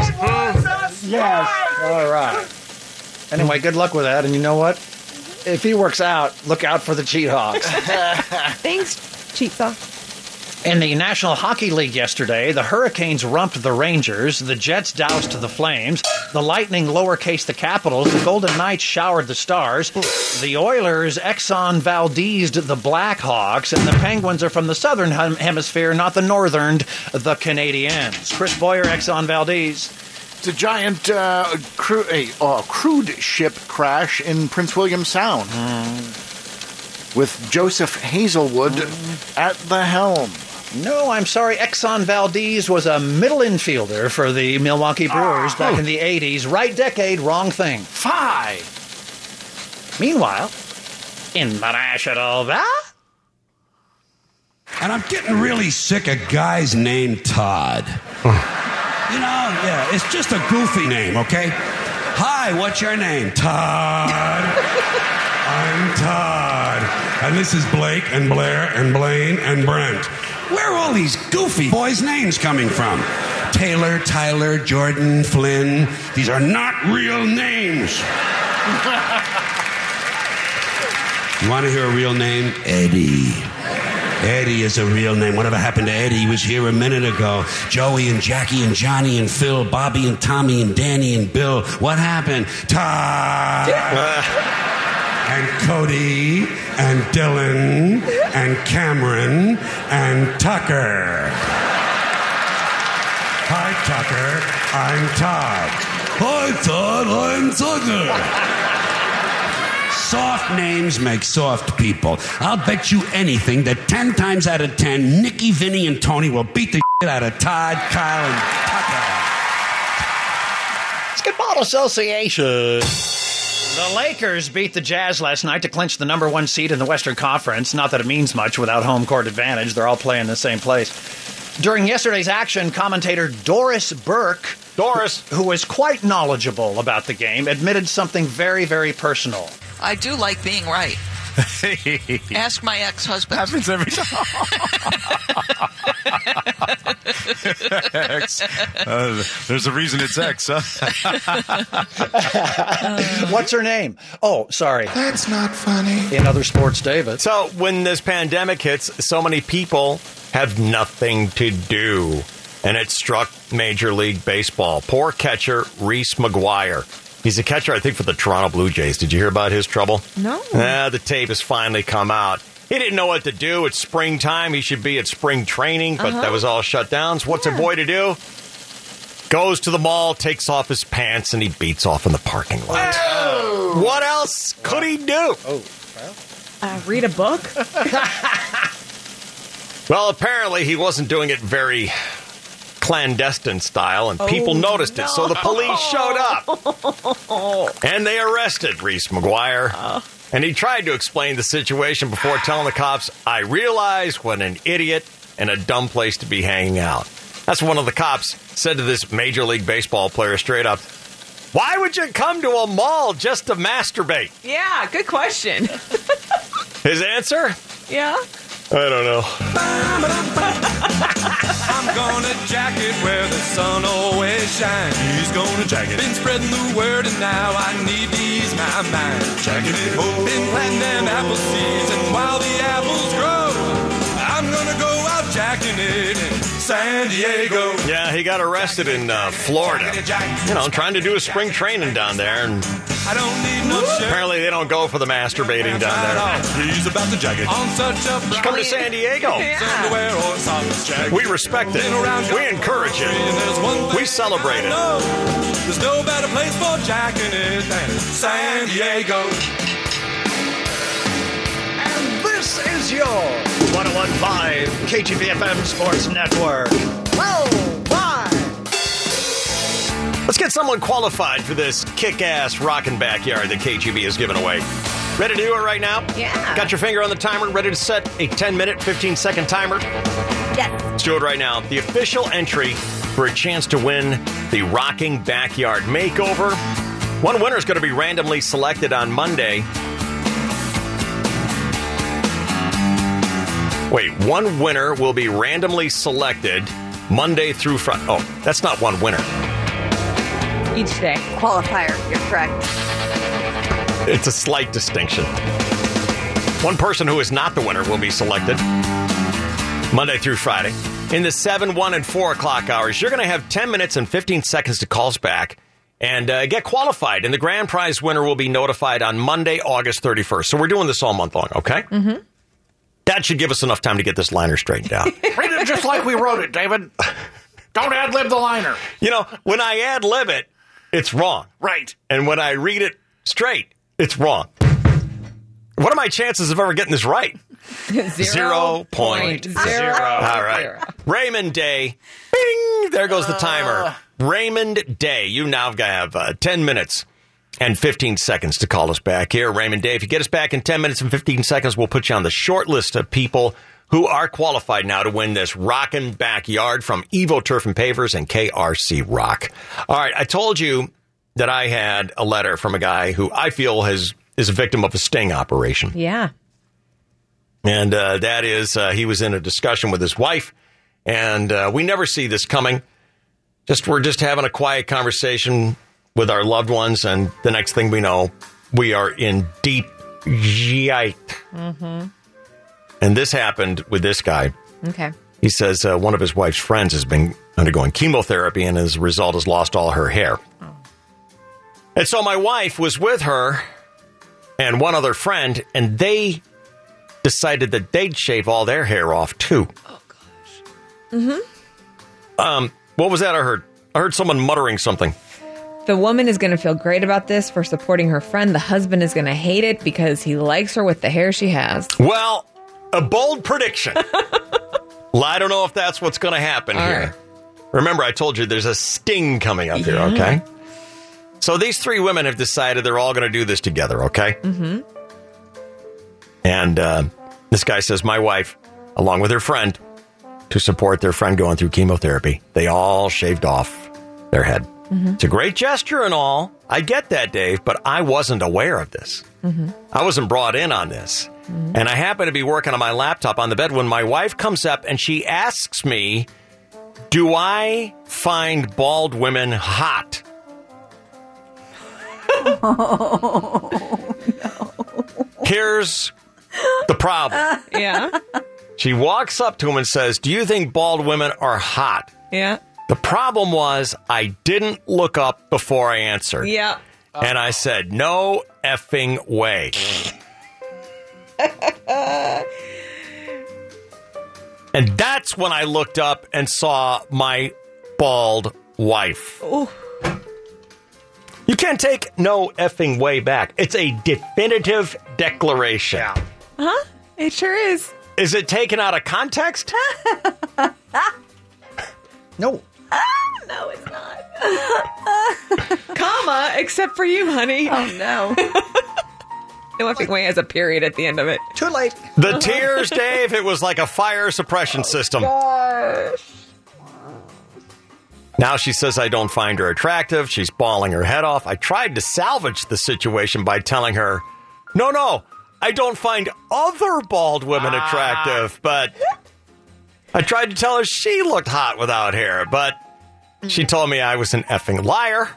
[SPEAKER 7] Yes. All right. Anyway, good luck with that. And you know what? If he works out, look out for the Cheathawks.
[SPEAKER 3] Thanks, cheat saw.
[SPEAKER 7] In the National Hockey League yesterday, the Hurricanes rumped the Rangers, the Jets doused the Flames, the Lightning lowercase the Capitals, the Golden Knights showered the Stars, the Oilers Exxon Valdezed the Blackhawks, and the Penguins are from the Southern hem- Hemisphere, not the Northern, the Canadiens. Chris Boyer, Exxon Valdez.
[SPEAKER 4] It's a giant uh, cru- a, uh, crude ship crash in Prince William Sound
[SPEAKER 1] Hmm.
[SPEAKER 4] with Joseph Hazelwood at the helm.
[SPEAKER 7] No, I'm sorry. Exxon Valdez was a middle infielder for the Milwaukee Brewers back in the 80s. Right decade, wrong thing. Fi. Meanwhile, in the National Ba-
[SPEAKER 29] And I'm getting really sick of guys named Todd. you know, yeah, it's just a goofy name, okay? Hi, what's your name? Todd. I'm Todd. And this is Blake and Blair and Blaine and Brent. Where are all these goofy boys' names coming from? Taylor, Tyler, Jordan, Flynn. These are not real names. You want to hear a real name? Eddie. Eddie is a real name. Whatever happened to Eddie? He was here a minute ago. Joey and Jackie and Johnny and Phil, Bobby and Tommy and Danny and Bill. What happened? Todd. and Cody and Dylan and Cameron and Tucker. Hi, Tucker. I'm Todd. Hi, Todd. I'm Tucker. Soft names make soft people. I'll bet you anything that 10 times out of 10, Nikki, Vinny, and Tony will beat the shit out of Todd, Kyle, and
[SPEAKER 7] Basketball Association. The Lakers beat the Jazz last night to clinch the number one seed in the Western Conference. Not that it means much without home court advantage. They're all playing in the same place. During yesterday's action, commentator Doris Burke, Doris, who was quite knowledgeable about the game, admitted something very, very personal.
[SPEAKER 27] I do like being right. Ask my ex-husband. Happens every time.
[SPEAKER 11] X. Uh, there's a reason it's X, huh?
[SPEAKER 7] What's her name? Oh, sorry. That's not funny. In other sports, David.
[SPEAKER 1] So when this pandemic hits, so many people have nothing to do. And it struck Major League Baseball. Poor catcher Reese McGuire. He's a catcher, I think, for the Toronto Blue Jays. Did you hear about his trouble?
[SPEAKER 11] No.
[SPEAKER 1] Ah, the tape has finally come out. He didn't know what to do. It's springtime. He should be at spring training, but
[SPEAKER 11] Uh-huh.
[SPEAKER 1] that was all shut down. So what's a boy to do? Goes to the mall, takes off his pants, and he beats off in the parking lot. What else could he do?
[SPEAKER 7] Oh,
[SPEAKER 20] uh, read a book.
[SPEAKER 1] Well, apparently he wasn't doing it very clandestine style, and people
[SPEAKER 20] Oh,
[SPEAKER 1] noticed it. So the police showed up and they arrested Reese McGuire. And he tried to explain the situation before telling the cops, I realize what an idiot and a dumb place to be hanging out. That's one of the cops said to this Major League Baseball player straight up, Why would you come to a mall just to masturbate?
[SPEAKER 20] yeah, good question.
[SPEAKER 1] His answer?
[SPEAKER 20] Yeah.
[SPEAKER 1] I don't know.
[SPEAKER 27] I'm gonna jack it where the sun always shines. He's gonna jack it. Been spreading the word and now I need to ease my mind. Jacking it home. Been planting them apple seeds and while the apples grow, I'm gonna go out jacking it and San Diego.
[SPEAKER 1] Yeah, he got arrested in uh, Florida. You know, trying to do a spring training down there, and
[SPEAKER 27] I don't need no shirt.
[SPEAKER 1] apparently they don't go for the masturbating down there.
[SPEAKER 27] He's about to jacket.
[SPEAKER 11] Oh,
[SPEAKER 27] On such a
[SPEAKER 1] Just come to San Diego.
[SPEAKER 27] Underwear or socks, jacket.
[SPEAKER 1] We respect it. We encourage it. We celebrate
[SPEAKER 27] No,
[SPEAKER 1] it.
[SPEAKER 27] there's no better place for jacking it than San Diego.
[SPEAKER 7] This is your 1015 KGVFM Sports Network.
[SPEAKER 1] Let's get someone qualified for this kick-ass rockin' backyard that KGB is giving away. Ready to do it right now?
[SPEAKER 8] Yeah.
[SPEAKER 1] Got your finger on the timer, ready to set a 10-minute, 15-second timer?
[SPEAKER 8] Yes.
[SPEAKER 1] Let's do it right now. The official entry for a chance to win the Rocking Backyard Makeover. One winner is going to be randomly selected on Monday. Wait, one winner will be randomly selected Monday through Friday. Oh, that's not one winner.
[SPEAKER 8] Each day. Qualifier. You're correct.
[SPEAKER 1] It's a slight distinction. One person who is not the winner will be selected Monday through Friday. In the 7, 1, and 4 o'clock hours, you're going to have 10 minutes and 15 seconds to call us back and uh, get qualified. And the grand prize winner will be notified on Monday, August 31st. So we're doing this all month long, okay?
[SPEAKER 8] Mm-hmm.
[SPEAKER 1] That should give us enough time to get this liner straightened out.
[SPEAKER 4] Read it just like we wrote it, David. Don't ad lib the liner.
[SPEAKER 1] you know, when I ad lib it, it's wrong.
[SPEAKER 4] Right.
[SPEAKER 1] And when I read it straight, it's wrong. What are my chances of ever getting this right? Zero point
[SPEAKER 8] point
[SPEAKER 1] zero.
[SPEAKER 8] zero
[SPEAKER 1] All right.
[SPEAKER 8] zero.
[SPEAKER 1] Raymond Day. Bing! There goes the timer. Raymond Day, you now have uh, 10 minutes and 15 seconds to call us back here. Raymond Day, if you get us back in 10 minutes and 15 seconds, we'll put you on the short list of people who are qualified now to win this Rockin' Backyard from Evo Turf and Pavers and KRC Rock. All right. I told you that I had a letter from a guy who I feel has is a victim of a sting operation.
[SPEAKER 3] Yeah.
[SPEAKER 1] And uh, that is, uh, he was in a discussion with his wife, and uh, we never see this coming. Just we're just having a quiet conversation with our loved ones, and the next thing we know, we are in deep yike.
[SPEAKER 3] Mm-hmm.
[SPEAKER 1] And this happened with this guy.
[SPEAKER 3] Okay.
[SPEAKER 1] He says uh, one of his wife's friends has been undergoing chemotherapy and as a result has lost all her hair. And so my wife was with her and one other friend, and they decided that they'd shave all their hair off too.
[SPEAKER 3] Mm-hmm.
[SPEAKER 1] Um, what was that I heard? I heard someone muttering something.
[SPEAKER 3] The woman is going to feel great about this for supporting her friend. The husband is going to hate it because he likes her with the hair she has.
[SPEAKER 1] Well, a bold prediction. well, I don't know if that's what's going to happen here. Remember, I told you there's a sting coming up here,
[SPEAKER 3] Yeah.
[SPEAKER 1] okay? So these three women have decided they're all going to do this together, okay?
[SPEAKER 8] Mm-hmm.
[SPEAKER 1] And uh, this guy says, My wife, along with her friend, to support their friend going through chemotherapy, they all shaved off their head. It's a great gesture and all. I get that, Dave, but I wasn't aware of this.
[SPEAKER 8] Mm-hmm.
[SPEAKER 1] I wasn't brought in on this. And I happen to be working on my laptop on the bed when my wife comes up and she asks me, Do I find bald women hot? Here's the problem.
[SPEAKER 3] yeah.
[SPEAKER 1] She walks up to him and says, Do you think bald women are hot?
[SPEAKER 3] Yeah.
[SPEAKER 1] The problem was I didn't look up before I answered.
[SPEAKER 3] Yeah.
[SPEAKER 1] And I said, No effing way. and that's when I looked up and saw my bald wife. You can't take no effing way back. It's a definitive declaration.
[SPEAKER 3] Huh? It sure is.
[SPEAKER 1] Is it taken out of context?
[SPEAKER 7] no.
[SPEAKER 3] no, it's not. Comma, except for you, honey. Oh, no. no, I think Wayne has a period at the end of it.
[SPEAKER 7] Too late.
[SPEAKER 3] Uh-huh.
[SPEAKER 1] The tears, Dave, it was like a fire suppression system. Now she says I don't find her attractive. She's bawling her head off. I tried to salvage the situation by telling her, no, no, I don't find other bald women attractive, but I tried to tell her she looked hot without hair, but she told me I was an effing liar.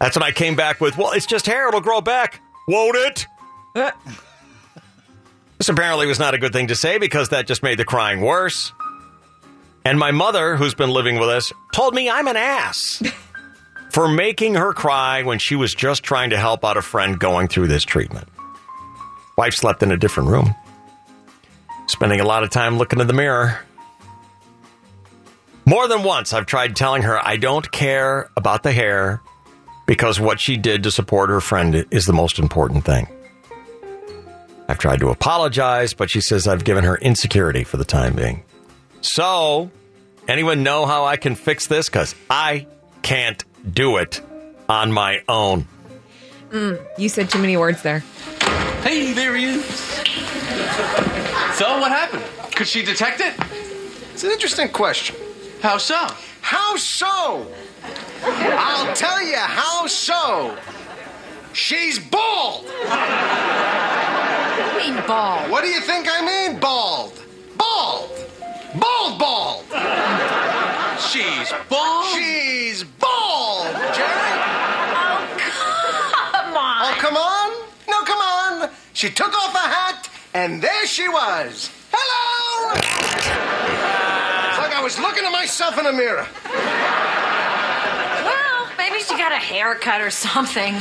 [SPEAKER 1] That's when I came back with, well, it's just hair. It'll grow back. Won't it? This apparently was not a good thing to say because that just made the crying worse. And my mother, who's been living with us, told me I'm an ass for making her cry when she was just trying to help out a friend going through this treatment. Wife slept in a different room, spending a lot of time looking in the mirror. More than once, I've tried telling her I don't care about the hair because what she did to support her friend is the most important thing. I've tried to apologize, but she says I've given her insecurity for the time being. So, anyone know how I can fix this? Because I can't do it on my own.
[SPEAKER 3] Mm, you said too many words there.
[SPEAKER 2] Hey, there he is. So, what happened? Could she detect it?
[SPEAKER 30] It's an interesting question.
[SPEAKER 2] How so?
[SPEAKER 30] How so? I'll tell you how so. She's bald.
[SPEAKER 14] I mean, bald.
[SPEAKER 30] What do you think I mean, bald? Bald. Bald, bald.
[SPEAKER 2] She's bald.
[SPEAKER 30] She's bald, Jerry.
[SPEAKER 14] Come on.
[SPEAKER 30] Oh, come on. No, come on. She took off her hat, and there she was. Hello. It's like I was looking at myself in a mirror.
[SPEAKER 14] Well, Oh, maybe she got a haircut or something.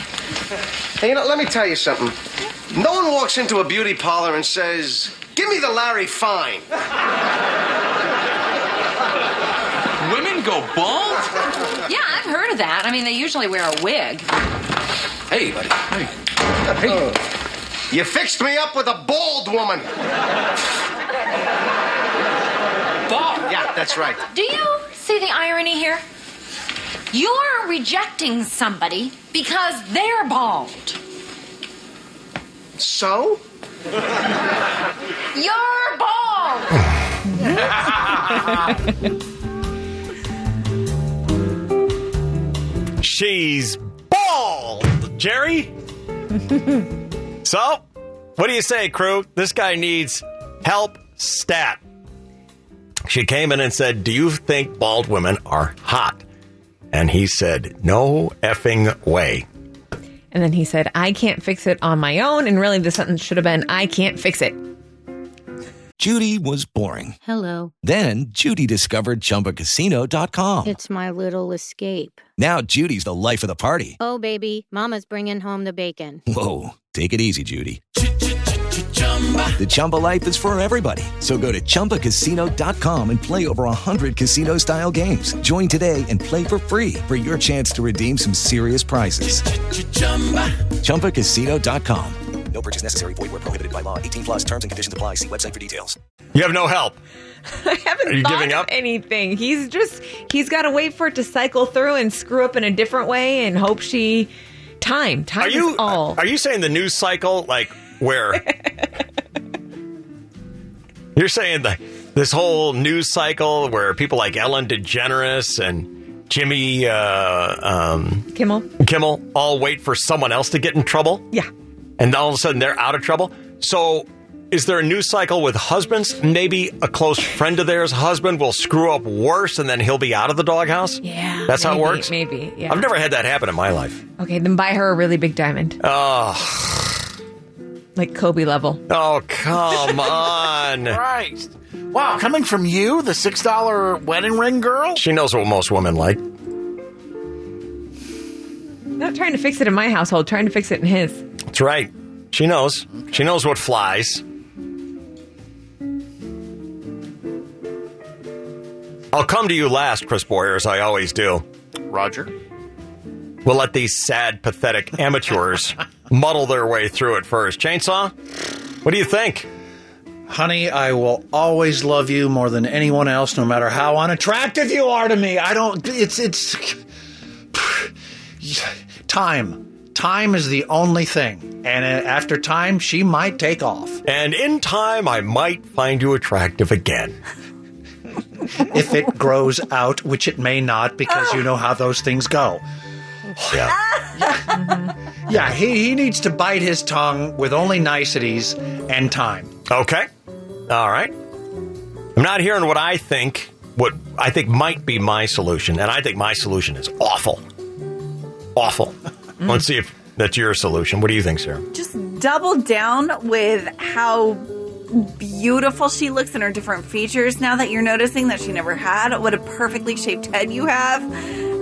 [SPEAKER 30] Hey, you know, let me tell you something. No one walks into a beauty parlor and says, Give me the Larry Fine.
[SPEAKER 2] Women go bald?
[SPEAKER 14] Yeah, I've heard of that. I mean, they usually wear a wig.
[SPEAKER 30] Hey, buddy. Hey. You fixed me up with a bald woman. Bald? Yeah, that's right.
[SPEAKER 14] Do you see the irony here? You're rejecting somebody because they're bald.
[SPEAKER 30] So?
[SPEAKER 14] You're bald.
[SPEAKER 1] She's bald, Jerry. so, what do you say, crew? This guy needs help stat. She came in and said, Do you think bald women are hot? And he said, No effing way.
[SPEAKER 3] And then he said, I can't fix it on my own. And really, the sentence should have been, I can't fix it.
[SPEAKER 21] Judy was boring.
[SPEAKER 13] Hello.
[SPEAKER 21] Then Judy discovered ChumbaCasino.com.
[SPEAKER 13] Oh. It's my little escape.
[SPEAKER 21] Now Judy's the life of the party.
[SPEAKER 13] Oh, baby, Mama's bringing home the bacon.
[SPEAKER 21] Whoa, take it easy, Judy. The Chumba life is for everybody. So go to ChumbaCasino.com and play over 100 casino style games. Join today and play for free for your chance to redeem some serious prizes. ChumbaCasino.com. No purchase necessary. Void where prohibited by law. 18 plus terms and conditions apply. See website for details.
[SPEAKER 1] You have no help.
[SPEAKER 3] I haven't
[SPEAKER 1] Are you
[SPEAKER 3] thought
[SPEAKER 1] giving
[SPEAKER 3] of
[SPEAKER 1] up?
[SPEAKER 3] anything. He's just he's got to wait for it to cycle through and screw up in a different way and hope she time time
[SPEAKER 1] Are you uh,
[SPEAKER 3] is all.
[SPEAKER 1] are you saying the news cycle like where? You're saying the this whole news cycle where people like Ellen DeGeneres and Jimmy uh, um,
[SPEAKER 3] Kimmel.
[SPEAKER 1] Kimmel all wait for someone else to get in trouble.
[SPEAKER 3] Yeah.
[SPEAKER 1] And all of a sudden they're out of trouble. So is there a news cycle with husbands? Maybe a close friend of theirs' husband will screw up worse and then he'll be out of the doghouse? Yeah. That's how it
[SPEAKER 3] maybe,
[SPEAKER 1] works?
[SPEAKER 3] Maybe. Yeah.
[SPEAKER 1] I've never had that happen in my life.
[SPEAKER 3] Okay, then buy her a really big diamond,
[SPEAKER 1] Oh,
[SPEAKER 3] like Kobe level.
[SPEAKER 1] oh come on.
[SPEAKER 4] Christ. Wow, coming from you, the $6 wedding ring girl?
[SPEAKER 1] She knows what most women like.
[SPEAKER 3] Not trying to fix it in my household, trying to fix it in his.
[SPEAKER 1] That's right. She knows. She knows what flies. I'll come to you last, Chris Boyer, as I always do.
[SPEAKER 4] Roger.
[SPEAKER 1] We'll let these sad, pathetic amateurs muddle their way through it first. Chainsaw, what do you think?
[SPEAKER 7] Honey, I will always love you more than anyone else, no matter how unattractive you are to me. I don't. It's it's time. Time is the only thing, and uh, after time, she might take off
[SPEAKER 1] And in time, I might find you attractive again.
[SPEAKER 7] if it grows out, which it may not, because you know how those things go.
[SPEAKER 1] Yeah.
[SPEAKER 7] Yeah, he, he needs to bite his tongue with only niceties and time.
[SPEAKER 1] Okay. All right. I'm not hearing what I think, what I think might be my solution, and I think my solution is awful. Awful. Let's see if that's your solution. What do you think, Sarah?
[SPEAKER 20] Just double down with how
[SPEAKER 8] beautiful she looks in her different features now that you're noticing that she never had. What a perfectly shaped head you have.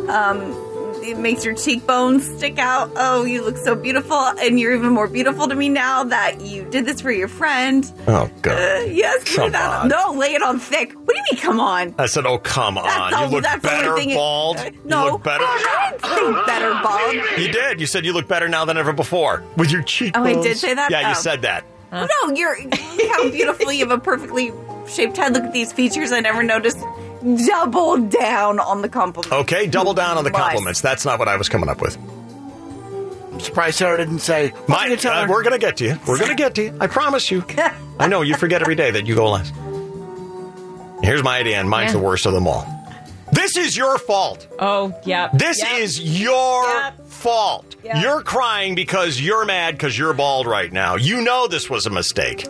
[SPEAKER 8] Um, it makes your cheekbones stick out. Oh, you look so beautiful. And you're even more beautiful to me now that you did this for your friend.
[SPEAKER 1] Oh, God.
[SPEAKER 8] Uh, yes, lay
[SPEAKER 1] Come
[SPEAKER 8] that
[SPEAKER 1] on.
[SPEAKER 8] No, lay it on thick. What do you mean, come on?
[SPEAKER 1] I said, oh, come on.
[SPEAKER 8] all-
[SPEAKER 1] you look
[SPEAKER 8] that's the only
[SPEAKER 1] better
[SPEAKER 8] thing it- Uh,
[SPEAKER 1] bald. You
[SPEAKER 8] No. Oh,
[SPEAKER 1] look better.
[SPEAKER 8] I didn't say better bald.
[SPEAKER 1] You did. You said you look better now than ever before with your
[SPEAKER 8] Oh,
[SPEAKER 1] cheekbones.
[SPEAKER 8] I did say that?
[SPEAKER 1] Yeah, you
[SPEAKER 8] Oh.
[SPEAKER 1] said that.
[SPEAKER 8] No, you're look how beautiful you have a perfectly shaped head. Look at these features I never noticed. Double down on the compliment.
[SPEAKER 1] Okay, double down on the
[SPEAKER 8] Lies.
[SPEAKER 1] compliments. That's not what I was coming up with.
[SPEAKER 4] I'm surprised Sarah didn't say.
[SPEAKER 1] My, uh, we're going to get to you. We're going to get to you. I promise you. I know you forget every day that you go last. Here's my idea, and mine's
[SPEAKER 5] Yeah.
[SPEAKER 1] the worst of them all. This is your fault.
[SPEAKER 5] Oh, yeah.
[SPEAKER 1] This is your fault. You're crying because you're mad because you're bald right now. You know this was a mistake.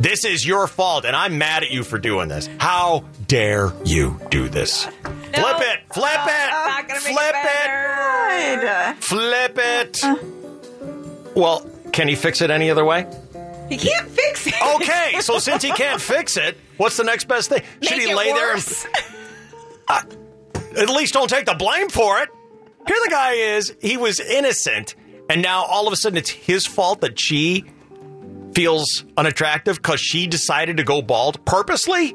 [SPEAKER 1] This is your fault, and I'm mad at you for doing this. How dare you do this? Flip it! Flip it! Flip
[SPEAKER 8] it!
[SPEAKER 1] Flip it! Well, can he fix it any other way?
[SPEAKER 20] He can't fix it.
[SPEAKER 1] Okay, so since he can't fix it, what's the next best thing? Should
[SPEAKER 20] Make
[SPEAKER 1] he
[SPEAKER 20] it
[SPEAKER 1] lay
[SPEAKER 20] worse.
[SPEAKER 1] there and at least don't take the blame for it? Here the guy is, he was innocent, and now all of a sudden it's his fault that she feels unattractive because she decided to go bald purposely?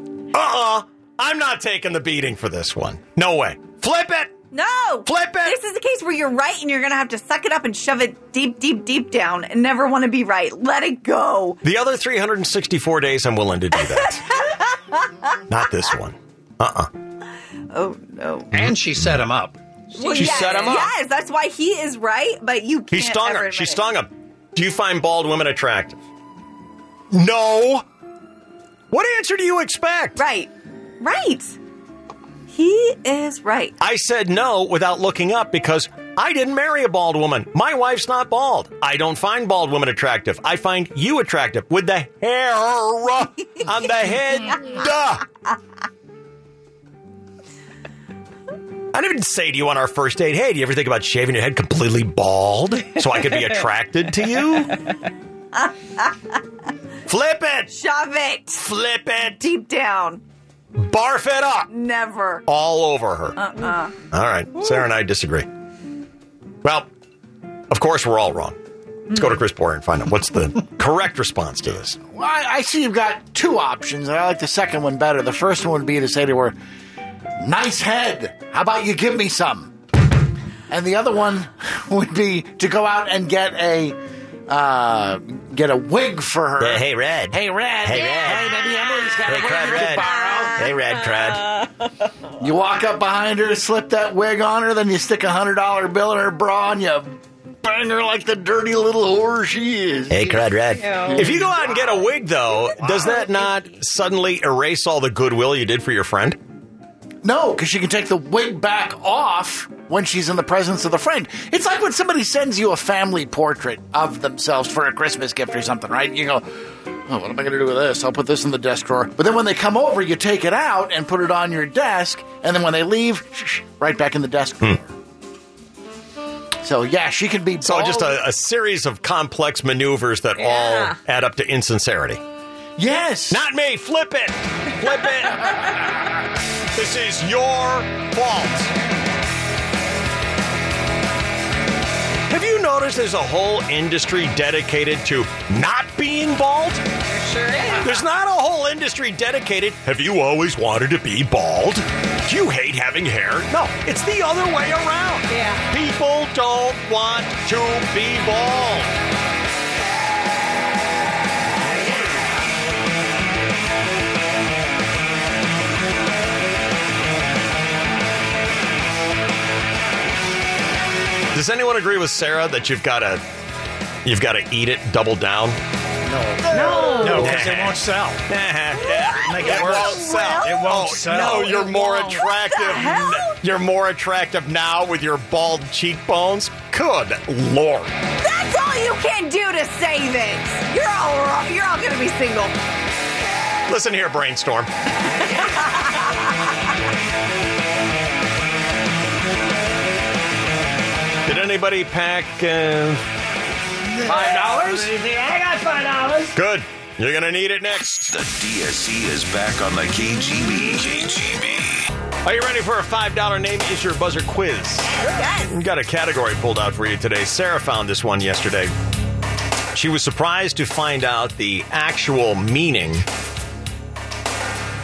[SPEAKER 1] Uh-uh. I'm not taking the beating for this one. No way. Flip it!
[SPEAKER 8] No!
[SPEAKER 1] Flip it!
[SPEAKER 8] This is the case where you're right and you're gonna have to suck it up and shove it deep, deep, deep down and never wanna be right. Let it go.
[SPEAKER 1] The other 364 days I'm willing to do that. not this one. Uh-uh.
[SPEAKER 8] Oh no.
[SPEAKER 7] And she set him up.
[SPEAKER 8] Well,
[SPEAKER 1] she
[SPEAKER 8] yes,
[SPEAKER 1] set him up.
[SPEAKER 8] Yes, that's why he is right, but you
[SPEAKER 1] He
[SPEAKER 8] can't.
[SPEAKER 1] stung
[SPEAKER 8] ever
[SPEAKER 1] her. She
[SPEAKER 8] admit it.
[SPEAKER 1] stung him. Do you find bald women attractive? No. What answer do you expect?
[SPEAKER 8] Right. Right. He is right.
[SPEAKER 1] I said no without looking up because I didn't marry a bald woman. My wife's not bald. I don't find bald women attractive. I find you attractive with the hair on the head. Duh. I didn't even say to you on our first date, hey, do you ever think about shaving your head completely bald so I could be attracted to you? Flip it!
[SPEAKER 8] Shove it!
[SPEAKER 1] Flip it!
[SPEAKER 8] Deep down.
[SPEAKER 1] Barf it up!
[SPEAKER 8] Never.
[SPEAKER 1] All over her.
[SPEAKER 8] Uh
[SPEAKER 11] Uh-uh.
[SPEAKER 8] uh
[SPEAKER 1] All right. Sarah and I disagree. Well, of course, we're all wrong. Let's go to Chris Boyer and find out what's the correct response to this.
[SPEAKER 4] Well, I, I see you've got two options, and I like the second one better. The first one would be to say to her, Nice head. How about you give me some? And the other one would be to go out and get a. Uh, get a wig for her.
[SPEAKER 1] Yeah, hey, Red.
[SPEAKER 4] Hey, Red.
[SPEAKER 1] Hey,
[SPEAKER 4] Red. Hey, baby Emily's got
[SPEAKER 1] Hey,
[SPEAKER 4] a wig
[SPEAKER 1] Crud
[SPEAKER 4] you can
[SPEAKER 1] Red.
[SPEAKER 4] borrow.
[SPEAKER 1] Hey, Red Crud.
[SPEAKER 4] You walk up behind her, slip that wig on her, then you stick a hundred dollar bill in her bra, and you bang her like the dirty little whore she is.
[SPEAKER 1] Hey, Crud Red.
[SPEAKER 4] Ew.
[SPEAKER 1] If you go out and get a wig, though, does that not suddenly erase all the goodwill you did for your friend?
[SPEAKER 4] No, because she can take the wig back off when she's in the presence of the friend. It's like when somebody sends you a family portrait of themselves for a Christmas gift or something, right? You go, oh, what am I going to do with this? I'll put this in the desk drawer. But then when they come over, you take it out and put it on your desk. And then when they leave, shh, shh, right back in the desk drawer. So, yeah, she can be.
[SPEAKER 1] So just a, a series of complex maneuvers that
[SPEAKER 4] Yeah.
[SPEAKER 1] all add up to insincerity.
[SPEAKER 4] Yes.
[SPEAKER 1] Not me. Flip it. Flip it. this is your fault. Have you noticed there's a whole industry dedicated to not being bald? There
[SPEAKER 5] sure is.
[SPEAKER 1] There's not a whole industry dedicated. Have you always wanted to be bald? Do you hate having hair? No, it's the other way around. Yeah. People don't want to be bald. Does anyone agree with Sarah that you've got to you've got to eat it, double down?
[SPEAKER 11] No.
[SPEAKER 1] No,
[SPEAKER 11] No,
[SPEAKER 1] because
[SPEAKER 11] because it won't sell.
[SPEAKER 1] Make
[SPEAKER 11] it worse.
[SPEAKER 1] won't sell.
[SPEAKER 11] It won't
[SPEAKER 1] Oh,
[SPEAKER 11] sell.
[SPEAKER 1] No, you're
[SPEAKER 11] It
[SPEAKER 1] more
[SPEAKER 11] won't.
[SPEAKER 1] attractive. n- You're more attractive now with your bald cheekbones. Good lord.
[SPEAKER 8] That's all you can do to save it. You're all you're all gonna be single.
[SPEAKER 1] Listen here, brainstorm. Did anybody pack uh,
[SPEAKER 26] Five dollars?
[SPEAKER 11] I got five dollars.
[SPEAKER 1] Good. You're going to need it next.
[SPEAKER 12] The DSC is back on the KGB. KGB.
[SPEAKER 1] Are you ready for a $5 name is your buzzer quiz? We've got a category pulled out for you today. Sarah found this one yesterday. She was surprised to find out the actual meaning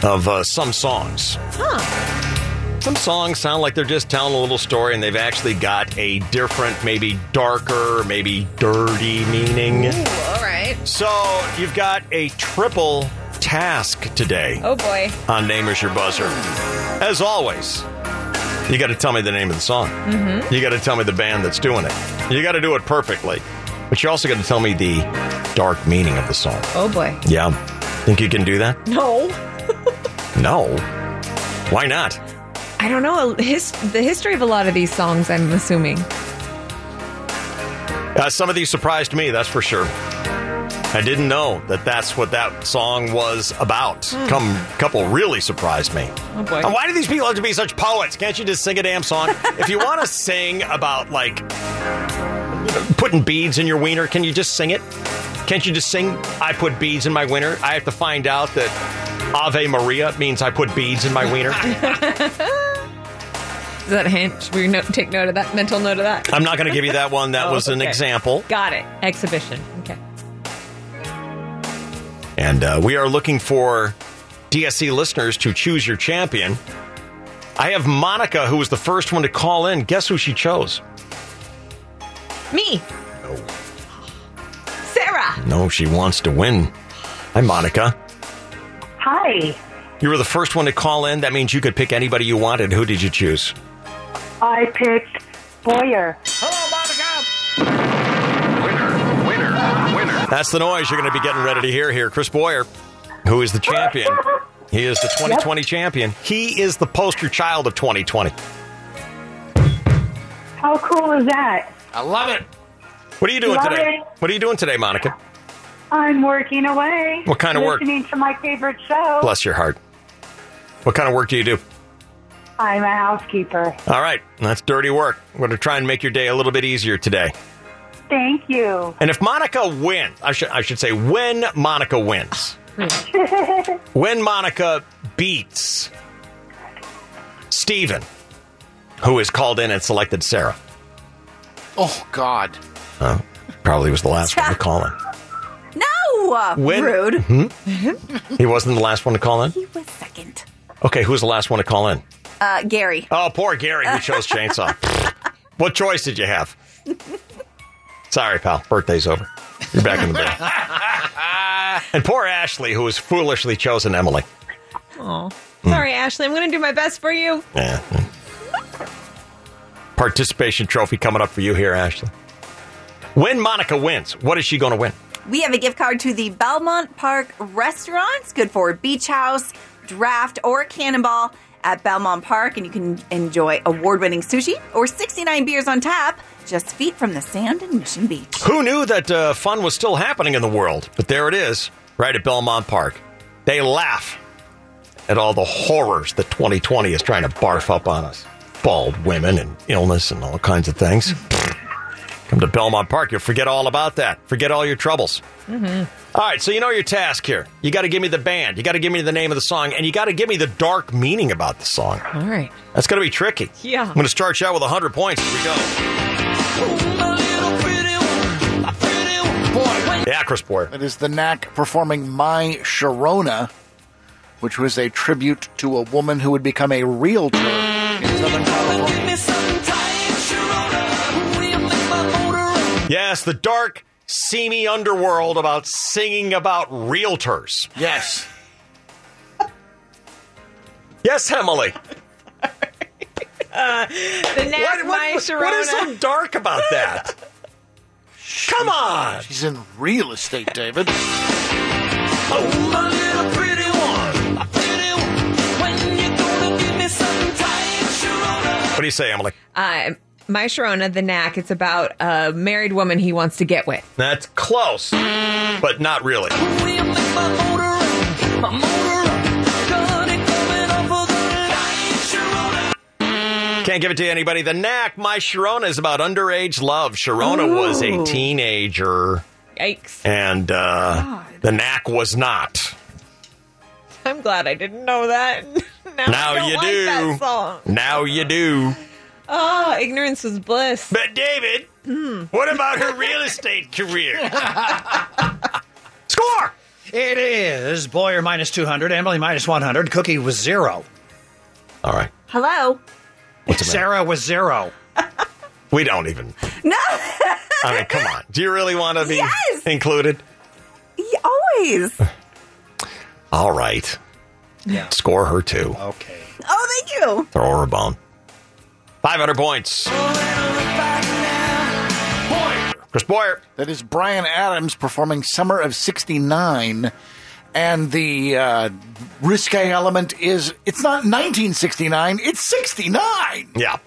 [SPEAKER 1] of uh, some songs. Some songs sound like they're just telling a little story and they've actually got a different, maybe darker, maybe dirty meaning.
[SPEAKER 3] All right.
[SPEAKER 1] So you've got a triple task today
[SPEAKER 3] Oh boy.
[SPEAKER 1] on Name Is Your Buzzer. As always, you got to tell me the name of the song.
[SPEAKER 3] Mm-hmm.
[SPEAKER 11] Mhm.
[SPEAKER 1] You got to tell me the band that's doing it. You got to do it perfectly. But you also got to tell me the dark meaning of the song.
[SPEAKER 3] Oh boy.
[SPEAKER 1] Yeah. Think you can do that?
[SPEAKER 3] No.
[SPEAKER 1] No. Why not?
[SPEAKER 3] I don't know his, the history of a lot of these songs. I'm assuming.
[SPEAKER 1] Uh, some of these surprised me, that's for sure. I didn't know that that's what that song was about.
[SPEAKER 11] Hmm.
[SPEAKER 1] Come, couple really surprised me.
[SPEAKER 11] Oh, boy.
[SPEAKER 1] And why do these people have to be such poets? Can't you just sing a damn song? if you want to sing about like putting beads in your wiener, can you just sing it? Can't you just sing "I put beads in my wiener"? I have to find out that Ave Maria means I put beads in my wiener.
[SPEAKER 3] Is that a hint? Should we no- take note of that? Mental note of that.
[SPEAKER 1] I'm not going to give you that one. That
[SPEAKER 3] Oh,
[SPEAKER 1] was an
[SPEAKER 3] okay.
[SPEAKER 1] example.
[SPEAKER 3] Got it. Exhibition. Okay.
[SPEAKER 1] And uh, we are looking for DSC listeners to choose your champion. I have Monica, who was the first one to call in. Guess who she chose?
[SPEAKER 3] Me. Sarah.
[SPEAKER 1] No, she wants to win. Hi, Monica.
[SPEAKER 31] Hi.
[SPEAKER 1] You were the first one to call in. That means you could pick anybody you wanted. Who did you choose?
[SPEAKER 31] I picked Boyer.
[SPEAKER 1] That's the noise you're going to be getting ready to hear here. Chris Boyer, who is the champion. He is the 2020 champion. He is the poster child of 2020.
[SPEAKER 31] How cool is that?
[SPEAKER 1] I love it. What are you doing
[SPEAKER 31] Love
[SPEAKER 1] today?
[SPEAKER 31] it.
[SPEAKER 1] What are you doing today, Monica?
[SPEAKER 31] I'm working away.
[SPEAKER 1] What kind of work?
[SPEAKER 31] Listening to my favorite show.
[SPEAKER 1] Bless your heart. What kind of work do you do?
[SPEAKER 31] I'm a housekeeper.
[SPEAKER 1] All right, that's dirty work. We're going to try and make your day a little bit easier today.
[SPEAKER 31] Thank you.
[SPEAKER 1] And if Monica wins, I should I should say when Monica wins, when Monica beats Steven, who is called in and selected Sarah.
[SPEAKER 4] Oh God.
[SPEAKER 1] Oh, probably was the last one to call in.
[SPEAKER 8] No.
[SPEAKER 1] When,
[SPEAKER 8] Rude.
[SPEAKER 1] Hmm? He wasn't the last one to call in. He
[SPEAKER 8] was second.
[SPEAKER 1] Okay, who's the last one to call in?
[SPEAKER 8] Uh, Gary.
[SPEAKER 1] Oh, poor Gary who chose chainsaw. what choice did you have? Sorry, pal. Birthday's over. You're back in the bed.
[SPEAKER 27] Ah,
[SPEAKER 1] and poor Ashley, who was foolishly chosen Emily.
[SPEAKER 3] Oh. Sorry, Ashley. I'm going to do my best for you.
[SPEAKER 1] Yeah. Participation trophy coming up for you here, Ashley. When Monica wins, what is she going to win?
[SPEAKER 8] We have a gift card to the Belmont Park restaurants, good for beach house, draft, or cannonball at Belmont Park, and you can enjoy award-winning sushi or 69 beers on tap, just feet from the sand in Mission Beach.
[SPEAKER 1] Who knew that uh, fun was still happening in the world? But there it is, right at Belmont Park. They laugh at all the horrors that 2020 is trying to barf up on us bald women and illness and all kinds of things. Come to Belmont Park, you'll forget all about that. Forget all your troubles. All right, so you know your task here. You got to give me the band, you got to give me the name of the song, and you got to give me the dark meaning about the song.
[SPEAKER 3] All right.
[SPEAKER 1] That's going to be tricky.
[SPEAKER 3] Yeah.
[SPEAKER 1] I'm going to start you out with 100 points. Here we go. Yeah, Chris Boyer.
[SPEAKER 4] It is the Knack performing My Sharona, which was a tribute to a woman who would become a realtor in Southern California.
[SPEAKER 1] Yes, the dark, seamy underworld about singing about realtors. Yes. yes, Emily.
[SPEAKER 3] Uh, the Nat
[SPEAKER 11] What- what-
[SPEAKER 3] My
[SPEAKER 11] what is
[SPEAKER 3] Sharona.
[SPEAKER 1] so dark about that? Come on.
[SPEAKER 4] She's in real estate, David.
[SPEAKER 1] What do you say, Emily?
[SPEAKER 3] Uh, my Sharona, the knack. It's about a married woman he wants to get with.
[SPEAKER 1] That's close, but not really. Can't give it to anybody. The knack, my Sharona, is about underage love. Sharona was a
[SPEAKER 3] Ooh.
[SPEAKER 1] teenager.
[SPEAKER 5] Yikes.
[SPEAKER 1] And uh, the knack was not.
[SPEAKER 5] I'm glad I didn't know that. now
[SPEAKER 1] now
[SPEAKER 5] I don't
[SPEAKER 1] you
[SPEAKER 5] like
[SPEAKER 1] do.
[SPEAKER 5] That song.
[SPEAKER 1] Now you do.
[SPEAKER 5] Oh, ignorance is bliss.
[SPEAKER 1] But David, what about her real estate career? Score!
[SPEAKER 7] It is Boyer minus 200, Emily minus 100, Cookie was zero.
[SPEAKER 1] All right.
[SPEAKER 8] Hello.
[SPEAKER 7] Sarah was zero.
[SPEAKER 1] we don't even.
[SPEAKER 8] No.
[SPEAKER 1] I mean, come on. Do you really want to be
[SPEAKER 8] Yes.
[SPEAKER 1] included?
[SPEAKER 8] Y- Always.
[SPEAKER 1] All right.
[SPEAKER 7] Yeah.
[SPEAKER 1] Score her too.
[SPEAKER 7] Okay.
[SPEAKER 8] Oh, thank you.
[SPEAKER 1] Throw her a bone. 500 points. Chris Boyer.
[SPEAKER 4] That is Brian Adams performing Summer of 69. And the uh, risque element is it's not 1969, it's 69.
[SPEAKER 1] Yeah.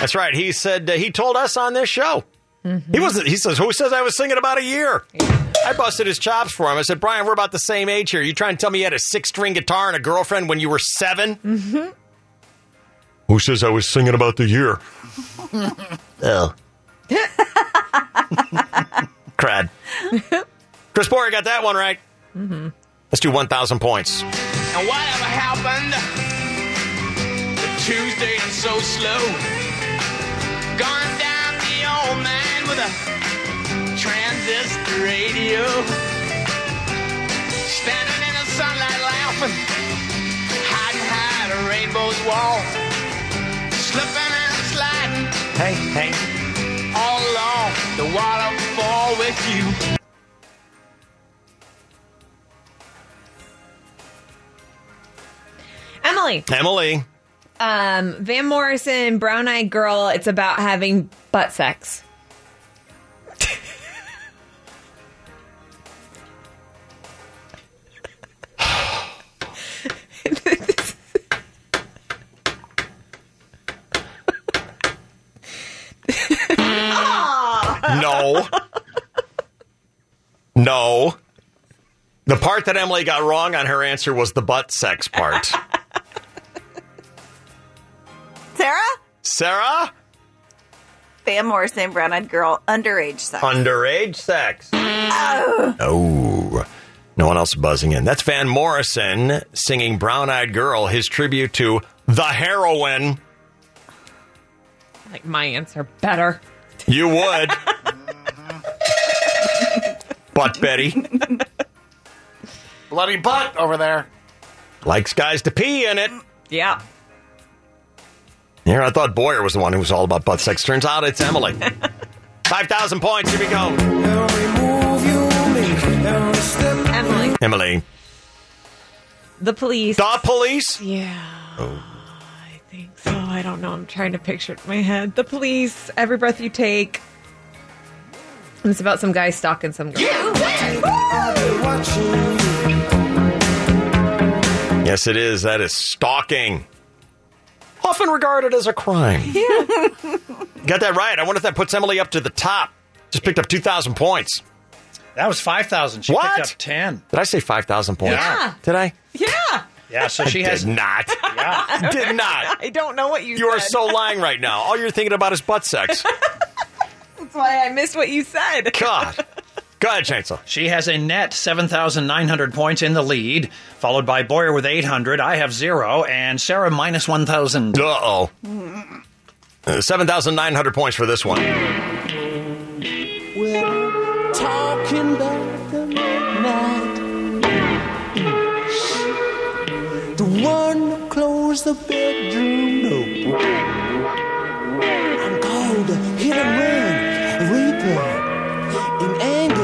[SPEAKER 1] That's right. He said uh, he told us on this show. He wasn't. He says, "Who says I was singing about a year?" I busted his chops for him. I said, "Brian, we're about the same age here. You trying to tell me you had a six-string guitar and a girlfriend when you were 7
[SPEAKER 5] Mm-hmm.
[SPEAKER 1] Who says I was singing about the year?
[SPEAKER 5] Mm-hmm.
[SPEAKER 1] Oh, crud. Chris Boyer got that one right.
[SPEAKER 11] Mm-hmm.
[SPEAKER 1] Let's do one thousand points.
[SPEAKER 11] And whatever happened to Tuesday and so slow? Gone down the old man with a transistor radio. Standing in the sunlight laughing, hiding behind a rainbow's wall. Slipping and sliding
[SPEAKER 1] Hey, hey.
[SPEAKER 11] all along the waterfall with you.
[SPEAKER 3] Emily.
[SPEAKER 1] Emily.
[SPEAKER 3] Um, Van Morrison, Brown Eyed Girl. It's about having butt sex.
[SPEAKER 1] No. No. The part that Emily got wrong on her answer was the butt sex part.
[SPEAKER 8] Sarah?
[SPEAKER 1] Sarah?
[SPEAKER 8] Van Morrison, brown eyed girl, underage sex.
[SPEAKER 1] Underage sex.
[SPEAKER 8] Oh.
[SPEAKER 1] Oh. No one else buzzing in. That's Van Morrison singing Brown Eyed Girl, his tribute to the heroine.
[SPEAKER 5] I Like my answer better.
[SPEAKER 1] You would. Butt Betty
[SPEAKER 4] Bloody butt over there.
[SPEAKER 1] likes guys to pee in it.
[SPEAKER 5] Yeah.
[SPEAKER 1] Here, I thought Boyer was the one who was all about butt sex. Turns out it's Emily. 5,000 points. Here we go.
[SPEAKER 5] Emily.
[SPEAKER 1] Emily.
[SPEAKER 5] The police.
[SPEAKER 1] The police?
[SPEAKER 5] Yeah.
[SPEAKER 1] Oh.
[SPEAKER 5] So I don't know. I'm trying to picture it in my head. The police, every breath you take.
[SPEAKER 3] And It's about some guy stalking some girl.
[SPEAKER 1] Yes, it is. That is stalking. Often regarded as a crime. Got that right. I wonder if that puts Emily up to the top. Just picked up 2,000 points.
[SPEAKER 7] That was 5,000. She
[SPEAKER 1] What?
[SPEAKER 7] picked up 10.
[SPEAKER 1] Did I say 5,000 points?
[SPEAKER 7] Yeah.
[SPEAKER 1] Did I?
[SPEAKER 5] Yeah.
[SPEAKER 7] Yeah, so
[SPEAKER 1] I
[SPEAKER 7] she
[SPEAKER 1] did
[SPEAKER 7] has.
[SPEAKER 1] not.
[SPEAKER 7] Yeah.
[SPEAKER 1] Did not.
[SPEAKER 5] I don't know what you
[SPEAKER 1] You are
[SPEAKER 5] said.
[SPEAKER 1] so lying right now. All you're thinking about is butt sex.
[SPEAKER 5] That's why I missed what you said.
[SPEAKER 1] God. Go ahead, Chainsaw.
[SPEAKER 7] She has a net 7,900 points in the lead, followed by Boyer with 800. I have zero, and Sarah minus 1,000.
[SPEAKER 1] Uh oh. Uh, 7,900 points for this one.
[SPEAKER 11] We're talking about the midnight. The one that closed the bedroom door. I'm called a hit and run, a reaper in anger.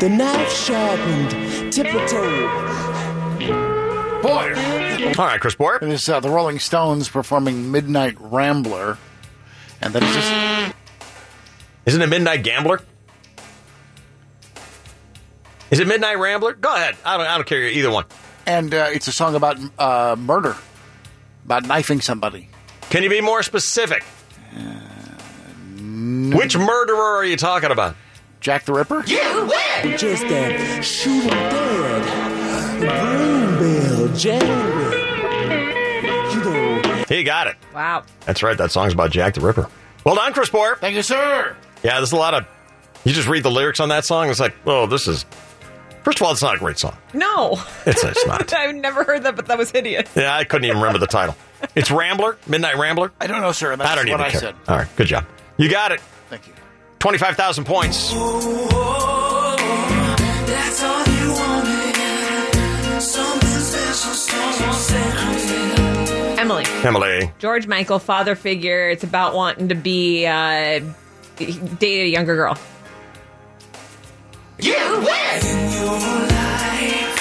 [SPEAKER 11] The knife sharpened, tiptoe.
[SPEAKER 4] Boyer.
[SPEAKER 1] All right, Chris Boyer.
[SPEAKER 4] It is uh, the Rolling Stones performing Midnight Rambler. And that is just.
[SPEAKER 1] Isn't it Midnight Gambler? Is it Midnight Rambler? Go ahead. I don't, I don't care either one.
[SPEAKER 4] And uh, it's a song about uh, murder, about knifing somebody.
[SPEAKER 1] Can you be more specific?
[SPEAKER 4] Uh,
[SPEAKER 1] Which murderer are you talking about?
[SPEAKER 4] Jack the Ripper?
[SPEAKER 11] You win! Just a shooting dead. Green Bill January. You know.
[SPEAKER 1] He got it.
[SPEAKER 3] Wow.
[SPEAKER 1] That's right. That song's about Jack the Ripper. Well done, Chris Boyer.
[SPEAKER 4] Thank you, sir.
[SPEAKER 1] Yeah, there's a lot of. You just read the lyrics on that song. It's like, oh, this is. First of all, it's not a great song.
[SPEAKER 5] No.
[SPEAKER 1] It's- it's not.
[SPEAKER 5] I've never heard that, but that was hideous.
[SPEAKER 1] Yeah, I couldn't even remember the title. It's Rambler, Midnight Rambler.
[SPEAKER 4] I don't know, sir. That's
[SPEAKER 1] I don't
[SPEAKER 4] what
[SPEAKER 1] even
[SPEAKER 4] I
[SPEAKER 1] care.
[SPEAKER 4] said.
[SPEAKER 1] All right, good job. You got it.
[SPEAKER 4] Thank you.
[SPEAKER 1] Twenty-five thousand points.
[SPEAKER 11] That's all you wanted. Something special, someone said I'm in.
[SPEAKER 5] Emily.
[SPEAKER 1] Emily.
[SPEAKER 5] George Michael, father figure. It's about wanting to be uh, date a younger girl.
[SPEAKER 11] You win! In your life,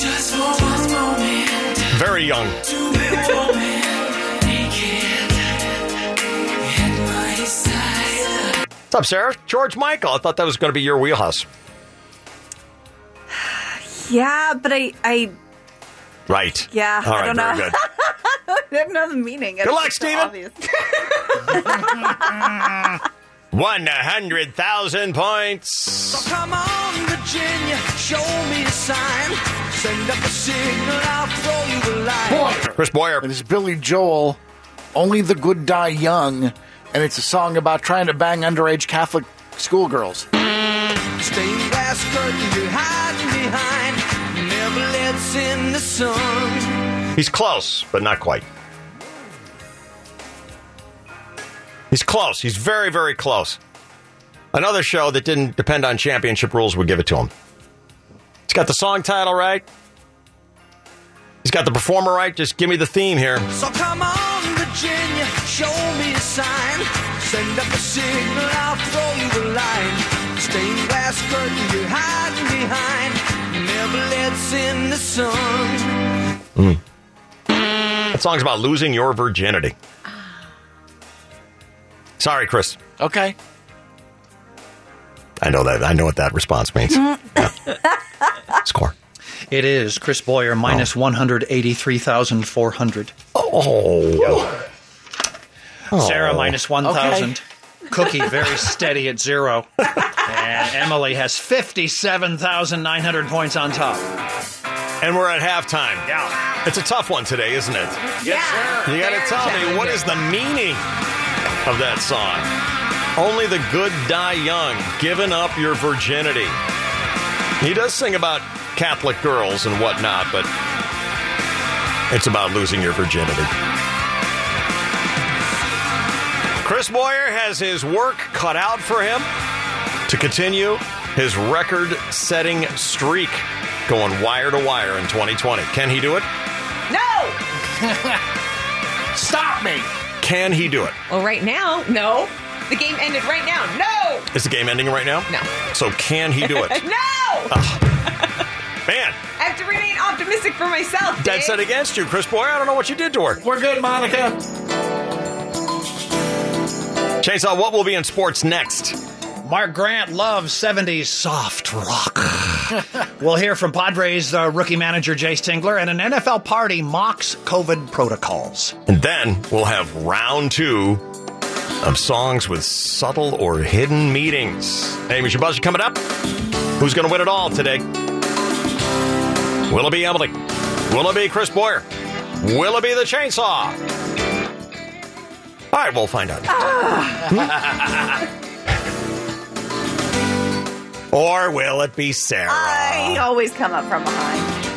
[SPEAKER 11] just for one moment.
[SPEAKER 1] Very young.
[SPEAKER 11] To be woman, naked, at my side.
[SPEAKER 1] What's up, Sarah? George Michael. I thought that was going to be your wheelhouse.
[SPEAKER 8] Yeah, but I, I,
[SPEAKER 1] Right.
[SPEAKER 8] yeah,
[SPEAKER 1] All
[SPEAKER 8] I
[SPEAKER 1] right.
[SPEAKER 8] don't
[SPEAKER 1] very
[SPEAKER 8] know.
[SPEAKER 1] good.
[SPEAKER 8] I didn't know the meaning. Good
[SPEAKER 1] luck, Steven. One hundred thousand points.
[SPEAKER 11] So come on, Virginia, show me a sign. Send up a signal, I'll throw you a line.
[SPEAKER 1] Chris Boyer.
[SPEAKER 4] It is Billy Joel, Only the Good Die Young, and it's a song about trying to bang underage Catholic schoolgirls.
[SPEAKER 11] Stained glass curtain you're hiding behind never lets in the sun.
[SPEAKER 1] He's close, but not quite. He's close. He's very, very close. Another show that didn't depend on championship rules would give it to him. He's got the song title right. He's got the performer right. Just give me the theme here.
[SPEAKER 11] So come on, Virginia, show me a sign. Send up a signal, I'll throw you a line. Stained glass curtain you're hiding behind never lets in the sun.
[SPEAKER 1] That song's about losing your virginity. Sorry, Chris.
[SPEAKER 4] Okay.
[SPEAKER 1] I know that. I know what that response means. Score.
[SPEAKER 7] It is Chris Boyer minus 183,400.
[SPEAKER 1] Oh.
[SPEAKER 7] Sarah
[SPEAKER 1] Oh.
[SPEAKER 7] minus 1,000. Cookie very steady at zero. and Emily has 57,900 points on top.
[SPEAKER 1] And we're at halftime. Yeah. It's a tough one today, isn't it?
[SPEAKER 11] Yeah.
[SPEAKER 1] You gotta tell me what is the meaning of that song? Only the good die young, giving up your virginity. He does sing about Catholic girls and whatnot, but it's about losing your virginity. Chris Boyer has his work cut out for him to continue his record setting streak going wire to wire in 2020. Can he do it?
[SPEAKER 5] No.
[SPEAKER 4] Stop me.
[SPEAKER 1] Can he do it?
[SPEAKER 5] Well, right now, no. The game ended right now. No.
[SPEAKER 1] Is the game ending right now?
[SPEAKER 5] No.
[SPEAKER 1] So can he do it?
[SPEAKER 5] no.
[SPEAKER 1] Man,
[SPEAKER 5] I have to remain optimistic for myself. Dave.
[SPEAKER 1] dead set against you, Chris Boyer. I don't know what you did to her.
[SPEAKER 4] We're good, Monica.
[SPEAKER 1] Chainsaw, what will be in sports next?
[SPEAKER 7] Mark Grant loves 70s soft rock. we'll hear from Padres uh, rookie manager Jay Stingler and an NFL party mocks COVID protocols.
[SPEAKER 1] And then we'll have round two of songs with subtle or hidden meanings. Amy's your buzzer coming up. Who's going to win it all today? Will it be Emily? Will it be Chris Boyer? Will it be the chainsaw? All right, we'll find out. Or will it be Sarah?
[SPEAKER 8] I always come up from behind.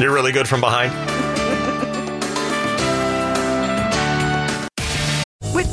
[SPEAKER 1] You're really good from behind.
[SPEAKER 9] With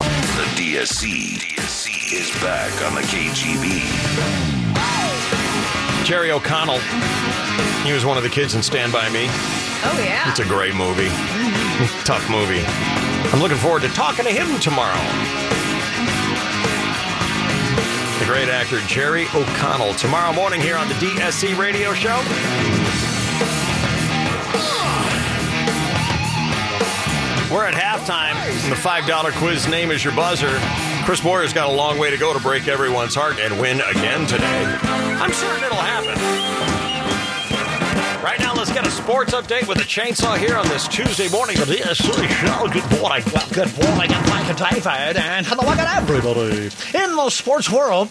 [SPEAKER 12] The DSC, DSC is back on the KGB.
[SPEAKER 1] Jerry O'Connell. He was one of the kids in Stand By Me.
[SPEAKER 3] Oh, yeah.
[SPEAKER 1] It's a great movie. Tough movie. I'm looking forward to talking to him tomorrow. The great actor Jerry O'Connell tomorrow morning here on the DSC radio show. We're at halftime. And the $5 quiz name is your buzzer. Chris Moyer's got a long way to go to break everyone's heart and win again today. I'm certain it'll happen. Right now, let's get a sports update with a chainsaw here on this Tuesday morning. The DSC show. Good morning.
[SPEAKER 7] Well, good morning. I'm Mike David, and hello again, everybody. In the sports world,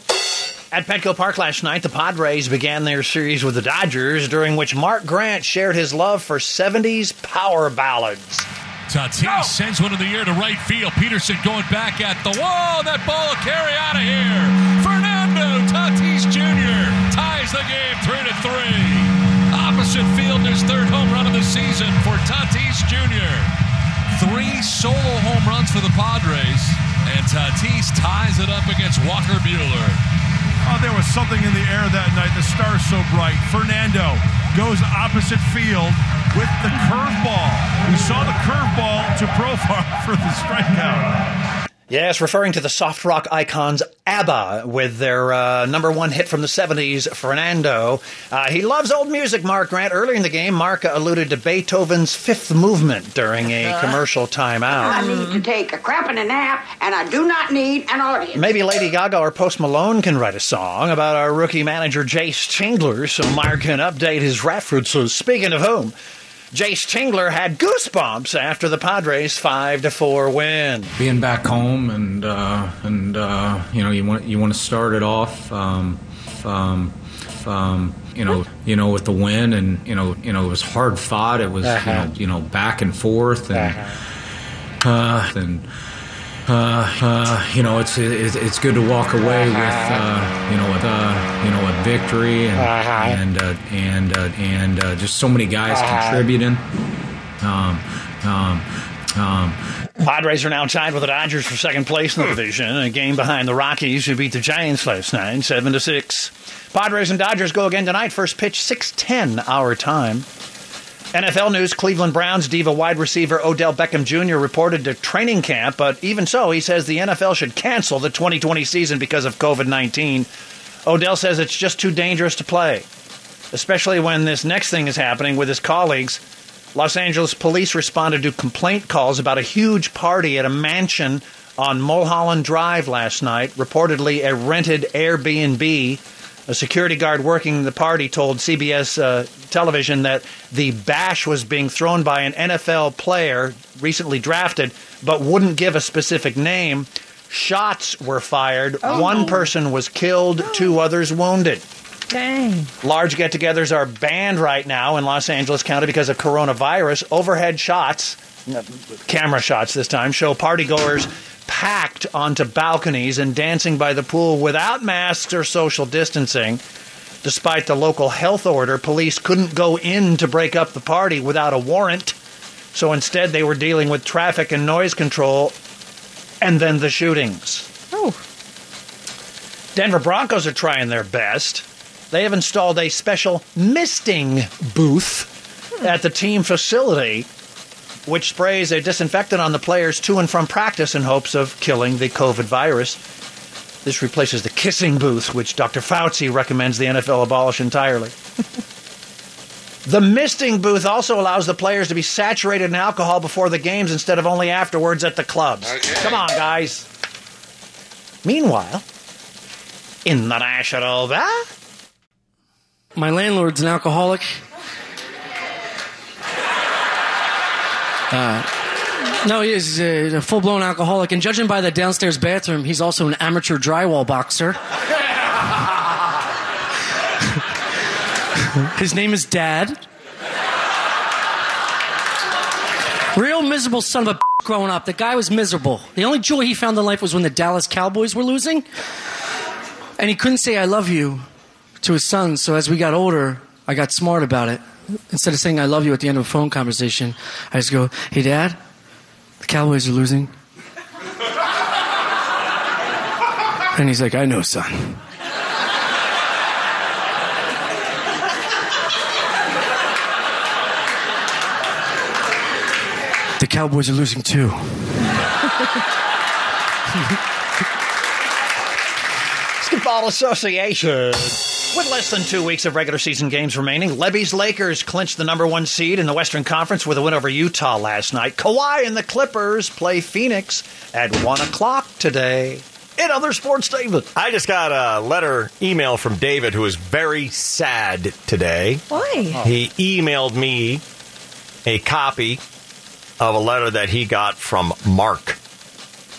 [SPEAKER 7] at Petco Park last night, the Padres began their series with the Dodgers, during which Mark Grant shared his love for 70s power ballads.
[SPEAKER 29] Tatis sends one in the air to right field. Peterson going back at the wall. That ball will carry out of here. Fernando Tatis Jr. ties the game three to three. Opposite field, his third home run of the season for Tatis Jr. Three solo home runs for the Padres, and Tatis ties it up against Walker Bueller.
[SPEAKER 17] Oh, there was something in the air that night. The stars so bright. Fernando goes opposite field with the curveball. We saw the curveball to Profar for the strikeout.
[SPEAKER 7] Yes, referring to the soft rock icons ABBA with their uh, number one hit from the 70s, Fernando. Uh, he loves old music, Mark Grant. Earlier in the game, Mark alluded to Beethoven's fifth movement during a commercial
[SPEAKER 15] I
[SPEAKER 7] timeout.
[SPEAKER 15] need to take a crap and a nap, and I do not need an audience.
[SPEAKER 7] Maybe Lady Gaga or Post Malone can write a song about our rookie manager, Jace Tingler, so Mark can update his references. Speaking of whom, Jace Tingler had goosebumps after the Padres' 5 to 4 win.
[SPEAKER 28] being back home and uh, and uh, you know you want you want to start it off um, um, um, you know you know with the win and you know you know it was hard fought it was Uh-huh. you, know, you know back and forth and uh, and uh, uh, you know it's it, it's good to walk away with uh, you know with uh, you know a victory and and uh, and uh, and uh, just so many guys
[SPEAKER 7] Uh-huh.
[SPEAKER 28] contributing um, um, um,
[SPEAKER 7] Padres are now tied with the Dodgers for second place in the division, a game behind the Rockies, who beat the Giants last night, seven to six. Padres and Dodgers go again tonight. First pitch, six ten our time. NFL news: Cleveland Browns diva wide receiver Odell Beckham Jr. reported to training camp, but even so, he says the NFL should cancel the 2020 season because of COVID 19. Odell says it's just too dangerous to play especially when this next thing is happening with his colleagues. Los Angeles police responded to complaint calls about a huge party at a mansion on Mulholland Drive last night, reportedly a rented Airbnb. A security guard working the party told CBS uh, television that the bash was being thrown by an NFL player recently drafted, but wouldn't give a specific name. Shots were fired.
[SPEAKER 5] Oh.
[SPEAKER 7] One person was killed, two others wounded.
[SPEAKER 5] Dang.
[SPEAKER 7] Large get togethers are banned right now in Los Angeles County because of coronavirus. Overhead shots, uh, camera shots this time, show partygoers packed onto balconies and dancing by the pool without masks or social distancing. Despite the local health order, police couldn't go in to break up the party without a warrant. So instead, they were dealing with traffic and noise control and then the shootings. Denver Broncos are trying their best. They have installed a special misting booth at the team facility, which sprays a disinfectant on the players to and from practice in hopes of killing the COVID virus. This replaces the kissing booth, which Dr. Fauci recommends the NFL abolish entirely. The misting booth also allows the players to be saturated in alcohol before the games instead of only afterwards at the clubs. Come on, guys. Meanwhile, in the National Ba-
[SPEAKER 32] My landlord's an alcoholic. Uh, no, he is a, a full blown alcoholic, and judging by the downstairs bathroom, he's also an amateur drywall boxer. His name is Dad. Real miserable son of a b- growing up. The guy was miserable. The only joy he found in life was when the Dallas Cowboys were losing. And he couldn't say, I love you to his son. So as we got older, I got smart about it. Instead of saying, I love you at the end of a phone conversation, I just go, Hey, Dad, the Cowboys are losing. And he's like, I know, son. The Cowboys are losing too.
[SPEAKER 7] Basketball Association. With less than two weeks of regular season games remaining, Levy's Lakers clinched the number one seed in the Western Conference with a win over Utah last night. Kawhi and the Clippers play Phoenix at one o'clock today. In other sports, David.
[SPEAKER 1] I just got a letter email from David who is very sad today.
[SPEAKER 3] Why?
[SPEAKER 1] He emailed me a copy of a letter that he got from Mark.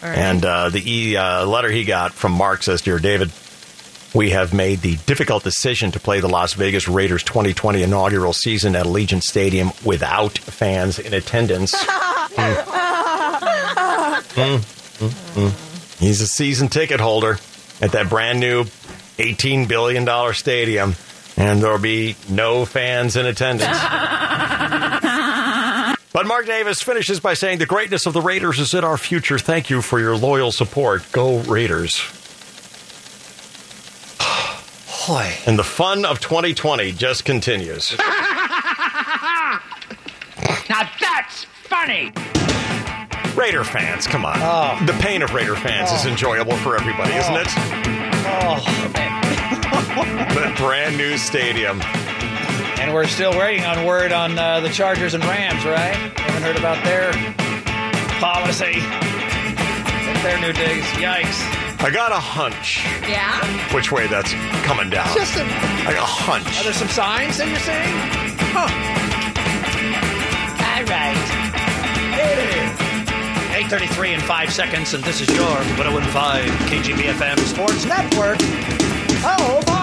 [SPEAKER 3] All right.
[SPEAKER 1] And uh, the e, uh, letter he got from Mark says, Dear David, we have made the difficult decision to play the Las Vegas Raiders 2020 inaugural season at Allegiant Stadium without fans in attendance. Mm, mm, mm, mm. He's a season ticket holder at that brand new $18 billion stadium, and there'll be no fans in attendance. But Mark Davis finishes by saying, The greatness of the Raiders is in our future. Thank you for your loyal support. Go Raiders. And the fun of 2020 just continues.
[SPEAKER 11] Now that's funny.
[SPEAKER 1] Raider fans, come on. The pain of Raider fans is enjoyable for everybody, isn't it? the brand new stadium.
[SPEAKER 7] And we're still waiting on word on uh, the Chargers and Rams, right? Haven't heard about their policy, their new digs. Yikes.
[SPEAKER 1] I got a hunch
[SPEAKER 7] Yeah?
[SPEAKER 1] which way that's coming down.
[SPEAKER 7] Just a-
[SPEAKER 1] I got Um, a hunch.
[SPEAKER 7] Are there some signs that you're seeing? Huh. All right. 8.33 in 5 seconds, and this is your 101.5 KGBFM Sports Network. Oh, my.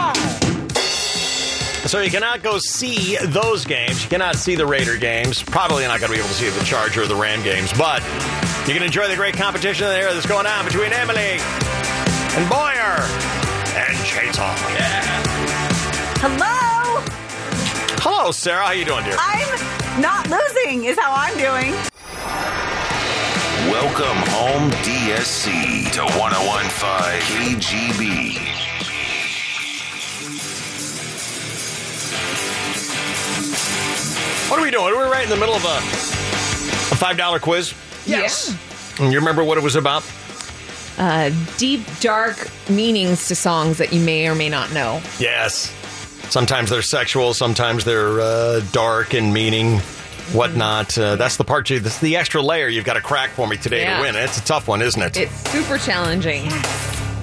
[SPEAKER 1] So you cannot go see those games. You cannot see the Raider games. Probably not going to be able to see the Charger or the Ram games, but you can enjoy the great competition there that's going on between Emily and Boyer and Chainsaw.
[SPEAKER 8] Hello?
[SPEAKER 1] Hello, Sarah. How you doing, dear?
[SPEAKER 8] I'm not losing, is how I'm doing.
[SPEAKER 12] Welcome home, DSC, to 1015 KGB.
[SPEAKER 1] What are we doing? We're right in the middle of a a five dollar quiz.
[SPEAKER 3] Yes.
[SPEAKER 1] And you remember what it was about?
[SPEAKER 3] Uh, deep, dark meanings to songs that you may or may not know.
[SPEAKER 1] Yes. Sometimes they're sexual. Sometimes they're uh, dark in meaning, whatnot.
[SPEAKER 2] Mm-hmm.
[SPEAKER 1] Uh, that's the part you. That's the extra layer you've got to crack for me today
[SPEAKER 3] Yeah.
[SPEAKER 1] to win. It's a tough one, isn't it?
[SPEAKER 3] It's super challenging.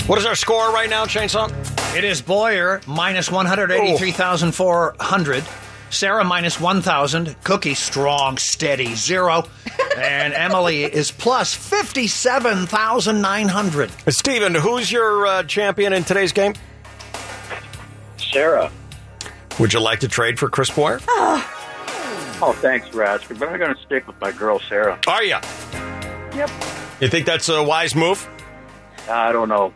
[SPEAKER 1] What is our score right now, Chainsaw?
[SPEAKER 7] It is Boyer minus 183,400. Sarah minus 1,000. Cookie strong, steady, zero. and Emily is plus
[SPEAKER 1] Uh,
[SPEAKER 7] 57,900.
[SPEAKER 1] Steven, who's your uh, champion in today's game?
[SPEAKER 2] Sarah.
[SPEAKER 1] Would you like to trade for Chris Boyer?
[SPEAKER 2] Oh, thanks for asking, but I'm going to stick with my girl, Sarah.
[SPEAKER 1] Are you?
[SPEAKER 2] Yep.
[SPEAKER 1] You think that's a wise move?
[SPEAKER 2] I don't know.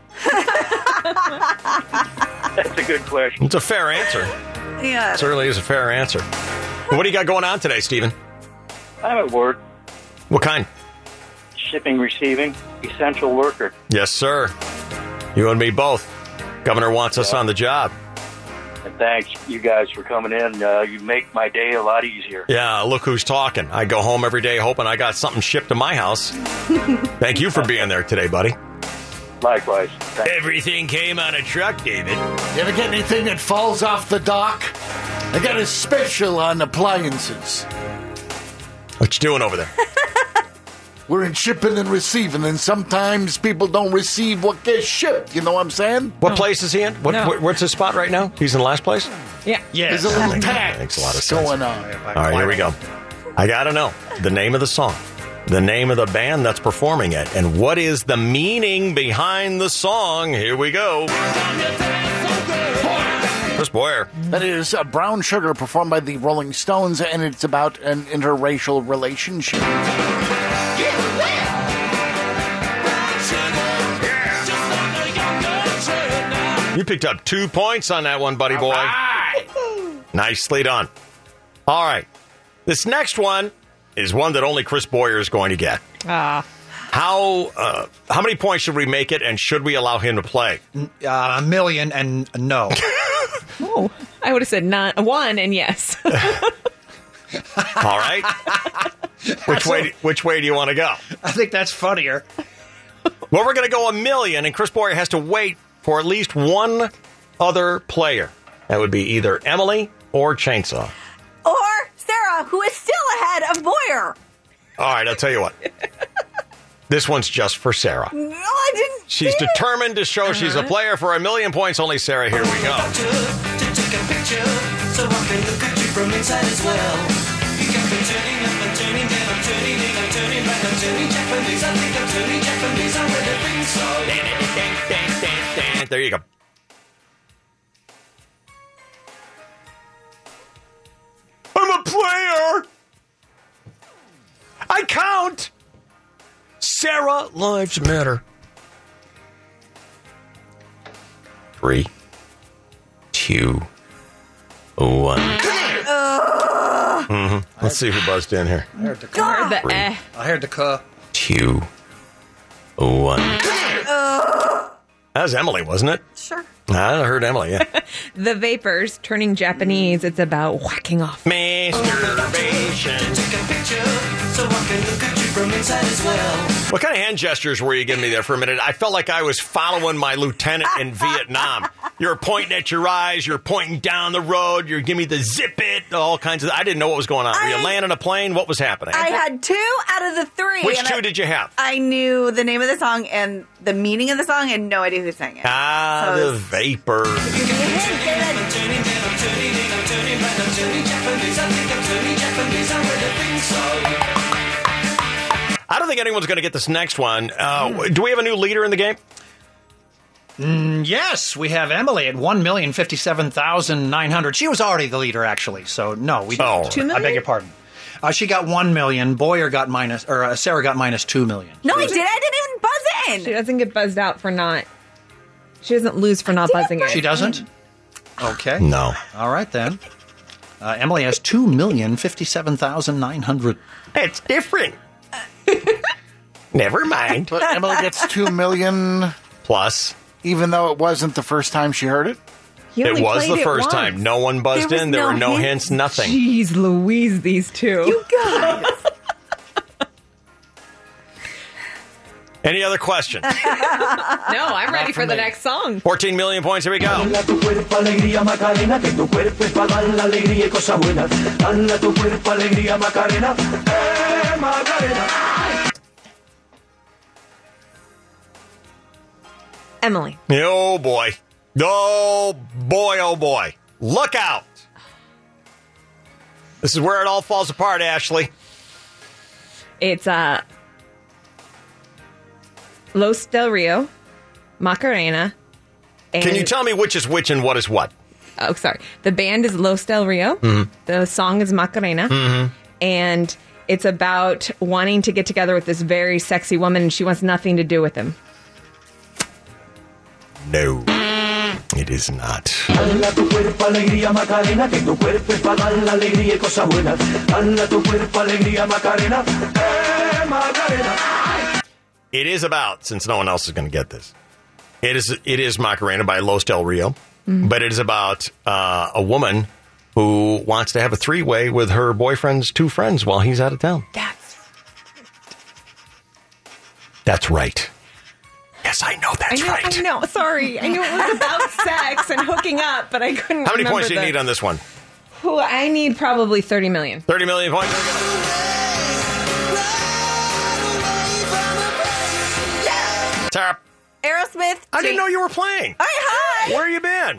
[SPEAKER 2] That's a good question.
[SPEAKER 1] It's a fair answer.
[SPEAKER 2] Uh.
[SPEAKER 8] Yeah.
[SPEAKER 1] Certainly is a fair answer. What do you got going on today, Steven?
[SPEAKER 2] I'm at work,
[SPEAKER 1] What kind?
[SPEAKER 2] shipping, receiving, essential worker.
[SPEAKER 1] Yes, sir. You and me both. Governor wants us on the job.
[SPEAKER 2] And thanks, you guys, for coming in. Uh, you make my day a lot easier.
[SPEAKER 1] Yeah, look who's talking. I go home every day hoping I got something shipped to my house. Thank you for being there today, buddy.
[SPEAKER 2] Likewise.
[SPEAKER 1] Everything came on a truck, David.
[SPEAKER 4] You ever get anything that falls off the dock? I got a special on appliances.
[SPEAKER 1] What you doing over there?
[SPEAKER 4] We're in shipping and receiving, and sometimes people don't receive what gets shipped. You know what I'm saying?
[SPEAKER 1] What place is he in? What,
[SPEAKER 4] No.
[SPEAKER 1] wh- where's his spot right now? He's in last place?
[SPEAKER 3] Yeah.
[SPEAKER 4] There's a little tax
[SPEAKER 1] Makes a lot of sense.
[SPEAKER 4] going on.
[SPEAKER 1] All right, here we go. I got to know the name of the song, the name of the band that's performing it, and what is the meaning behind the song. Here we go. Chris Boyer.
[SPEAKER 4] That is uh, Brown Sugar performed by the Rolling Stones, and it's about an interracial relationship.
[SPEAKER 1] You picked up two points on that one, buddy boy. Nicely done. All right. This next one is one that only Chris Boyer is going to get.
[SPEAKER 3] Ah.
[SPEAKER 1] How uh, how many points should we make it, and should we allow him to play?
[SPEAKER 7] Uh, a million and no.
[SPEAKER 3] Oh, I would have said not one and yes.
[SPEAKER 1] All right. Which way? Which way do you want to go?
[SPEAKER 7] I think that's funnier.
[SPEAKER 1] Well, we're going to go a million, and Chris Boyer has to wait for at least one other player. That would be either Emily or Chainsaw.
[SPEAKER 8] Or Sarah, who is still ahead of Boyer.
[SPEAKER 1] All right, I'll tell you what. This one's just for Sarah.
[SPEAKER 8] No, I didn't.
[SPEAKER 1] She's determined to show she's a player for a million points only. Sarah, here we go.
[SPEAKER 11] to take a picture so I can look at you from inside as well. You got me turning up and turning down, I'm turning in, I'm turning back, I'm turning Japanese. I think I'm turning Japanese. I'm really being so.
[SPEAKER 1] And there you go. I'm a player. I count. Sarah lives matter. Three, two, one. Mm-hmm. Let's see who buzzed in here.
[SPEAKER 7] I heard the
[SPEAKER 11] God.
[SPEAKER 7] car.
[SPEAKER 11] The eh.
[SPEAKER 7] I heard the uh, car.
[SPEAKER 1] Two, one. That was Emily, wasn't it?
[SPEAKER 8] Sure.
[SPEAKER 1] I heard Emily. Yeah.
[SPEAKER 3] The vapors turning Japanese. It's about whacking off.
[SPEAKER 1] Masturbation.
[SPEAKER 11] Take a picture so I can look at you from inside as well.
[SPEAKER 1] What kind of hand gestures were you giving me there for a minute? I felt like I was following my lieutenant in Vietnam. You're pointing at your eyes, you're pointing down the road, you're giving me the zip it, all kinds of. I didn't know what was going on. were you landing a plane? What was happening?
[SPEAKER 8] I had two out of the three.
[SPEAKER 1] Which
[SPEAKER 8] and
[SPEAKER 1] two
[SPEAKER 8] I,
[SPEAKER 1] did you have?
[SPEAKER 8] I knew the name of the song and the meaning of the song and no idea who sang it.
[SPEAKER 1] Ah, the vapor.
[SPEAKER 11] I'm turning down, I'm turning in, I'm turning back, I'm turning Japanese. I think I'm turning Japanese. I really think so.
[SPEAKER 1] I don't think anyone's going to get this next one. Uh, do we have a new leader in the game?
[SPEAKER 7] Mm, yes, we have Emily at one million fifty-seven thousand nine hundred. She was already the leader, actually. So no, we didn't.
[SPEAKER 1] Two
[SPEAKER 7] I
[SPEAKER 8] million?
[SPEAKER 7] beg your pardon. Uh, she got one million. Boyer got minus, or uh, Sarah got minus two million.
[SPEAKER 8] No, I did. I didn't even buzz in.
[SPEAKER 3] She doesn't get buzzed out for not. She doesn't lose for not buzzing in.
[SPEAKER 7] She doesn't. Okay.
[SPEAKER 1] No.
[SPEAKER 7] All right then. Uh, Emily has two million fifty-seven thousand nine hundred.
[SPEAKER 1] It's different. Never mind.
[SPEAKER 4] But Emily gets two million
[SPEAKER 1] plus,
[SPEAKER 4] even though it wasn't the first time she heard it.
[SPEAKER 1] It was the first time. No one buzzed
[SPEAKER 3] There was
[SPEAKER 1] in. There
[SPEAKER 3] no
[SPEAKER 1] were no
[SPEAKER 3] hints.
[SPEAKER 1] hints, nothing.
[SPEAKER 3] Jeez Louise, these two. You
[SPEAKER 8] guys.
[SPEAKER 1] Any other questions?
[SPEAKER 3] no, I'm ready for,
[SPEAKER 1] for
[SPEAKER 3] the
[SPEAKER 1] me.
[SPEAKER 3] next song.
[SPEAKER 1] 14 million points. Here we go.
[SPEAKER 11] Dala tu cuerpo alegría Macarena, que tu cuerpo es para dar la alegría y cosas buenas. Dala tu cuerpo alegría Macarena, eh Macarena.
[SPEAKER 3] Emily.
[SPEAKER 1] Oh boy. Oh boy, oh boy. Look out. This is where it all falls apart, Ashley.
[SPEAKER 3] It's uh Los Del Rio, Macarena. And,
[SPEAKER 1] Can you tell me which is which and what is what?
[SPEAKER 3] Oh, sorry. The band is Los Del Rio.
[SPEAKER 1] Mhm.
[SPEAKER 3] The song is Macarena.
[SPEAKER 1] Mhm.
[SPEAKER 3] And it's about wanting to get together with this very sexy woman and she wants nothing to do with him.
[SPEAKER 1] No. It is not.
[SPEAKER 11] Dala tu cuerpo alegría Macarena, que tu cuerpo es para dar la alegría y cosas buenas. Dala tu cuerpo alegría Macarena, eh Macarena.
[SPEAKER 1] It is about, since no one else is going to get this. It is it is Macarena by Los Del Rio, but it is about uh, a woman who wants to have a three way with her boyfriend's two friends while he's out of town.
[SPEAKER 3] That's
[SPEAKER 1] That's right. Yes, I know that's
[SPEAKER 3] I know,
[SPEAKER 1] right.
[SPEAKER 3] I know. Sorry. I knew it was about sex and hooking up, but I couldn't
[SPEAKER 1] How many
[SPEAKER 3] remember
[SPEAKER 1] points do you
[SPEAKER 3] the-
[SPEAKER 1] need on this one?
[SPEAKER 3] Who I need probably 30 million.
[SPEAKER 1] 30 million points. Tara,
[SPEAKER 8] Aerosmith.
[SPEAKER 1] I didn't know you were playing.
[SPEAKER 8] Hi, hi.
[SPEAKER 1] Where you been?
[SPEAKER 8] I,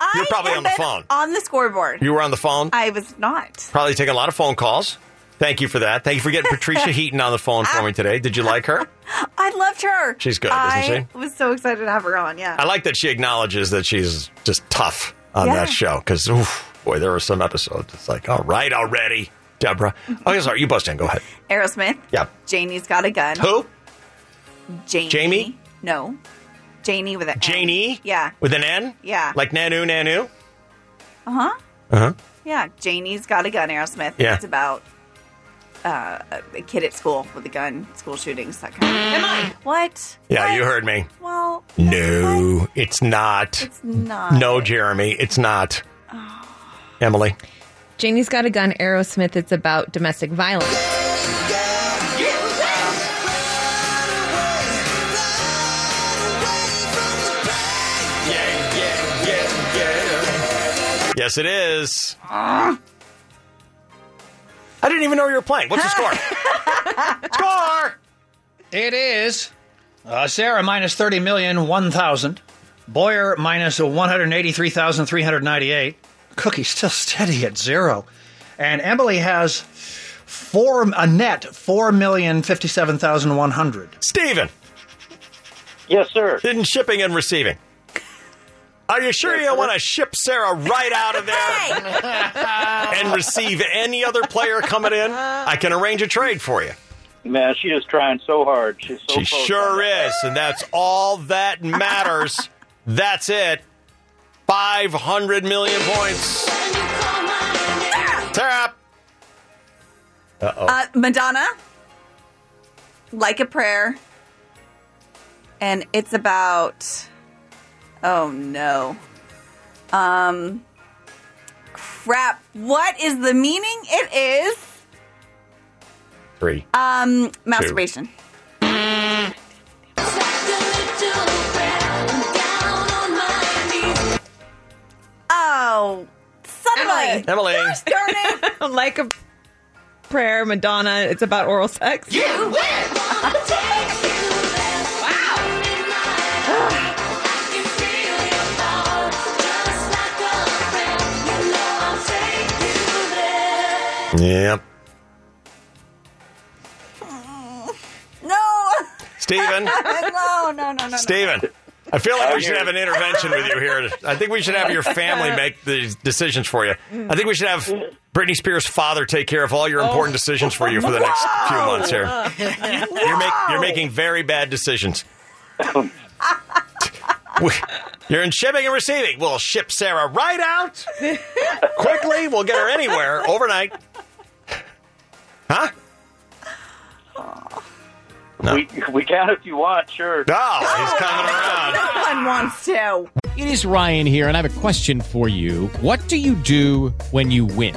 [SPEAKER 8] I
[SPEAKER 1] You're probably
[SPEAKER 8] have
[SPEAKER 1] on the
[SPEAKER 8] been
[SPEAKER 1] phone.
[SPEAKER 8] On the scoreboard.
[SPEAKER 1] You were on the phone.
[SPEAKER 8] I was not.
[SPEAKER 1] Probably taking a lot of phone calls. Thank you for that. Thank you for getting Patricia Heaton on the phone for me today. Did you like her?
[SPEAKER 8] I loved her.
[SPEAKER 1] She's good, isn't
[SPEAKER 8] I was so excited to have her on. Yeah.
[SPEAKER 1] I like that she acknowledges that she's just tough on
[SPEAKER 8] Yeah.
[SPEAKER 1] that show because, boy, there were some episodes. It's like, all right, already, Deborah. Oh, yeah, sorry, you bust in. Go ahead.
[SPEAKER 8] Aerosmith.
[SPEAKER 1] Yeah.
[SPEAKER 8] Janie's got a gun.
[SPEAKER 1] Who?
[SPEAKER 8] Janie.
[SPEAKER 1] Jamie?
[SPEAKER 8] No. Janie with a.
[SPEAKER 1] Janie?
[SPEAKER 8] Yeah.
[SPEAKER 1] With an N?
[SPEAKER 8] Yeah.
[SPEAKER 1] Like Nanu Nanu?
[SPEAKER 8] Uh huh.
[SPEAKER 1] Uh huh.
[SPEAKER 8] Yeah. Janie's got a gun. Aerosmith.
[SPEAKER 1] Yeah.
[SPEAKER 8] It's about uh, a kid at school with a gun, school shootings, that kind of. Am I? What?
[SPEAKER 1] Yeah, you heard me.
[SPEAKER 8] Well,
[SPEAKER 1] No, it's not.
[SPEAKER 8] it's not. Oh.
[SPEAKER 1] No, Jeremy, it's not. Emily.
[SPEAKER 3] Janie's Got a Gun, Aerosmith, it's about domestic violence.
[SPEAKER 1] Yes, it is. I didn't even know you were playing. What's the score? Score!
[SPEAKER 7] It is uh, Sarah minus 30 million, 1,000. Boyer minus 183,398. Cookie's still steady at zero. And Emily has four a net 4,057,100.
[SPEAKER 1] Steven!
[SPEAKER 2] Yes, sir.
[SPEAKER 1] In shipping and receiving. Are you sure you don't want to ship Sarah right out of there and receive any other player coming in? I can arrange a trade for you.
[SPEAKER 2] Man, she is trying so hard. She's so
[SPEAKER 1] She
[SPEAKER 2] close.
[SPEAKER 1] sure is, and that's all that matters. That's it. 500 million points. Sarah! Uh-oh.
[SPEAKER 8] Uh, Madonna, like a prayer, and it's about. Oh no. Um. Crap. What is the meaning? It is
[SPEAKER 1] Three.
[SPEAKER 8] um masturbation. Oh, son
[SPEAKER 3] Emily.
[SPEAKER 8] of a.
[SPEAKER 1] Emily.
[SPEAKER 8] Darn it.
[SPEAKER 3] like a prayer, Madonna. It's about oral sex.
[SPEAKER 11] You win!
[SPEAKER 1] Yep.
[SPEAKER 8] No.
[SPEAKER 1] Steven.
[SPEAKER 8] no, no, no, no, no.
[SPEAKER 1] Steven, I feel like
[SPEAKER 2] I'm
[SPEAKER 1] we should
[SPEAKER 2] here.
[SPEAKER 1] have an intervention with you here. I think we should have your family make the decisions for you. I think we should have Britney Spears' father take care of all your important decisions for you for the next few months here. You're, make, you're making very bad decisions. We- You're in shipping and receiving. We'll ship Sarah right out quickly. We'll get her anywhere overnight. Huh?
[SPEAKER 2] We, we can if you want, sure.
[SPEAKER 1] No, he's coming around.
[SPEAKER 8] Oh, No one wants to.
[SPEAKER 30] It is Ryan here, and I have a question for you. What do you do when you win?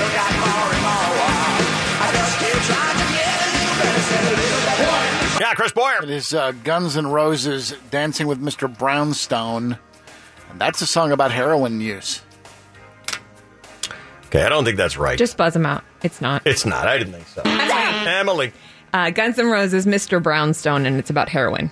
[SPEAKER 1] Yeah, Chris Boyer.
[SPEAKER 4] It is uh, Guns N' Roses dancing with Mr. Brownstone. And that's a song about heroin use.
[SPEAKER 1] Okay, I don't think that's right.
[SPEAKER 3] Just buzz them out. It's not.
[SPEAKER 1] It's not. I didn't think so. Emily.
[SPEAKER 3] Uh, Guns N' Roses, Mr. Brownstone, and it's about heroin.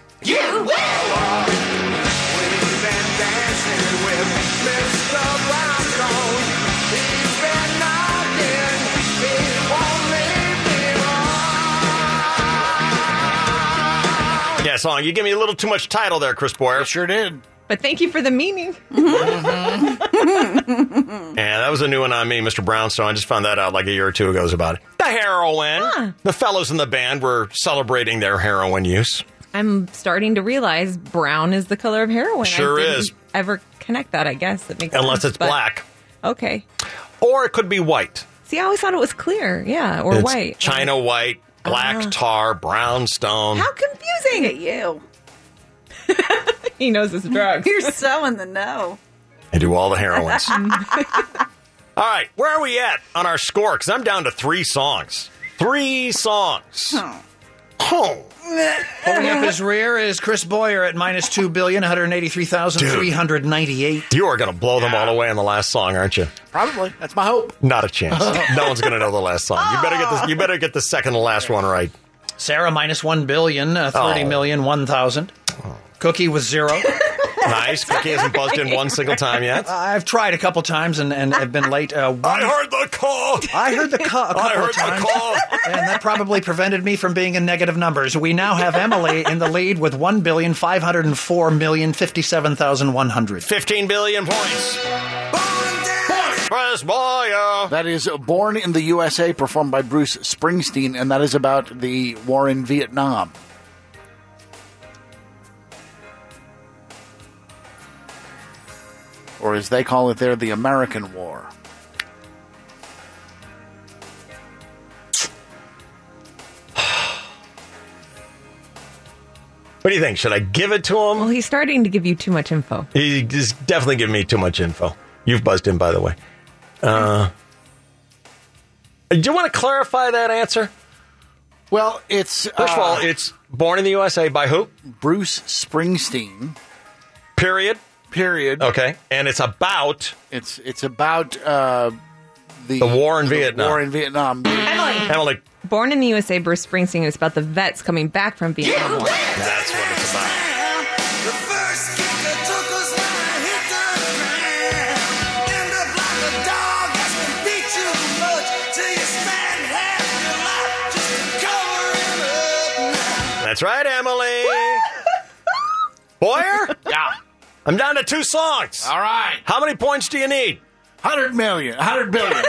[SPEAKER 1] Yeah, song. You give me a little too much title there, Chris Boyer.
[SPEAKER 4] Sure did.
[SPEAKER 3] But thank you for the meaning.
[SPEAKER 1] Yeah, that was a new one on me, Mr. Brownstone. I just found that out like a year or two ago. Is about it. The heroin. The fellows in the band were celebrating their heroin use.
[SPEAKER 3] I'm starting to realize brown is the color of heroin. I
[SPEAKER 1] Sure
[SPEAKER 3] didn't
[SPEAKER 1] is.
[SPEAKER 3] Ever connect that? I guess that makes
[SPEAKER 1] Unless
[SPEAKER 3] sense,
[SPEAKER 1] it's
[SPEAKER 3] but-
[SPEAKER 1] black.
[SPEAKER 3] Okay.
[SPEAKER 1] Or it could be white.
[SPEAKER 3] See, I always thought it was clear. Yeah, or
[SPEAKER 1] It's
[SPEAKER 3] white. Uh-huh.
[SPEAKER 1] China white, black tar, brownstone.
[SPEAKER 3] How confusing!
[SPEAKER 8] Look at you.
[SPEAKER 3] he knows his drugs.
[SPEAKER 8] You're so in the know.
[SPEAKER 1] I do all the heroines.
[SPEAKER 3] Mm-hmm.
[SPEAKER 1] All right, where are we at on our score? Because I'm down to three songs. Three songs. Oh.
[SPEAKER 7] Holding up his rear is Chris Boyer at minus 2 billion, 183,398.
[SPEAKER 1] You are going to blow them all away in the last song, aren't you?
[SPEAKER 4] Probably. That's my hope.
[SPEAKER 1] Not a chance. no one's going to know the last song. You better get this. You better get the second to last one right.
[SPEAKER 7] Sarah minus 1 billion, uh, 30
[SPEAKER 1] Oh.
[SPEAKER 7] million, 1,000. Cookie with zero. Uh,
[SPEAKER 1] Nice. Cookie hasn't buzzed in one single time yet.
[SPEAKER 7] I've tried a couple times and, and have been late. Uh,
[SPEAKER 1] I heard the call.
[SPEAKER 7] I heard the call.
[SPEAKER 1] I heard the
[SPEAKER 7] times.
[SPEAKER 1] call.
[SPEAKER 7] and that probably prevented me from being in negative numbers. We now have Emily in the lead with one billion five hundred and four million fifty-seven thousand one hundred.
[SPEAKER 1] 15 billion points. Chris Boyer.
[SPEAKER 4] That is Born in the USA, performed by Bruce Springsteen, and that is about the war in Vietnam. or as they call it there, the American War.
[SPEAKER 1] What do you think? Should I give it to him?
[SPEAKER 3] Well, he's starting to give you too much info.
[SPEAKER 1] He is definitely giving me too much info. You've buzzed in, by the way. Uh, do you want to clarify that answer?
[SPEAKER 4] Well, it's uh,
[SPEAKER 1] first of all, Uh, it's born in the USA by who?
[SPEAKER 4] Bruce Springsteen.
[SPEAKER 1] Period.
[SPEAKER 4] Period.
[SPEAKER 1] Okay, and it's about
[SPEAKER 4] it's it's about uh, the
[SPEAKER 1] The war in
[SPEAKER 4] the
[SPEAKER 1] Vietnam.
[SPEAKER 4] War in Vietnam.
[SPEAKER 1] Emily.
[SPEAKER 3] Born in the USA, Bruce Springsteen is about the vets coming back from Vietnam War.
[SPEAKER 1] That's what it's about. That's right, Emily. Boyer?
[SPEAKER 4] Yeah.
[SPEAKER 1] I'm down to two songs. All
[SPEAKER 4] right.
[SPEAKER 1] How many points do you need?
[SPEAKER 4] 100 million. 100 billion.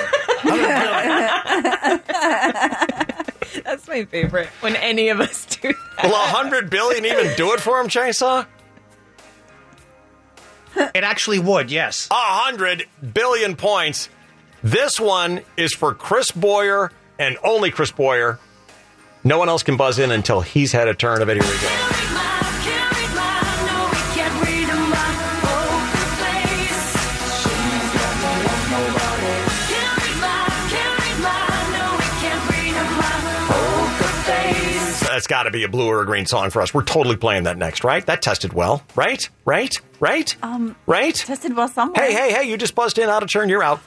[SPEAKER 3] That's my favorite. When any of us do that.
[SPEAKER 1] Will 100 billion even do it for him, Chainsaw?
[SPEAKER 7] It actually would, yes.
[SPEAKER 1] 100 billion points. This one is for Chris Boyer and only Chris Boyer. No one else can buzz in until he's had a turn of it. Here we go. That's got to be a blue or a green song for us. We're totally playing that next, right? That tested well, right? Right? Right?
[SPEAKER 8] Um,
[SPEAKER 1] right?
[SPEAKER 8] Tested well somewhere.
[SPEAKER 1] Hey, hey, hey, you just buzzed in out of turn. You're out.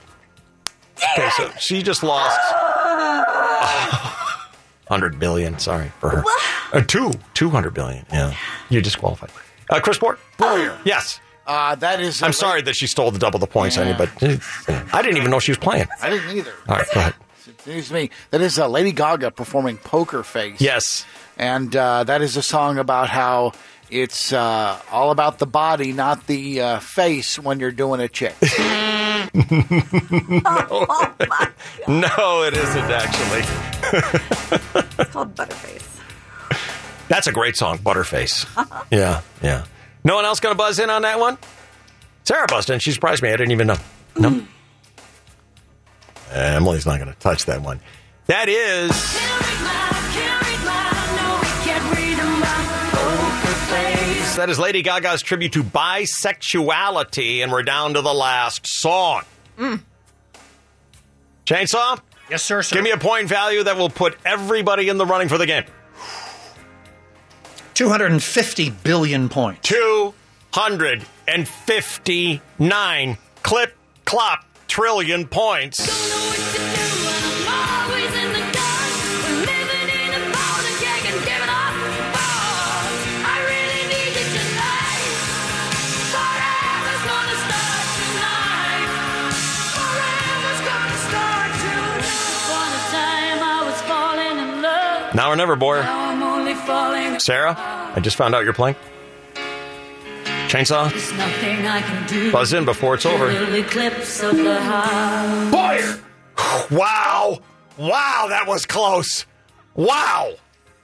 [SPEAKER 1] Okay, so she just lost 100 billion. Sorry for her. Uh, two. 200 billion. Yeah. You're disqualified. Uh, Chris Port.
[SPEAKER 4] Boyer.
[SPEAKER 1] Yes.
[SPEAKER 4] Uh, that is.
[SPEAKER 1] I'm sorry that she stole the double the points on you, but uh, I didn't even know she was playing.
[SPEAKER 4] I didn't either.
[SPEAKER 1] All right, go ahead.
[SPEAKER 4] It's news to me. That is uh, Lady Gaga performing Poker Face.
[SPEAKER 1] Yes.
[SPEAKER 4] And uh, that is a song about how it's uh, all about the body, not the uh, face when you're doing a chick.
[SPEAKER 1] no. no, it isn't actually.
[SPEAKER 8] It's called Butterface.
[SPEAKER 1] That's a great song, Butterface. Yeah, yeah. No one else going to buzz in on that one? Sarah buzzed in. She surprised me. I didn't even know. No. Emily's not going to touch that one. That is. That is Lady Gaga's tribute to bisexuality, and we're down to the last song. Chainsaw?
[SPEAKER 7] Mm. Yes, sir, sir.
[SPEAKER 1] Give me a point value that will put everybody in the running for the game.
[SPEAKER 7] 250 billion points.
[SPEAKER 1] 259 clip clop trillion points. Now or never, Boyer. Sarah, I just found out you're playing. Chainsaw,
[SPEAKER 14] Nothing I can do.
[SPEAKER 1] buzz in before it's over.
[SPEAKER 14] Little eclipse of the heart.
[SPEAKER 1] Boyer! Wow! Wow, that was close! Wow!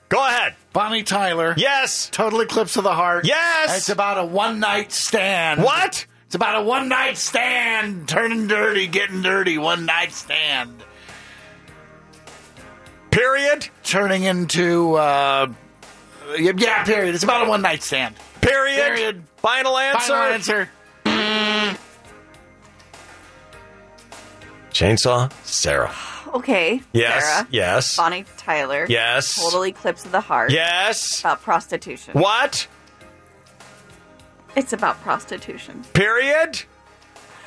[SPEAKER 1] Go ahead.
[SPEAKER 4] Bonnie Tyler.
[SPEAKER 1] Yes!
[SPEAKER 4] Total Eclipse of the Heart.
[SPEAKER 1] Yes!
[SPEAKER 4] It's about a one night stand.
[SPEAKER 1] What?
[SPEAKER 4] It's about a one night stand. Turning dirty, getting dirty, one night stand.
[SPEAKER 1] Period.
[SPEAKER 4] Turning into, uh, yeah, period. It's about a one night stand.
[SPEAKER 1] Period.
[SPEAKER 4] Period.
[SPEAKER 1] Final answer.
[SPEAKER 4] Final answer.
[SPEAKER 1] Chainsaw, Sarah.
[SPEAKER 8] Okay.
[SPEAKER 1] Yes,
[SPEAKER 8] Sarah.
[SPEAKER 1] yes.
[SPEAKER 8] Bonnie Tyler.
[SPEAKER 1] Yes.
[SPEAKER 8] Total Eclipse of the Heart.
[SPEAKER 1] Yes.
[SPEAKER 8] About prostitution.
[SPEAKER 1] What?
[SPEAKER 8] It's about prostitution.
[SPEAKER 1] Period.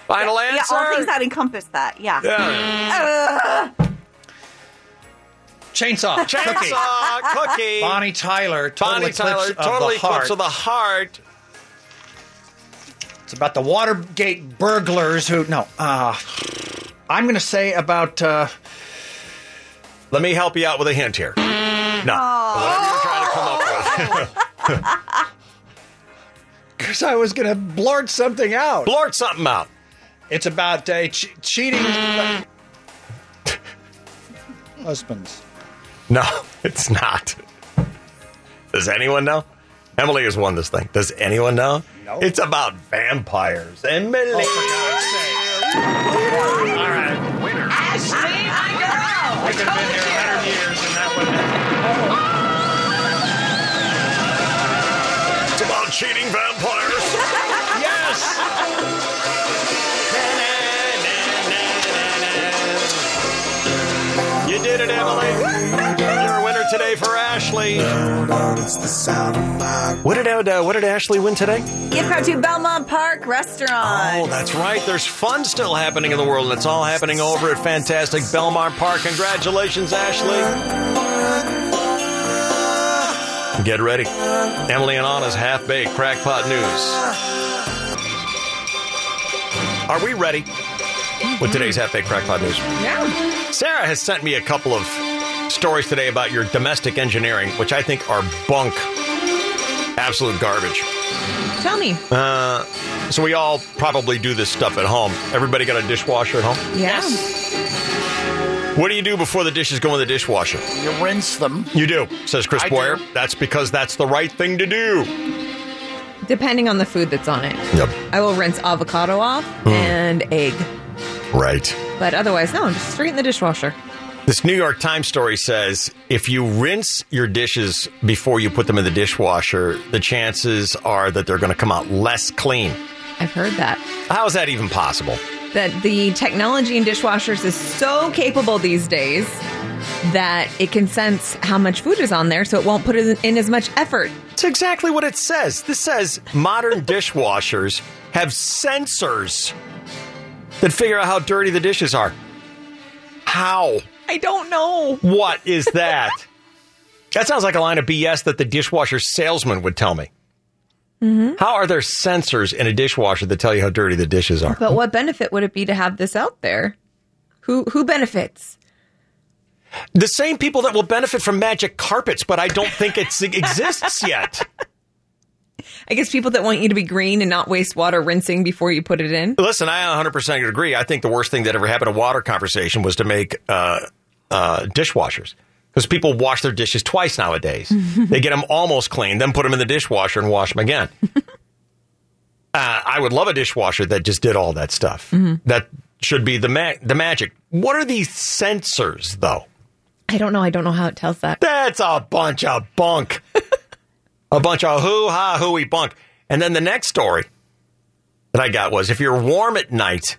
[SPEAKER 1] Final
[SPEAKER 8] yeah,
[SPEAKER 1] answer.
[SPEAKER 8] Yeah, all things that encompass that. Yeah.
[SPEAKER 1] Yeah.
[SPEAKER 8] Ugh.
[SPEAKER 7] Chainsaw. Cookie.
[SPEAKER 1] Chainsaw Cookie.
[SPEAKER 7] Bonnie Tyler. Total
[SPEAKER 1] Bonnie
[SPEAKER 7] Eclipse
[SPEAKER 1] Tyler.
[SPEAKER 7] of
[SPEAKER 1] Total
[SPEAKER 7] the
[SPEAKER 1] Eclipse
[SPEAKER 7] Heart.
[SPEAKER 1] of the Heart.
[SPEAKER 7] It's about the Watergate burglars who. No. Uh, I'm going to say about. Uh,
[SPEAKER 1] Let me help you out with a hint here. No. Whatever you're trying to come up with.
[SPEAKER 7] Because I was going to blurt something out.
[SPEAKER 1] Blurt something out.
[SPEAKER 7] It's about uh, che- cheating. Husbands.
[SPEAKER 1] No, it's not. Does anyone know? Emily has won this thing. Does anyone know? It's about vampires and
[SPEAKER 7] Oh,
[SPEAKER 1] Melania.
[SPEAKER 11] Oh,
[SPEAKER 7] All right. Winner.
[SPEAKER 11] Ashley, my girl.
[SPEAKER 7] We could have been here 100 years and that would
[SPEAKER 1] It's about cheating vampires.
[SPEAKER 11] yes.
[SPEAKER 1] You did it, Emily. You're a winner today for Ashley. What did uh, what did Ashley win today?
[SPEAKER 8] Gift card to Belmont Park Restaurant.
[SPEAKER 1] Oh, that's right. There's fun still happening in the world, and it's all happening over at fantastic Belmont Park. Congratulations, Ashley. Get ready. Emily and Anna's half baked crackpot news. Are we ready with today's half baked crackpot news?
[SPEAKER 5] Yeah.
[SPEAKER 1] Sarah has sent me a couple of stories today about your domestic engineering, which I think are bunk, absolute garbage.
[SPEAKER 3] Tell me.
[SPEAKER 1] Uh, so we all probably do this stuff at home. Everybody got a dishwasher at home.
[SPEAKER 3] Yes.
[SPEAKER 1] What do you do before the dishes go in the dishwasher?
[SPEAKER 4] You rinse them.
[SPEAKER 1] You do, says Chris
[SPEAKER 3] I
[SPEAKER 1] Boyer.
[SPEAKER 3] do.
[SPEAKER 1] That's because that's the right thing to do.
[SPEAKER 3] Depending on the food that's on it.
[SPEAKER 1] Yep.
[SPEAKER 3] I will rinse avocado off
[SPEAKER 1] Mm.
[SPEAKER 3] and egg.
[SPEAKER 1] Right.
[SPEAKER 3] But otherwise, no, just straight in the dishwasher.
[SPEAKER 1] This New York Times story says if you rinse your dishes before you put them in the dishwasher, the chances are that they're going to come out less clean.
[SPEAKER 3] I've heard that.
[SPEAKER 1] How is that even possible?
[SPEAKER 3] That the technology in dishwashers is so capable these days that it can sense how much food is on there so it won't put in in as much effort.
[SPEAKER 1] It's exactly what it says. This says modern dishwashers have sensors that figure out how dirty the dishes are. How?
[SPEAKER 3] I don't know.
[SPEAKER 1] What is that? that sounds like a line of BS that the dishwasher salesman would tell me. How are there sensors in a dishwasher that tell you how dirty the dishes are?
[SPEAKER 3] But what benefit would it be to have this out there? Who who benefits?
[SPEAKER 1] The same people that will benefit from magic carpets, but I don't think it exists yet.
[SPEAKER 3] I guess people that want you to be green and not waste water rinsing before you put it in.
[SPEAKER 1] Listen, I 100% agree. I think the worst thing that ever happened to water conversation was to make uh, uh, dishwashers because people wash their dishes twice nowadays. they get them almost clean, then put them in the dishwasher and wash them again. uh, I would love a dishwasher that just did all that stuff. That should be the ma- the magic. What are these sensors though?
[SPEAKER 3] I don't know. I don't know how it tells that.
[SPEAKER 1] That's a bunch of bunk. a bunch of hoo ha hooey bunk. And then the next story that I got was if you're warm at night,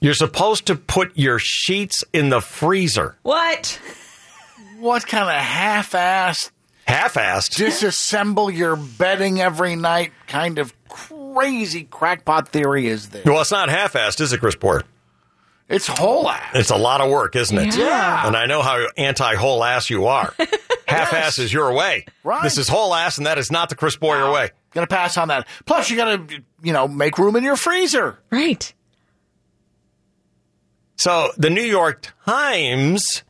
[SPEAKER 1] you're supposed to put your sheets in the freezer.
[SPEAKER 3] What?
[SPEAKER 4] What kind of half-assed,
[SPEAKER 1] half-assed,
[SPEAKER 4] disassemble your bedding every night kind of crazy crackpot theory is this?
[SPEAKER 1] Well, it's not half assed, is it, Chris Boyer?
[SPEAKER 4] It's whole ass.
[SPEAKER 1] It's a lot of work, isn't it?
[SPEAKER 4] Yeah. Yeah.
[SPEAKER 1] And I know how anti whole ass you are. half ass is your way.
[SPEAKER 4] Right.
[SPEAKER 1] This is whole ass, and that is not the Chris Boyer way.
[SPEAKER 4] Gonna pass on that. Plus, you gotta, you know, make room in your freezer.
[SPEAKER 3] Right.
[SPEAKER 1] So the New York Times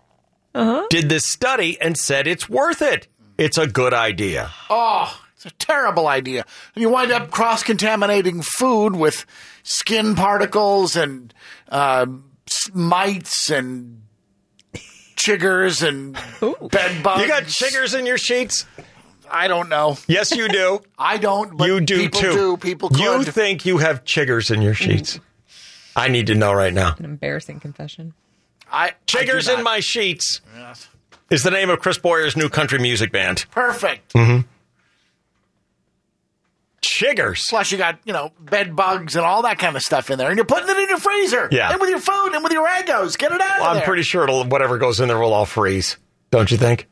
[SPEAKER 4] Uh-huh.
[SPEAKER 1] did this study and said it's worth it. It's a good idea.
[SPEAKER 4] Oh, it's a terrible idea. And you wind up cross contaminating food with skin particles and uh, s- mites and chiggers and bed bugs.
[SPEAKER 1] You got chiggers in your sheets?
[SPEAKER 4] I don't know.
[SPEAKER 1] Yes, you do.
[SPEAKER 4] I don't. But
[SPEAKER 1] you do
[SPEAKER 4] people
[SPEAKER 1] too.
[SPEAKER 4] Do. People could.
[SPEAKER 1] You think you have chiggers in your sheets?
[SPEAKER 4] Mm-hmm.
[SPEAKER 1] I need to know right now.
[SPEAKER 3] An embarrassing confession.
[SPEAKER 4] I
[SPEAKER 1] Chiggers in my sheets is the name of Chris Boyer's new country music band.
[SPEAKER 4] Perfect.
[SPEAKER 1] Mm-hmm. Chiggers.
[SPEAKER 4] Plus, you got you know bed bugs and all that kind of stuff in there, and you're putting it in your freezer.
[SPEAKER 1] Yeah.
[SPEAKER 4] And with your food and with your egos, get it out of
[SPEAKER 1] I'm
[SPEAKER 4] there.
[SPEAKER 1] pretty sure it'll, whatever goes in there will all freeze. Don't you think?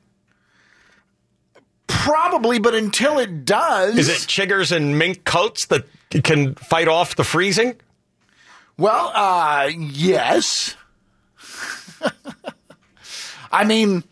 [SPEAKER 4] Probably, but until it does,
[SPEAKER 1] Is it chiggers and mink coats that can fight off the freezing?
[SPEAKER 4] Well, uh, yes. I mean,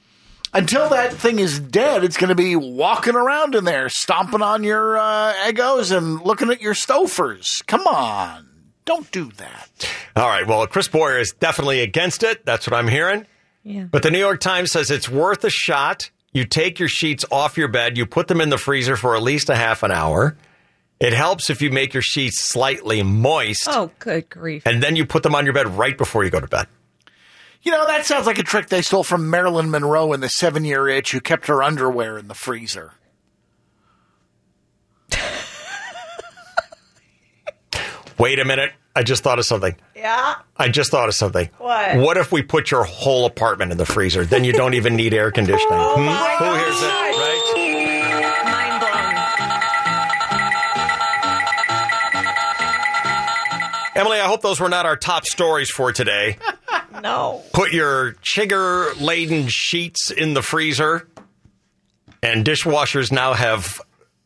[SPEAKER 4] until that thing is dead, it's going to be walking around in there, stomping on your uh, egos and looking at your stofers. Come on. Don't do that.
[SPEAKER 1] All right. Well, Chris Boyer is definitely against it. That's what I'm hearing.
[SPEAKER 3] Yeah.
[SPEAKER 1] But the New York Times says it's worth a shot. You take your sheets off your bed, you put them in the freezer for at least a half an hour. It helps if you make your sheets slightly moist,
[SPEAKER 3] Oh, good grief.
[SPEAKER 1] and then you put them on your bed right before you go to bed.
[SPEAKER 4] You know, that sounds like a trick they stole from Marilyn Monroe in the seven year itch who kept her underwear in the freezer.
[SPEAKER 1] Wait a minute. I just thought of something.
[SPEAKER 5] Yeah.
[SPEAKER 1] I just thought of something.
[SPEAKER 5] What?
[SPEAKER 1] What if we put your whole apartment in the freezer? Then you don't even need air conditioning. Hmm? Who hears that? Emily, I hope those were not our top stories for today.
[SPEAKER 5] No.
[SPEAKER 1] Put your chigger laden sheets in the freezer. And dishwashers now have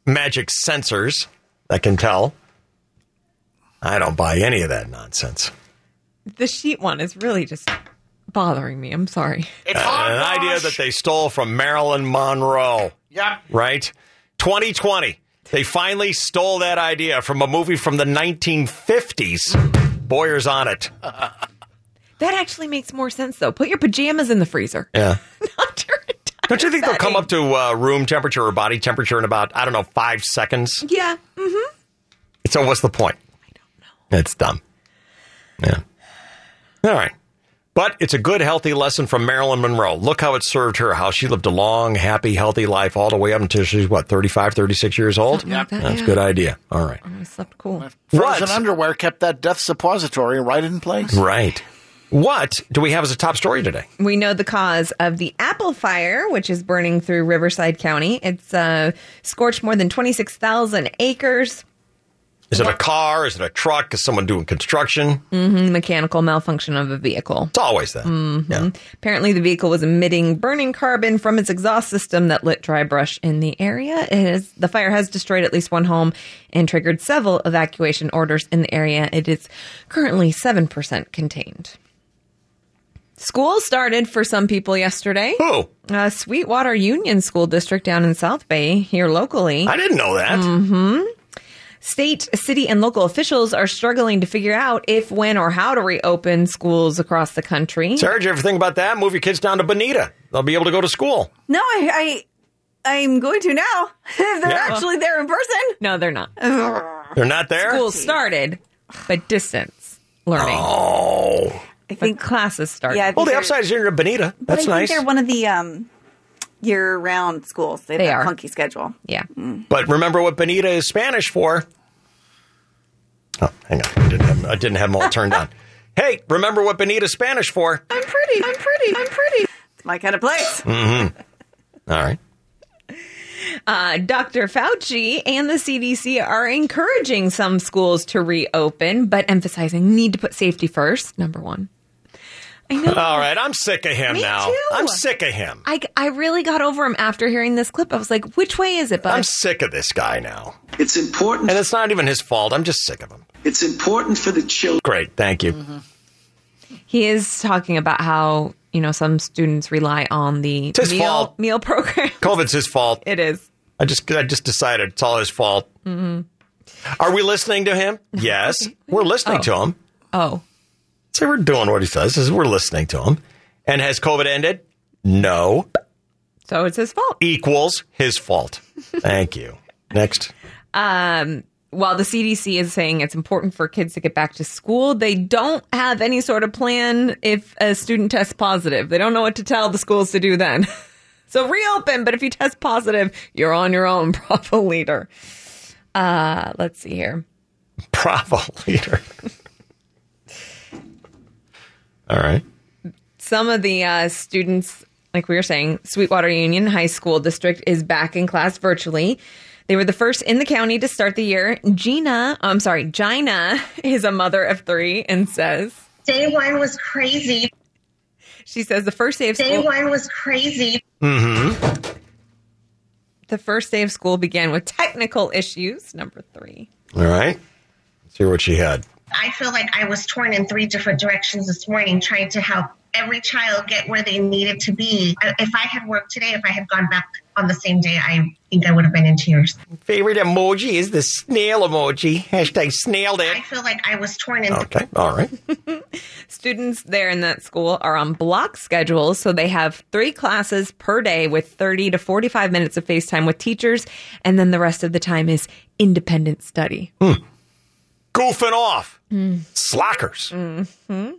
[SPEAKER 1] magic sensors that can tell. I don't buy any of that nonsense.
[SPEAKER 5] The sheet one is really just bothering me. I'm sorry.
[SPEAKER 1] Uh, An idea that they stole from Marilyn Monroe.
[SPEAKER 4] Yep.
[SPEAKER 1] Right? 2020. They finally stole that idea from a movie from the 1950s. Boyer's on it.
[SPEAKER 5] That actually makes more sense though. Put your pajamas in the freezer.
[SPEAKER 1] Yeah. Don't you think they'll come up to uh, room temperature or body temperature in about, I don't know, five seconds?
[SPEAKER 5] Yeah. Mm-hmm.
[SPEAKER 1] So what's the point? I don't know. It's dumb. Yeah. All right. But it's a good, healthy lesson from Marilyn Monroe. Look how it served her, how she lived a long, happy, healthy life all the way up until she's, what, 35, 36 years old?
[SPEAKER 4] Something like that,
[SPEAKER 1] That's a
[SPEAKER 4] yeah.
[SPEAKER 1] good idea. All right.
[SPEAKER 5] I slept cool.
[SPEAKER 4] Frozen underwear kept that death suppository right in place.
[SPEAKER 1] Right. What do we have as a top story today?
[SPEAKER 3] We know the cause of the apple fire, which is burning through Riverside County. It's uh, scorched more than 26,000 acres.
[SPEAKER 1] Is it a car? Is it a truck? Is someone doing construction?
[SPEAKER 3] hmm mechanical malfunction of a vehicle. It's
[SPEAKER 1] always that.
[SPEAKER 3] hmm Apparently, the vehicle was emitting burning carbon from its exhaust system that lit dry brush in the area. It is, the fire has destroyed at least one home and triggered several evacuation orders in the area. It is currently 7% contained. School started for some people yesterday.
[SPEAKER 1] Oh.
[SPEAKER 3] Uh, Sweetwater Union School District down in South Bay, here locally.
[SPEAKER 1] I didn't know that.
[SPEAKER 3] hmm State, city, and local officials are struggling to figure out if, when, or how to reopen schools across the country.
[SPEAKER 1] Sarah, did you ever think about that? Move your kids down to Bonita. They'll be able to go to school.
[SPEAKER 8] No, I, I I'm going to now. They're
[SPEAKER 1] Yeah.
[SPEAKER 8] actually there in person.
[SPEAKER 3] No, they're not.
[SPEAKER 1] They're not there?
[SPEAKER 3] School started, but distance learning.
[SPEAKER 1] Oh.
[SPEAKER 3] I think classes started.
[SPEAKER 8] Yeah, I think Well, the they're- upside
[SPEAKER 1] is you're in Bonita.
[SPEAKER 8] But I think they're one of the um year-round schools. They have
[SPEAKER 1] They
[SPEAKER 8] that
[SPEAKER 1] are.
[SPEAKER 8] funky schedule.
[SPEAKER 3] Yeah.
[SPEAKER 1] But remember what Bonita is Spanish for. Oh, hang on. I didn't have, I didn't have them all turned on. Hey, remember what Bonita's Spanish for.
[SPEAKER 8] I'm pretty. I'm pretty. I'm pretty. It's my kind of place.
[SPEAKER 1] Mm-hmm. All right.
[SPEAKER 3] Uh, Dr. Fauci and the CDC are encouraging some schools to reopen, but emphasizing need to put safety first. Number one.
[SPEAKER 1] All right. I'm sick of him
[SPEAKER 3] Me
[SPEAKER 1] now.
[SPEAKER 3] too.
[SPEAKER 1] I'm sick of him.
[SPEAKER 3] I, I really got over him after hearing this clip. I was like, which way is it, bud?
[SPEAKER 1] I'm sick of this guy now. It's important. And it's not even his fault. I'm just sick of him. It's important for the children. Great. Thank you.
[SPEAKER 3] Mm-hmm. He is talking about how, you know, some students rely on the
[SPEAKER 1] It's his
[SPEAKER 3] meal,
[SPEAKER 1] fault.
[SPEAKER 3] meal program.
[SPEAKER 1] COVID's his fault.
[SPEAKER 3] It is.
[SPEAKER 1] I just I just decided it's all his fault.
[SPEAKER 3] hmm
[SPEAKER 1] Are we listening to him? Yes. We're listening to him.
[SPEAKER 3] Oh.
[SPEAKER 1] So we're doing what he says. Is we're listening to him. And has COVID ended? No.
[SPEAKER 3] So it's his fault.
[SPEAKER 1] Equals his fault. Thank you. Next.
[SPEAKER 3] Um, while the CDC is saying it's important for kids to get back to school, they don't have any sort of plan if a student tests positive. They don't know what to tell the schools to do then. so reopen, but if you test positive, you're on your own, Bravo leader. Uh, let's see here.
[SPEAKER 1] Bravo leader. All right.
[SPEAKER 3] some of the uh, students, like we were saying, Sweetwater Union High School District is back in class virtually. They were the first in the county to start the year. Gina, I'm sorry, Gina is a mother of three and says,
[SPEAKER 26] Day one was crazy.
[SPEAKER 3] She says the first day of
[SPEAKER 26] Day
[SPEAKER 3] school.
[SPEAKER 26] one was crazy.
[SPEAKER 1] Mm-hmm.
[SPEAKER 3] The first day of school began with technical issues, number three.
[SPEAKER 1] All right. Let's hear what she had.
[SPEAKER 26] I feel like I was torn in three different directions this morning trying to help every child get where they needed to be. I- If I had worked today, if I had gone back on the same day, I think I would have been in tears.
[SPEAKER 1] Favorite emoji is the snail emoji. Hashtag snailed
[SPEAKER 26] I feel like I was torn in
[SPEAKER 1] Okay. All right.
[SPEAKER 3] Students there in that school are on block schedules, so they have three classes per day with 30 to 45 minutes of FaceTime with teachers, and then the rest of the time is independent study.
[SPEAKER 1] Goofing off. Slackers.
[SPEAKER 3] hmm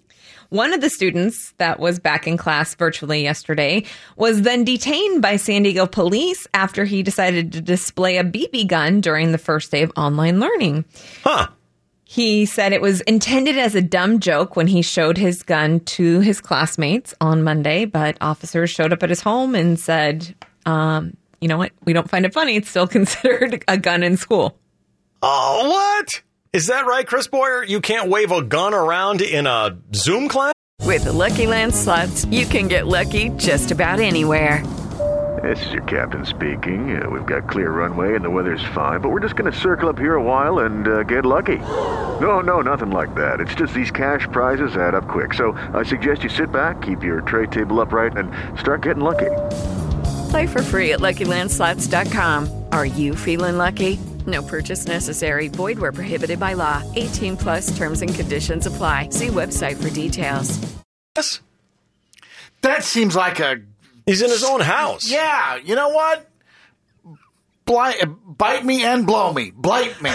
[SPEAKER 3] One of the students that was back in class virtually yesterday was then detained by San Diego police after he decided to display a BB gun during the first day of online learning.
[SPEAKER 1] Huh.
[SPEAKER 3] He said it was intended as a dumb joke when he showed his gun to his classmates on Monday, but officers showed up at his home and said, um, you know what? We don't find it funny. It's still considered a gun in school.
[SPEAKER 1] Oh, what? Is that right, Chris Boyer? You can't wave a gun around in a Zoom class?
[SPEAKER 9] With the Lucky Land slots, you can get lucky just about anywhere.
[SPEAKER 20] This is your captain speaking. Uh, we've got clear runway and the weather's fine, but we're just going to circle up here a while and uh, get lucky. No, no, nothing like that. It's just these cash prizes add up quick. So I suggest you sit back, keep your tray table upright, and start getting lucky.
[SPEAKER 9] Play for free at LuckyLandSlots.com. Are you feeling lucky? No purchase necessary. Void where prohibited by law. 18 plus terms and conditions apply. See website for details.
[SPEAKER 1] Yes.
[SPEAKER 4] That seems like a.
[SPEAKER 1] He's in his own house.
[SPEAKER 4] Yeah, you know what? Blight, bite me and blow me. Blight me.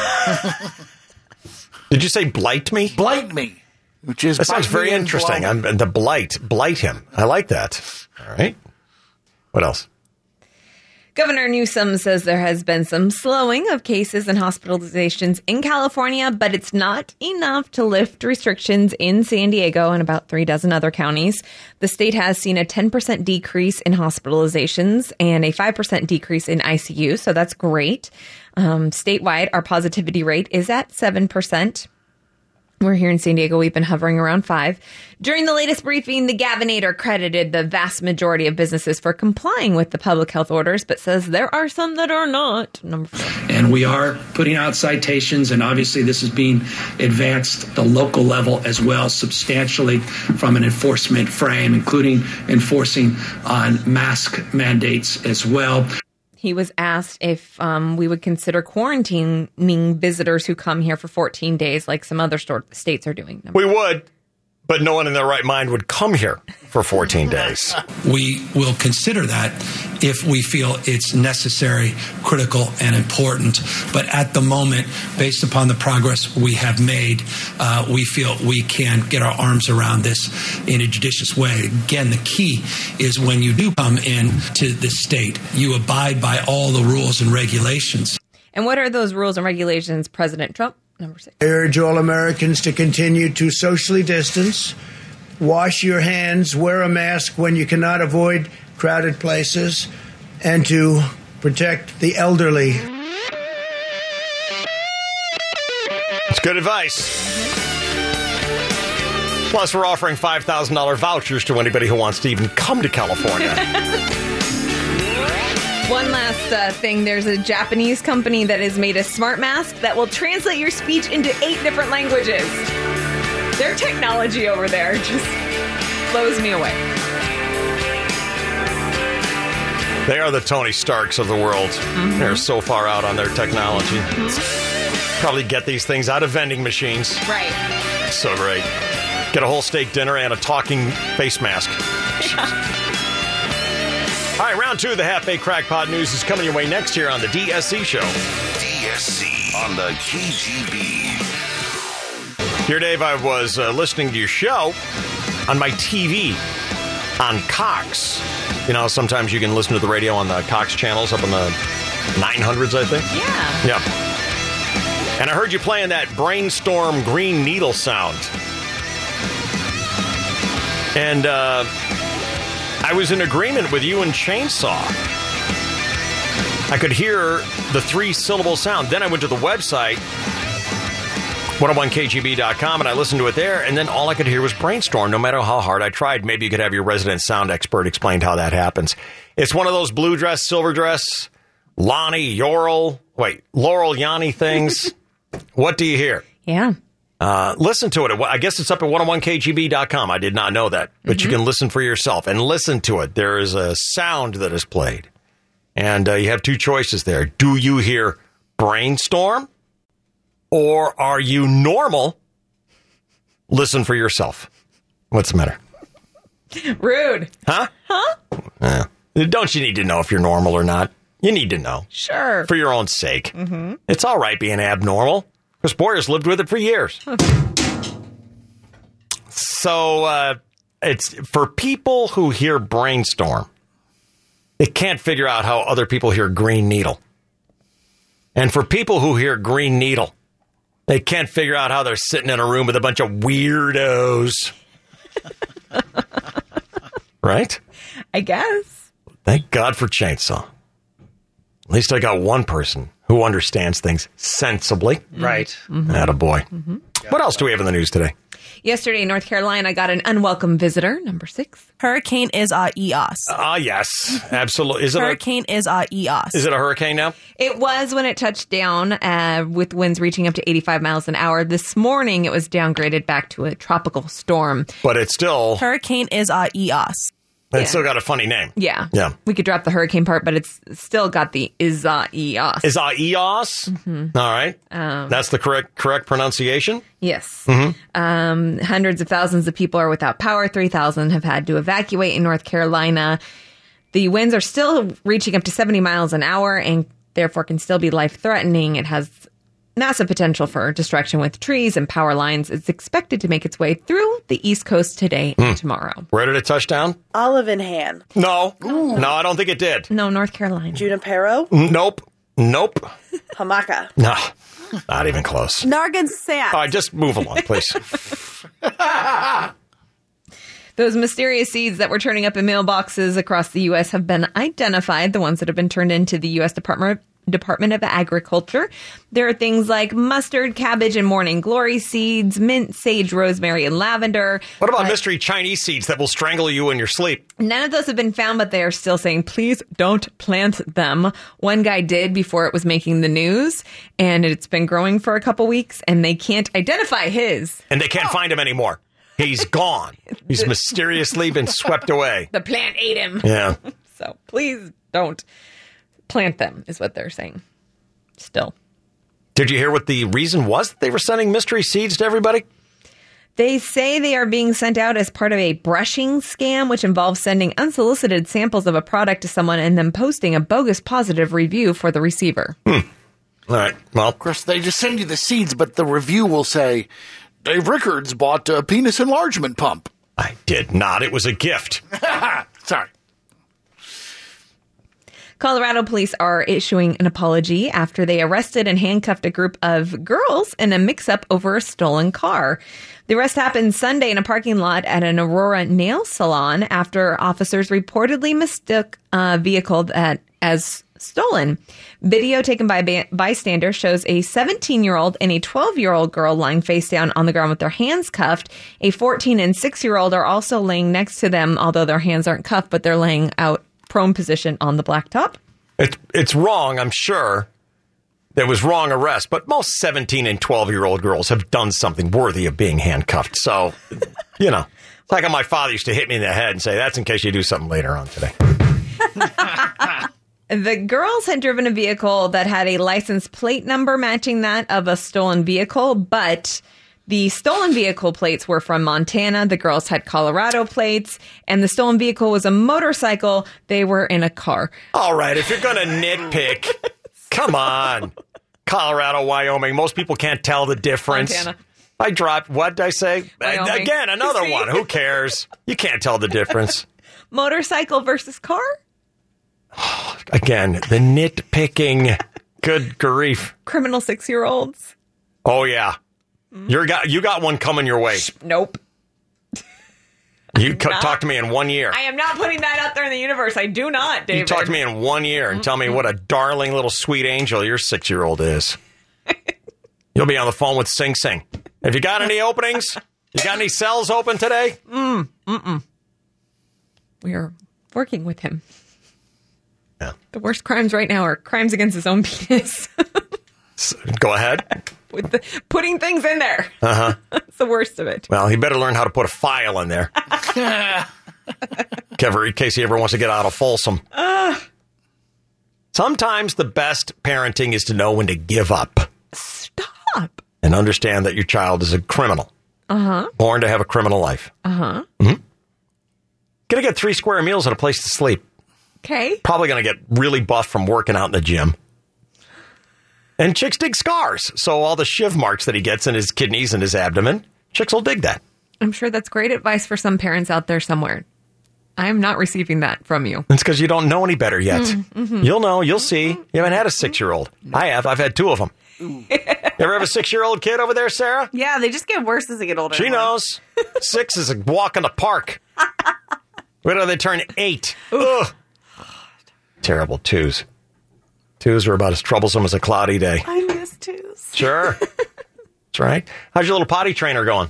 [SPEAKER 1] Did you say blight me?
[SPEAKER 4] Blight me. Which is
[SPEAKER 1] that sounds
[SPEAKER 4] bite
[SPEAKER 1] very
[SPEAKER 4] me and
[SPEAKER 1] interesting.
[SPEAKER 4] blow me.
[SPEAKER 1] I'm, the blight, blight him. I like that. All right. What else?
[SPEAKER 3] Governor Newsom says there has been some slowing of cases and hospitalizations in California, but it's not enough to lift restrictions in San Diego and about three dozen other counties. The state has seen a 10% decrease in hospitalizations and a 5% decrease in ICU, so that's great. Um, statewide, our positivity rate is at 7%. We're here in San Diego. We've been hovering around five. During the latest briefing, the Gavinator credited the vast majority of businesses for complying with the public health orders, but says there are some that are not. Number four.
[SPEAKER 21] and we are putting out citations and obviously this is being advanced at the local level as well substantially from an enforcement frame including enforcing on mask mandates as well
[SPEAKER 3] He was asked if um, we would consider quarantining visitors who come here for 14 days, like some other stor- states are doing.
[SPEAKER 1] We would, but no one in their right mind would come here for 14 days.
[SPEAKER 21] we will consider that if we feel it's necessary, critical, and important. But at the moment, based upon the progress we have made, uh, we feel we can get our arms around this in a judicious way. Again, the key is when you do come in to this state, you abide by all the rules and regulations.
[SPEAKER 3] And what are those rules and regulations, President Trump? Number six.
[SPEAKER 13] urge all Americans to continue to socially distance, wash your hands, wear a mask when you cannot avoid crowded places, and to protect the elderly.
[SPEAKER 1] It's good advice. Plus, we're offering $5,000 vouchers to anybody who wants to even come to California.
[SPEAKER 3] One last uh, thing there's a Japanese company that has made a smart mask that will translate your speech into eight different languages. Their technology over there just blows me away.
[SPEAKER 1] they are the Tony Starks of the world. They're so far out on their technology. Probably get these things out of vending machines.
[SPEAKER 3] Right.
[SPEAKER 1] So great. Get a whole steak dinner and a talking face mask.
[SPEAKER 3] Uh-huh.
[SPEAKER 1] All right, round two of the Half Baked Crackpot News is coming your way next year on the DSC Show.
[SPEAKER 12] DSC on the KGB.
[SPEAKER 1] Here, Dave, I was uh, listening to your show on my TV on Cox. You know, sometimes you can listen to the radio on the Cox channels up in the 900s, I think. Yeah. Yeah. And I heard you playing that brainstorm green needle sound. And uh, I was in agreement with you and Chainsaw. I could hear the three syllable sound. Then I went to the website, 101kgb.com, and I listened to it there. And then all I could hear was brainstorm, no matter how hard I tried. Maybe you could have your resident sound expert explain how that happens. It's one of those blue dress, silver dress, Lonnie, Yorl, wait, Laurel, Yanni things. what do you hear?
[SPEAKER 3] Yeah.
[SPEAKER 1] Uh, listen to it. I guess it's up at 101kgb.com. I did not know that, but you can listen for yourself and listen to it. There is a sound that is played, and uh, you have two choices there. Do you hear brainstorm or are you normal? Listen for yourself. What's the matter?
[SPEAKER 3] Rude.
[SPEAKER 1] Huh?
[SPEAKER 3] Huh?
[SPEAKER 1] Uh, don't you need to know if you're normal or not? You need to know.
[SPEAKER 3] Sure.
[SPEAKER 1] For your own sake.
[SPEAKER 3] Mm-hmm.
[SPEAKER 1] It's all right being abnormal. Chris Boyer's lived with it for years. so uh, it's for people who hear brainstorm, they can't figure out how other people hear green needle. And for people who hear green needle, They can't figure out how they're sitting in a room with a bunch of weirdos. right?
[SPEAKER 3] I guess.
[SPEAKER 1] Thank God for Chainsaw. At least I got one person who understands things sensibly.
[SPEAKER 7] Right.
[SPEAKER 1] Atta boy. What else do we have in the news today?
[SPEAKER 3] Yesterday in North Carolina, got an unwelcome visitor, number six.
[SPEAKER 29] Hurricane is a EOS.
[SPEAKER 1] Ah, yes, absolutely. Is it
[SPEAKER 29] Hurricane is a E EOS.
[SPEAKER 1] a is it a hurricane now?
[SPEAKER 3] It was when it touched down uh, with winds reaching up to 85 miles an hour. This morning, it was downgraded back to a tropical storm.
[SPEAKER 1] But it's still
[SPEAKER 29] Hurricane is a EOS.
[SPEAKER 1] it's still got a funny name.
[SPEAKER 3] Yeah.
[SPEAKER 1] Yeah.
[SPEAKER 3] We could drop the hurricane part, but it's still got the Iza EOS. Hmm.
[SPEAKER 1] Is a EOS?
[SPEAKER 29] Mm-hmm.
[SPEAKER 1] All right.
[SPEAKER 3] Um,
[SPEAKER 1] That's the correct correct pronunciation.
[SPEAKER 3] Yes.
[SPEAKER 1] Mhm.
[SPEAKER 3] Um, hundreds of thousands of people are without power. 3,000 have had to evacuate in North Carolina. The winds are still reaching up to 70 miles an hour and therefore can still be life threatening. It has massive potential for destruction with trees and power lines. It's expected to make its way through the East Coast today
[SPEAKER 1] Hmm.
[SPEAKER 3] and tomorrow.
[SPEAKER 1] Where did it touch down?
[SPEAKER 29] Olive in hand.
[SPEAKER 1] No. No, I don't think it did.
[SPEAKER 3] No, North Carolina.
[SPEAKER 29] Junipero.
[SPEAKER 1] Nope. Nope.
[SPEAKER 29] Hamaka.
[SPEAKER 1] No. Not even close.
[SPEAKER 29] Nargan
[SPEAKER 1] All
[SPEAKER 29] Sand.
[SPEAKER 1] right, just move along, please.
[SPEAKER 3] Those mysterious seeds that were turning up in mailboxes across the U.S. have been identified, the ones that have been turned into the U.S. Department Department of Agriculture. There are things like mustard, cabbage, and morning glory seeds, mint, sage, rosemary, and lavender.
[SPEAKER 1] What about mystery Chinese seeds that will strangle you in your sleep?
[SPEAKER 3] None of those have been found, but they are still saying, please don't plant them. One guy did before it was making the news, and it's been growing for a couple weeks, and they can't identify his.
[SPEAKER 1] And they can't find him anymore. He's gone. He's mysteriously been swept away.
[SPEAKER 3] The plant ate him.
[SPEAKER 1] Yeah.
[SPEAKER 3] so please don't plant them, is what they're saying. Still.
[SPEAKER 1] Did you hear what the reason was that they were sending mystery seeds to everybody?
[SPEAKER 3] They say they are being sent out as part of a brushing scam, which involves sending unsolicited samples of a product to someone and then posting a bogus positive review for the receiver.
[SPEAKER 1] All right. Well, of
[SPEAKER 4] course, they just send you the seeds, but the review will say Dave Rickards bought a penis enlargement pump.
[SPEAKER 1] I did not. It was a gift.
[SPEAKER 4] Sorry.
[SPEAKER 3] Colorado police are issuing an apology after they arrested and handcuffed a group of girls in a mix up over a stolen car. The arrest happened Sunday in a parking lot at an Aurora nail salon after officers reportedly mistook a vehicle that as stolen. Video taken by a ba- bystander shows a 17 year old and a 12 year old girl lying face down on the ground with their hands cuffed. A 14 and 6 year old are also laying next to them, although their hands aren't cuffed, but they're laying out prone position on the blacktop.
[SPEAKER 1] It's it's wrong, I'm sure. There was wrong arrest, but most 17 and 12 year old girls have done something worthy of being handcuffed. So, you know, it's like how my father used to hit me in the head and say, that's in case you do something later on today.
[SPEAKER 3] The girls had driven a vehicle that had a license plate number matching that of a stolen vehicle, but the stolen vehicle plates were from Montana. The girls had Colorado plates, and the stolen vehicle was a motorcycle. They were in a car.
[SPEAKER 1] All right, if you're going to nitpick, come on. Colorado, Wyoming, most people can't tell the difference.
[SPEAKER 3] Montana.
[SPEAKER 1] I dropped, what did I say? Uh,
[SPEAKER 3] Wyoming.
[SPEAKER 1] Again, another
[SPEAKER 3] See?
[SPEAKER 1] one. Who cares? You can't tell the difference.
[SPEAKER 3] Motorcycle versus car?
[SPEAKER 1] Again, the nitpicking. Good grief.
[SPEAKER 3] Criminal six year olds?
[SPEAKER 1] Oh yeah,
[SPEAKER 3] Hmm?
[SPEAKER 1] you're got you got one coming your way.
[SPEAKER 3] Nope.
[SPEAKER 1] You co-
[SPEAKER 3] Not-
[SPEAKER 1] talk to me in one year.
[SPEAKER 3] I am not putting that out there in the universe. I do not, David.
[SPEAKER 1] You talk to me in one year and tell me what a darling little sweet angel your six year old is. You'll be on the phone with Sing Sing. Have you got any openings? You got any cells open today?
[SPEAKER 3] Mm, mm-mm. We are working with him.
[SPEAKER 1] Yeah.
[SPEAKER 3] The worst crimes right now are crimes against his own penis.
[SPEAKER 1] S- Go ahead.
[SPEAKER 3] with the, putting things in there.
[SPEAKER 1] Uh huh.
[SPEAKER 3] That's the worst of it.
[SPEAKER 1] Well, he better learn how to put a file in there, Kever, in case he ever wants to get out of Folsom.
[SPEAKER 3] Ugh.
[SPEAKER 1] Sometimes the best parenting is to know when to give up. Stop. And understand that your child is a criminal,
[SPEAKER 3] Uh huh.
[SPEAKER 1] born to have a criminal life.
[SPEAKER 3] Uh huh.
[SPEAKER 1] Gonna get three square meals and a place to sleep.
[SPEAKER 3] Okay.
[SPEAKER 1] Probably gonna get really buff from working out in the gym. And chicks dig scars, so all the shiv marks that he gets in his kidneys and his abdomen, chicks will dig that.
[SPEAKER 3] I'm sure that's great advice for some parents out there somewhere. I'm not receiving that from you.
[SPEAKER 1] It's because you don't know any better yet.
[SPEAKER 3] Mm, mhm.
[SPEAKER 8] mm-hmm.
[SPEAKER 1] You'll know. You'll see. You haven't had a six year old. I have. I've had two of them. Ever have a six year old kid over there, Sarah?
[SPEAKER 8] Yeah, they just get worse as they get older.
[SPEAKER 1] She knows. Six is a walk in the park. Wait till they turn eight. Ugh. Terrible twos. Twos are about as troublesome as a cloudy day.
[SPEAKER 8] I miss twos.
[SPEAKER 1] Sure. That's right. How's your little potty trainer going?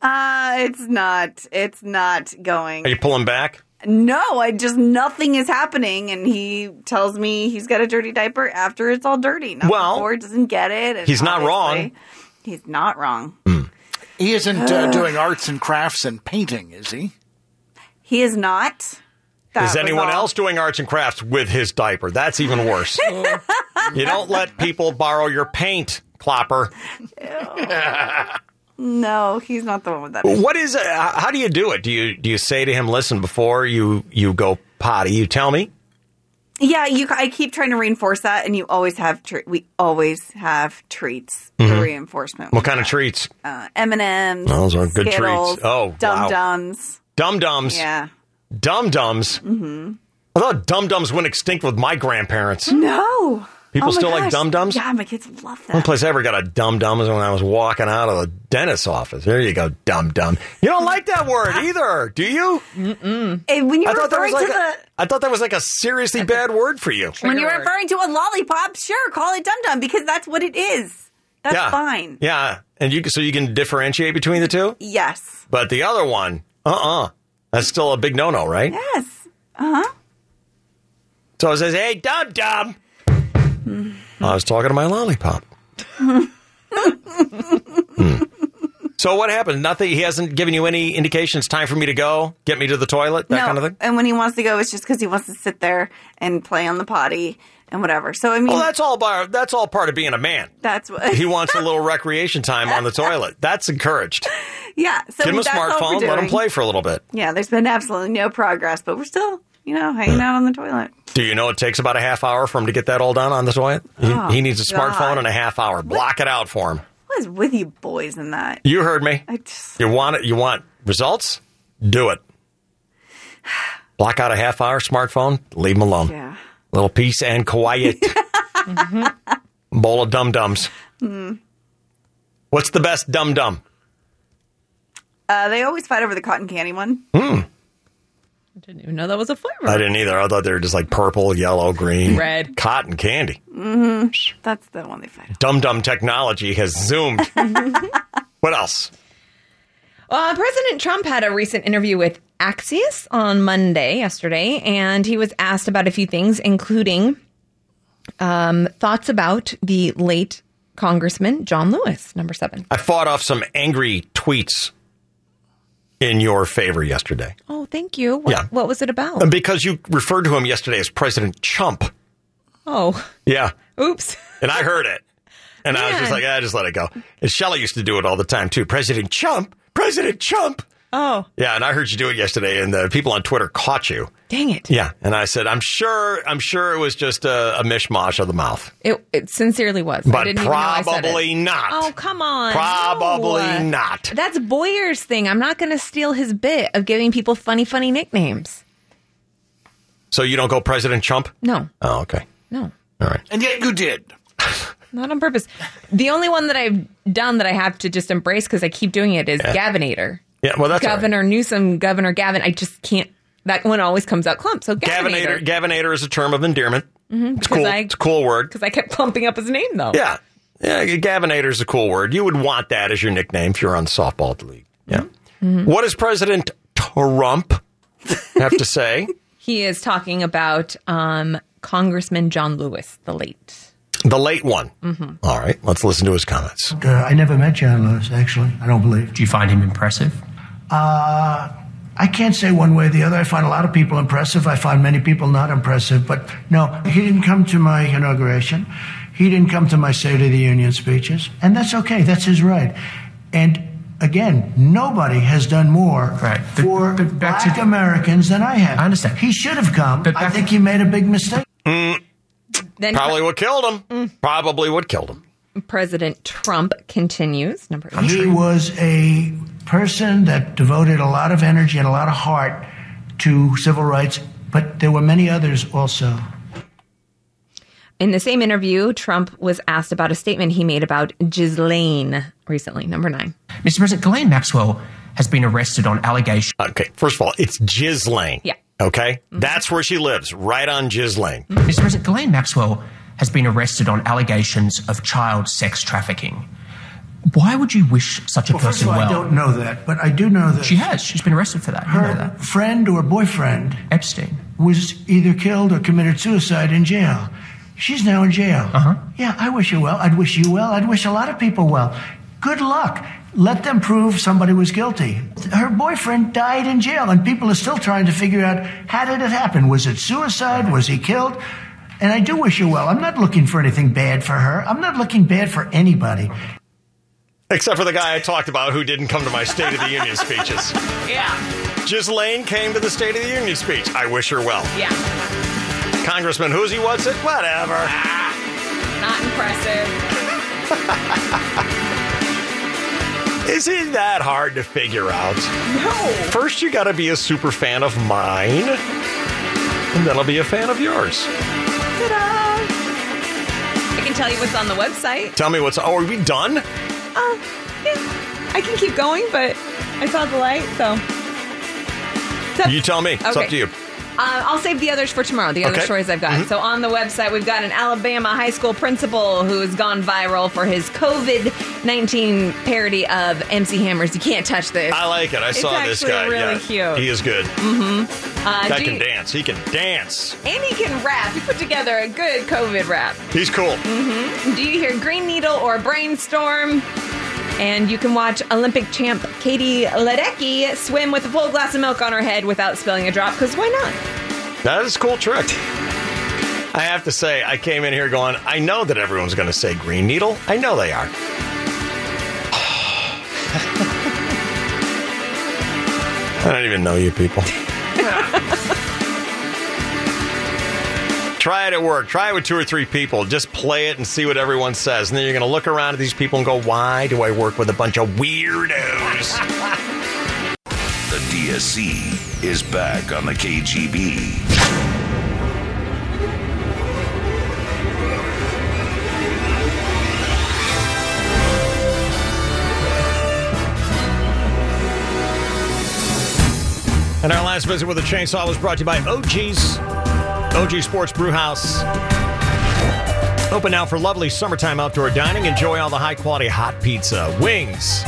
[SPEAKER 8] Uh, it's not. It's not going.
[SPEAKER 1] Are you pulling back?
[SPEAKER 8] No, I just nothing is happening, and he tells me he's got a dirty diaper after it's all dirty. Not
[SPEAKER 1] Well,
[SPEAKER 8] before, doesn't get it. and
[SPEAKER 4] he's not wrong.
[SPEAKER 8] obviously He's not wrong.
[SPEAKER 4] He isn't uh,
[SPEAKER 8] Ugh.
[SPEAKER 4] doing arts and crafts and painting, is he?
[SPEAKER 8] He is not. That
[SPEAKER 1] is
[SPEAKER 8] was
[SPEAKER 1] anyone
[SPEAKER 8] all.
[SPEAKER 1] else doing arts and crafts with his diaper? That's even worse. you don't let people borrow your paint, Clopper.
[SPEAKER 8] No, he's not the one with that. issue.
[SPEAKER 1] What is? Uh, how do you do it? Do you do you say to him, "Listen, before you you go potty, you tell me."
[SPEAKER 8] Yeah, you. I keep trying to reinforce that, and you always have. Tre- we always have treats for
[SPEAKER 1] Mhm.
[SPEAKER 8] reinforcement.
[SPEAKER 1] What kind of treats?
[SPEAKER 8] Uh, M and M's.
[SPEAKER 1] Those are good treats. Oh, wow.
[SPEAKER 8] Dum Dums.
[SPEAKER 1] Dum dums.
[SPEAKER 8] Yeah.
[SPEAKER 1] Dum dums.
[SPEAKER 8] Mm-hmm.
[SPEAKER 1] I thought dum dums went extinct with my grandparents.
[SPEAKER 8] No.
[SPEAKER 1] People
[SPEAKER 8] Oh my
[SPEAKER 1] still like
[SPEAKER 8] gosh.
[SPEAKER 1] Dum Dums?
[SPEAKER 8] Yeah, my kids love them.
[SPEAKER 1] One place I ever got a dum dum was when I was walking out of the dentist's office. There you go, dum dum. You don't like that word either, do you?
[SPEAKER 8] Mm-mm. And when you're
[SPEAKER 1] I thought that was
[SPEAKER 8] referring
[SPEAKER 1] like
[SPEAKER 8] to
[SPEAKER 1] a,
[SPEAKER 8] the
[SPEAKER 1] I thought that was like a seriously bad word for you.
[SPEAKER 8] when you're referring to a lollipop, sure, call it Dum Dum because that's what it is. That's
[SPEAKER 1] yeah.
[SPEAKER 8] fine.
[SPEAKER 1] Yeah, and you can- so you can differentiate between the two,
[SPEAKER 8] Yes.
[SPEAKER 1] but the other one, uh uh-uh. uh, that's still a big no no, right?
[SPEAKER 8] Yes. Uh huh.
[SPEAKER 1] So I says, "Hey, dum dum." I was talking to my lollipop. Hmm. So what happened? Nothing. He hasn't given you any indication. It's time for me to go. Get me to the toilet. That
[SPEAKER 8] no.
[SPEAKER 1] kind of thing.
[SPEAKER 8] And when he wants to go, it's just because he wants to sit there and play on the potty and whatever. So I mean,
[SPEAKER 1] Well, that's all. By, that's all part of being a man.
[SPEAKER 8] that's what.
[SPEAKER 1] He wants a little recreation time on the toilet. That's encouraged.
[SPEAKER 8] yeah. So
[SPEAKER 1] Give him a
[SPEAKER 8] that's all we're
[SPEAKER 1] smartphone. Let him
[SPEAKER 8] doing.
[SPEAKER 1] play for a little bit.
[SPEAKER 8] Yeah, there's been absolutely no progress, but we're still, you know, hanging out on the toilet.
[SPEAKER 1] Do you know it takes about a half hour for him to get that all done on the toilet? He,
[SPEAKER 8] Oh,
[SPEAKER 1] he needs a
[SPEAKER 8] God.
[SPEAKER 1] smartphone and a half hour. Block it out for him.
[SPEAKER 8] What is with you boys in that?
[SPEAKER 1] You heard me.
[SPEAKER 8] I just-
[SPEAKER 1] You want it? You want results? Do it. Block out a half hour smartphone. Leave him alone.
[SPEAKER 8] Yeah.
[SPEAKER 1] Little peace and quiet.
[SPEAKER 8] Mm-hmm.
[SPEAKER 1] Bowl of dum dums.
[SPEAKER 8] Mm.
[SPEAKER 1] What's the best dum dum?
[SPEAKER 8] Uh, they always fight over the cotton candy one.
[SPEAKER 1] Hmm.
[SPEAKER 8] Didn't even know that was a flavor.
[SPEAKER 1] I didn't either. I thought they were just like purple, yellow, green,
[SPEAKER 8] Red.
[SPEAKER 1] cotton candy.
[SPEAKER 8] hmm That's the one they fight.
[SPEAKER 1] Dum dum technology has zoomed. what else?
[SPEAKER 3] Uh, President Trump had a recent interview with Axios on Monday, yesterday, and he was asked about a few things, including um, thoughts about the late Congressman John Lewis, number seven.
[SPEAKER 1] I fought off some angry tweets in your favor yesterday.
[SPEAKER 3] Oh, thank you. What,
[SPEAKER 1] Yeah. Um,
[SPEAKER 3] what was
[SPEAKER 8] Oh.
[SPEAKER 3] it about?
[SPEAKER 1] And because you referred to him yesterday as President Chump.
[SPEAKER 3] Oh,
[SPEAKER 1] Yeah.
[SPEAKER 3] oops.
[SPEAKER 1] And I heard it. And I was just like, I just let it go. And Shelley used to do it all the time too. President Chump. President Chump.
[SPEAKER 3] Oh,
[SPEAKER 1] Yeah, and I heard you do it yesterday, and the people on Twitter caught you.
[SPEAKER 3] dang it.
[SPEAKER 1] Yeah, and I said, I'm sure, I'm sure it was just a, a mishmash of the mouth.
[SPEAKER 3] It, it sincerely was. I
[SPEAKER 1] But
[SPEAKER 3] didn't even know I said it.
[SPEAKER 1] probably not.
[SPEAKER 3] Oh, come on.
[SPEAKER 1] Probably
[SPEAKER 3] No.
[SPEAKER 1] not.
[SPEAKER 3] That's Boyer's thing. I'm not going to steal his bit of giving people funny, funny nicknames.
[SPEAKER 1] So you don't go President Chump?
[SPEAKER 3] No,
[SPEAKER 1] Oh, okay.
[SPEAKER 3] no.
[SPEAKER 1] All right.
[SPEAKER 4] And yet you did.
[SPEAKER 3] Not on purpose. The only one that I've done that I have to just embrace because I keep doing it is Gavinator.
[SPEAKER 1] Yeah, well, that's all right.
[SPEAKER 3] Governor Newsom, Governor Gavin. I just can't. That one always comes out clump. So Gavinator.
[SPEAKER 1] Gavinator. Gavinator is a term of endearment.
[SPEAKER 3] Mhm,
[SPEAKER 1] It's
[SPEAKER 3] because
[SPEAKER 1] cool.
[SPEAKER 3] I-
[SPEAKER 1] it's a cool word.
[SPEAKER 3] Because I kept clumping up his name though.
[SPEAKER 1] Yeah. Yeah, Gavinator is a cool word. You would want that as your nickname if you're on the softball league. Yeah.
[SPEAKER 3] Mm-hmm.
[SPEAKER 1] What does President Trump have to say?
[SPEAKER 3] He is talking about um, Congressman John Lewis, the late.
[SPEAKER 1] the late one.
[SPEAKER 3] Mm-hmm.
[SPEAKER 1] All right, let's listen to his comments.
[SPEAKER 13] Uh, I never met John Lewis, actually. I don't believe.
[SPEAKER 32] Do you find him impressive?
[SPEAKER 13] Uh, I can't say one way or the other. I find a lot of people impressive. I find many people not impressive. But no, he didn't come to my inauguration. He didn't come to my State of the Union speeches. And that's okay. That's his right. And again, nobody has done more for black Americans than I have. I understand. He should have come. I think he made a big mistake.
[SPEAKER 1] Mm,
[SPEAKER 3] Then Mm.
[SPEAKER 1] probably what killed him. Probably what killed him.
[SPEAKER 3] President Trump continues. Number eight.
[SPEAKER 13] He was a person that devoted a lot of energy and a lot of heart to civil rights, but there were many others also.
[SPEAKER 3] In the same interview, Trump was asked about a statement he made about Ghislaine recently, number nine.
[SPEAKER 25] Mr. President, Ghislaine Maxwell has been arrested on allegation.
[SPEAKER 1] Okay, first of all, it's Jizz Lane.
[SPEAKER 3] Yeah. Mm-hmm.
[SPEAKER 1] Okay? That's where she lives, right on Jizz Lane.
[SPEAKER 25] Mr. President, Ghislaine Maxwell has been arrested on allegations of child sex trafficking. Why would you wish such a
[SPEAKER 13] Well, first
[SPEAKER 25] person
[SPEAKER 13] of all,
[SPEAKER 25] well?
[SPEAKER 13] I don't know that, but I do know that
[SPEAKER 25] She has. She's been arrested for that. You know
[SPEAKER 13] her
[SPEAKER 25] that.
[SPEAKER 13] friend or boyfriend
[SPEAKER 25] Epstein
[SPEAKER 13] was either killed or committed suicide in jail. She's now in jail. Uh-huh. Yeah, I wish her well. I'd wish you well. I'd wish a lot of people well. Good luck. Let them prove somebody was guilty. Her boyfriend died in jail, and people are still trying to figure out how did it happen? Was it suicide? Was he killed? And I do wish her well. I'm not looking for anything bad for her. I'm not looking bad for anybody.
[SPEAKER 1] Except for the guy I talked about who didn't come to my State of the Union speeches.
[SPEAKER 25] Yeah.
[SPEAKER 1] Jizz Lane came to the State of the Union speech. I wish her well.
[SPEAKER 25] Yeah.
[SPEAKER 1] Congressman Hoosie wants it? Whatever.
[SPEAKER 3] Not
[SPEAKER 25] impressive.
[SPEAKER 1] Is it that hard to figure out?
[SPEAKER 25] No.
[SPEAKER 1] First, you got to be a super fan of mine, and then I'll be a fan of yours.
[SPEAKER 3] Ta-da! I can tell you what's on the website.
[SPEAKER 1] Tell me what's. Oh, are we done?
[SPEAKER 3] Uh, yeah, I can keep going, but I saw the light, so.
[SPEAKER 1] You tell me. It's up
[SPEAKER 3] Okay.
[SPEAKER 1] to you.
[SPEAKER 3] Uh, I'll save the others for tomorrow, the other
[SPEAKER 1] Okay. Mm-hmm.
[SPEAKER 3] stories I've got. So, on the website, we've got an Alabama high school principal who has gone viral for his COVID 19 parody of MC Hammer's You Can't Touch This.
[SPEAKER 1] I like it. I
[SPEAKER 3] It's
[SPEAKER 1] saw this
[SPEAKER 3] actually
[SPEAKER 1] guy.
[SPEAKER 3] really
[SPEAKER 1] yeah.
[SPEAKER 3] cute.
[SPEAKER 1] He is good.
[SPEAKER 3] Mm-hmm. Uh,
[SPEAKER 1] guy
[SPEAKER 3] do
[SPEAKER 1] can
[SPEAKER 3] you-
[SPEAKER 1] dance. He can dance.
[SPEAKER 3] And he can rap. He put together a good COVID rap.
[SPEAKER 1] He's cool.
[SPEAKER 3] hmm Do you hear Green Needle or Brainstorm? And you can watch Olympic champ Katie Ledecky swim with a full glass of milk on her head without spilling a drop, because why not?
[SPEAKER 1] That is a cool trick. I have to say, I came in here going, I know that everyone's going to say Green Needle. I know they are. I don't even know you people. Try it at work. Try it with two or three people. Just play it and see what everyone says. And then you're going to look around at these people and go, why do I work with a bunch of weirdos?
[SPEAKER 12] The DSC is back on the KGB.
[SPEAKER 1] And our last visit with a chainsaw was brought to you by OG's, OG Sports Brewhouse. Open now for lovely summertime outdoor dining. Enjoy all the high quality hot pizza, wings,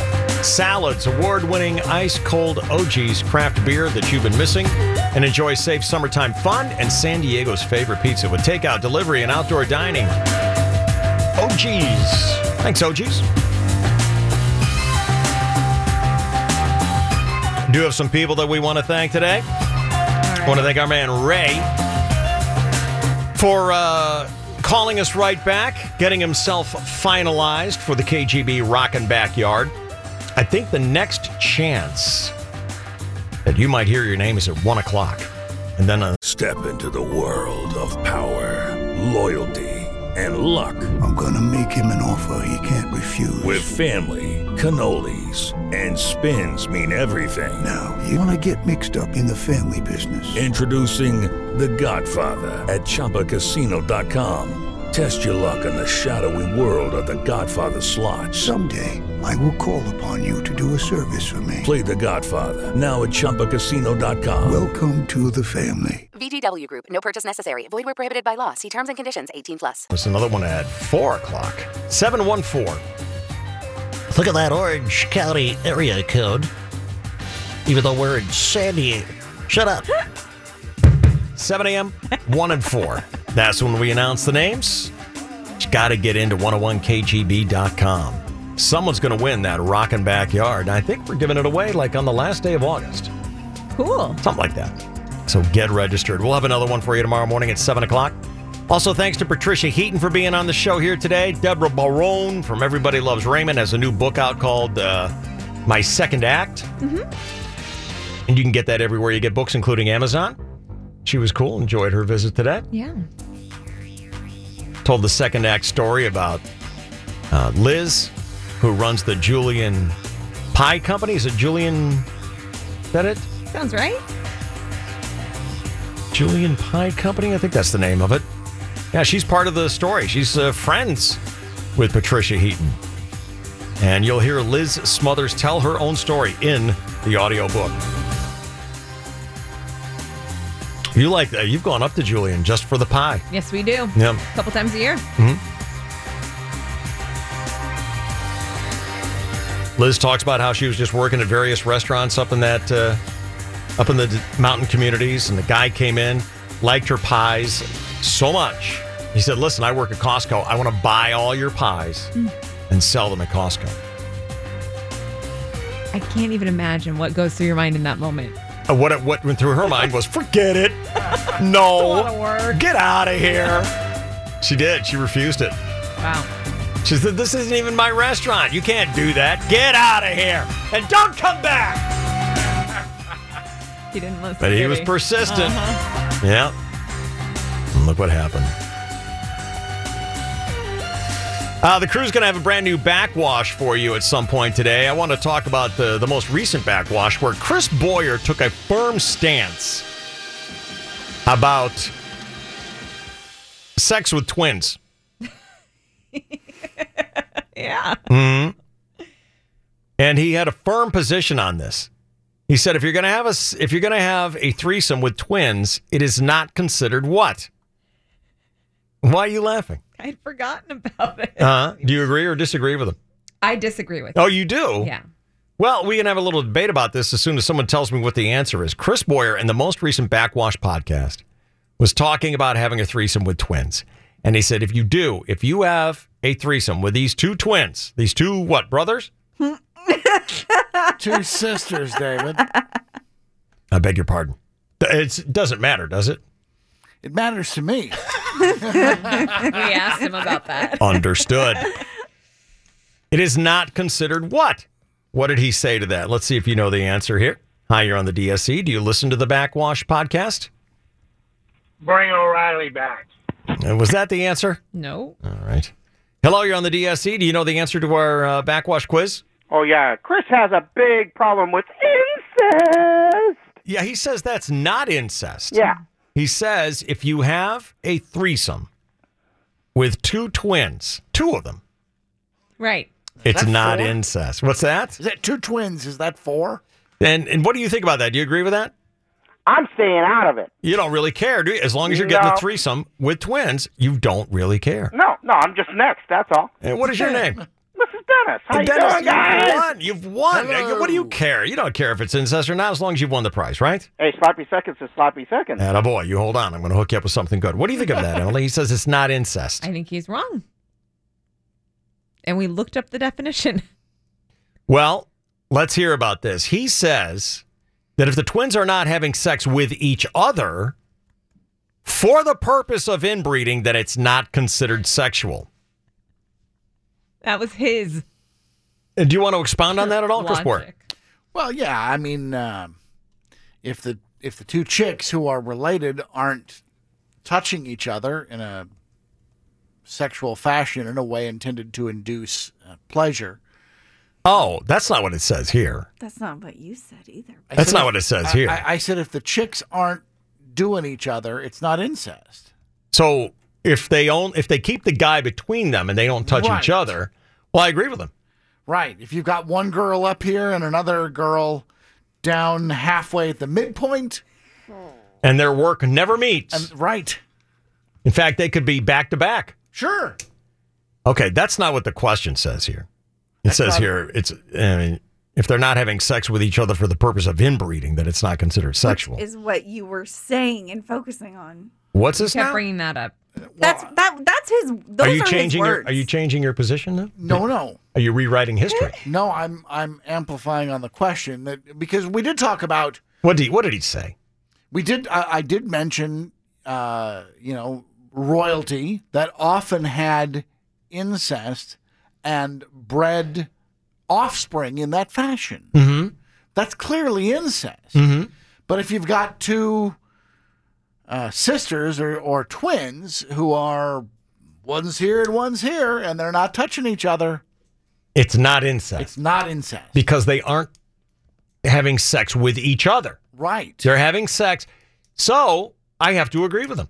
[SPEAKER 1] salads, award winning ice cold OG's craft beer that you've been missing. And enjoy safe summertime fun and San Diego's favorite pizza with takeout, delivery, and outdoor dining. OG's. Thanks, OG's. Do have some people that we want to thank today. I want to thank our man Ray for uh, calling us right back, getting himself finalized for the KGB Rockin' Backyard. I think the next chance that you might hear your name is at one o'clock, and then uh,
[SPEAKER 12] Step into the world of power, loyalty, and luck.
[SPEAKER 17] I'm gonna make him an offer he can't refuse.
[SPEAKER 12] With family, cannolis, and spins mean everything. Now,
[SPEAKER 17] You wanna get mixed up in the family business.
[SPEAKER 12] Introducing The Godfather at ChumbaCasino.com. Test your luck in the shadowy world of The Godfather slot.
[SPEAKER 17] Someday, I will call upon you to do a service for me.
[SPEAKER 12] Play The Godfather now at ChumbaCasino.com.
[SPEAKER 17] Welcome to the family.
[SPEAKER 15] VGW Group. No purchase necessary. Void where prohibited by law. See terms and conditions. 18 plus.
[SPEAKER 1] there's another one at four o'clock. Seven one four.
[SPEAKER 32] Look at that Orange County area code. Even though we're in San Diego. Shut up.
[SPEAKER 1] 7 a.m., 1 and 4. That's when we announce the names. Just got to get into 101kgb.com. Someone's going to win that rockin' backyard. And I think we're giving it away like on the last day of August.
[SPEAKER 3] Cool.
[SPEAKER 1] Something like that. So get registered. We'll have another one for you tomorrow morning at 7 o'clock. Also, thanks to Patricia Heaton for being on the show here today. Deborah Barone from Everybody Loves Raymond has a new book out called uh, My Second Act.
[SPEAKER 8] Mm-hmm.
[SPEAKER 1] And you can get that everywhere you get books, including Amazon. She was cool. Enjoyed her visit today.
[SPEAKER 3] Yeah.
[SPEAKER 1] Told the second act story about uh, Liz, who runs the Julian Pie Company. Is it Julian? Is that it?
[SPEAKER 3] Sounds right.
[SPEAKER 1] Julian Pie Company? I think that's the name of it. Yeah, she's part of the story. She's uh, friends with Patricia Heaton. And you'll hear Liz Smothers tell her own story in the audiobook. You like that? You've gone up to Julian just for the pie.
[SPEAKER 3] Yes, we do.
[SPEAKER 1] Yeah.
[SPEAKER 3] A couple times a year.
[SPEAKER 1] Liz talks about how she was just working at various restaurants up in that uh, up in the d- mountain communities, and the guy came in, liked her pies so much. He said, "Listen, I work at Costco. I want to buy all your pies
[SPEAKER 3] Mm.
[SPEAKER 1] and sell them at Costco."
[SPEAKER 3] I can't even imagine what goes through your mind in that moment.
[SPEAKER 1] And Uh, what what went through her mind was, "Forget it. No, get out of here." She did. She refused it.
[SPEAKER 3] Wow.
[SPEAKER 1] She said, "This isn't even my restaurant. You can't do that. Get out of here and don't come back."
[SPEAKER 3] He didn't listen.
[SPEAKER 1] But he
[SPEAKER 3] did
[SPEAKER 1] was persistent.
[SPEAKER 8] Uh-huh.
[SPEAKER 1] Yeah. And look what happened. Uh, the crew's going to have a brand new backwash for you at some point today. I want to talk about the, the most recent backwash where Chris Boyer took a firm stance about sex with twins.
[SPEAKER 3] yeah.
[SPEAKER 1] Mhm. And he had a firm position on this. He said, if you're going to have a s- if you're going to have a threesome with twins, it is not considered what. Why are you laughing?
[SPEAKER 3] I'd forgotten about it.
[SPEAKER 1] Uh, do you agree or disagree with him?
[SPEAKER 3] I disagree with
[SPEAKER 1] Oh,
[SPEAKER 3] it.
[SPEAKER 1] you do?
[SPEAKER 3] Yeah.
[SPEAKER 1] Well, we can have a little debate about this as soon as someone tells me what the answer is. Chris Boyer in the most recent Backwash podcast was talking about having a threesome with twins. And he said, if you do, if you have a threesome with these two twins, these two what, brothers?
[SPEAKER 4] Two sisters, David.
[SPEAKER 1] I beg your pardon. It doesn't matter, does it?
[SPEAKER 4] It matters to me.
[SPEAKER 3] we asked him about that.
[SPEAKER 1] Understood. it is not considered what? What did he say to that? Let's see if you know the answer here. Hi, you're on the DSC. Do you listen to the Backwash podcast?
[SPEAKER 2] Bring O'Reilly back.
[SPEAKER 1] And Uh, was that the answer?
[SPEAKER 3] No.
[SPEAKER 1] All right. Hello, you're on the DSC. Do you know the answer to our uh, backwash quiz?
[SPEAKER 2] Oh yeah, Chris has a big problem with incest.
[SPEAKER 1] Yeah, he says that's not incest.
[SPEAKER 2] Yeah.
[SPEAKER 1] He says if you have a threesome with two twins, two of them,
[SPEAKER 3] Right.
[SPEAKER 1] it's
[SPEAKER 4] That's
[SPEAKER 1] not
[SPEAKER 4] four?
[SPEAKER 1] incest. What's that?
[SPEAKER 4] Is that two twins? Is that four?
[SPEAKER 1] And and what do you think about that? Do you agree with that?
[SPEAKER 2] I'm staying out of it.
[SPEAKER 1] You don't really care, do you? As long as you're getting a
[SPEAKER 2] No.
[SPEAKER 1] threesome with twins, you don't really care.
[SPEAKER 2] No, no, I'm just next. That's all.
[SPEAKER 1] And what is your name?
[SPEAKER 2] This is Dennis. How you
[SPEAKER 1] Dennis,
[SPEAKER 2] doing, guys?
[SPEAKER 1] you've won. You've won. What do you care? You don't care if it's incest or not, as long as you've won the prize, right?
[SPEAKER 2] Hey, sloppy seconds is sloppy seconds.
[SPEAKER 1] Atta boy, you hold on. I'm going to hook you up with something good. What do you think of that, Emily? He says it's not incest.
[SPEAKER 3] I think he's wrong. And we looked up the definition.
[SPEAKER 1] Well, let's hear about this. He says that if the twins are not having sex with each other for the purpose of inbreeding, then it's not considered sexual.
[SPEAKER 3] That was his.
[SPEAKER 1] And do you want to expound on that at all, Chris Boyer?
[SPEAKER 4] Well, yeah. I mean, um, if the if the two chicks who are related aren't touching each other in a sexual fashion in a way intended to induce uh, pleasure,
[SPEAKER 1] Oh, that's not what it says here.
[SPEAKER 8] That's not what you said either.
[SPEAKER 1] I That's said not if- what it says
[SPEAKER 4] I-
[SPEAKER 1] here.
[SPEAKER 4] I, I said if the chicks aren't doing each other, it's not incest.
[SPEAKER 1] So if they own, if they keep the guy between them and they don't touch
[SPEAKER 4] Right.
[SPEAKER 1] each other, well, I agree with him.
[SPEAKER 4] Right. If you've got one girl up here and another girl down halfway at the midpoint,
[SPEAKER 1] And their work never meets.
[SPEAKER 4] and, right.
[SPEAKER 1] In fact, they could be back to back.
[SPEAKER 4] Sure.
[SPEAKER 1] Okay, that's not what the question says here. It says here it's I mean, if they're not having sex with each other for the purpose of inbreeding, then it's not considered sexual.
[SPEAKER 8] Is what you were saying and focusing on.
[SPEAKER 1] What's this
[SPEAKER 3] kept
[SPEAKER 1] now?
[SPEAKER 3] bringing that up.
[SPEAKER 8] That's that. That's his. Those
[SPEAKER 1] are
[SPEAKER 8] are,
[SPEAKER 1] you changing
[SPEAKER 8] his
[SPEAKER 1] your
[SPEAKER 8] words.
[SPEAKER 1] Are you changing your position now?
[SPEAKER 4] No, no.
[SPEAKER 1] Are you rewriting history?
[SPEAKER 4] No, I'm I'm amplifying on the question that because we did talk about
[SPEAKER 1] What did he, What did he say?
[SPEAKER 4] we did I, I did mention uh, you know royalty that often had incest and bred offspring in that fashion.
[SPEAKER 1] Mm-hmm.
[SPEAKER 4] That's clearly incest.
[SPEAKER 1] Mm-hmm.
[SPEAKER 4] But if you've got two uh, sisters or, or twins who are one's here and one's here and they're not touching each other,
[SPEAKER 1] It's not incest
[SPEAKER 4] it's not incest.
[SPEAKER 1] because they aren't having sex with each other.
[SPEAKER 4] Right.
[SPEAKER 1] They're having sex, so I have to agree with him.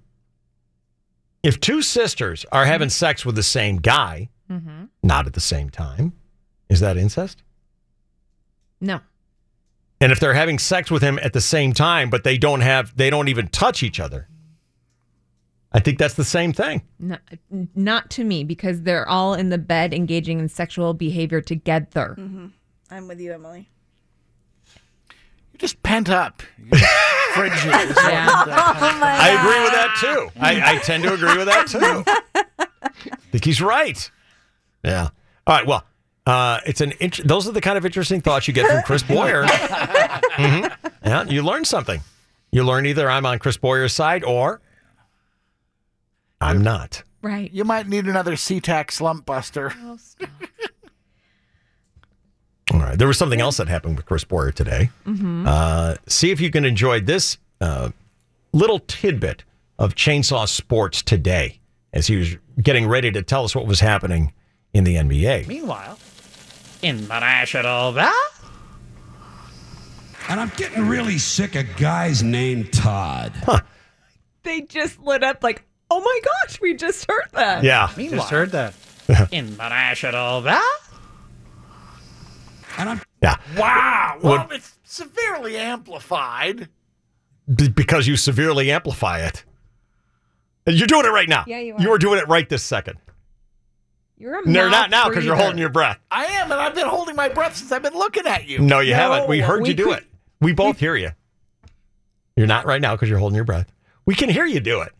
[SPEAKER 1] If two sisters are
[SPEAKER 8] Mm-hmm.
[SPEAKER 1] having sex with the same guy,
[SPEAKER 3] Mhm.
[SPEAKER 1] not at the same time, is that incest?
[SPEAKER 3] No.
[SPEAKER 1] And if they're having sex with him at the same time, but they don't have, they don't even touch each other, I think that's the same thing.
[SPEAKER 3] Not, not to me because they're all in the bed engaging in sexual behavior together.
[SPEAKER 8] Mm-hmm. I'm with you, Emily.
[SPEAKER 4] You're just pent up. Frigid. uh,
[SPEAKER 8] Oh my
[SPEAKER 1] I agree with that too. I, I tend to agree with that too. I think he's right. Yeah. All right. Well, uh, it's an int- those are the kind of interesting thoughts you get from Chris Boyer. Mhm. Yeah, you learn something. You learn either I'm on Chris Boyer's side or I'm not.
[SPEAKER 3] Right.
[SPEAKER 4] You might need another SeaTac slump buster.
[SPEAKER 1] All right. There was something else that happened with Chris Boyer today.
[SPEAKER 4] Mhm.
[SPEAKER 1] Uh, see if you can enjoy this uh, little tidbit of Chainsaw Sports today as he was getting ready to tell us what was happening in the NBA.
[SPEAKER 11] Meanwhile, in the national bell.
[SPEAKER 30] And I'm getting really sick of guys named Todd.
[SPEAKER 3] They just lit up like, oh my gosh, we just heard that.
[SPEAKER 30] Meanwhile, that.
[SPEAKER 11] in the national bell.
[SPEAKER 30] And I'm
[SPEAKER 1] Yeah.
[SPEAKER 4] Wow. Well,
[SPEAKER 1] What-
[SPEAKER 4] it's severely amplified.
[SPEAKER 1] B- because you severely amplify it. And You're doing it right now.
[SPEAKER 4] Yeah, you
[SPEAKER 1] You are doing it right this second.
[SPEAKER 3] You're
[SPEAKER 1] a No, not now, 'cause you're mouth breather. holding your breath.
[SPEAKER 4] I am, and I've been holding my breath since I've been looking at you.
[SPEAKER 1] No, you haven't. We heard you do it. We both hear you. You're not right now because you're holding your breath. We can hear you do it.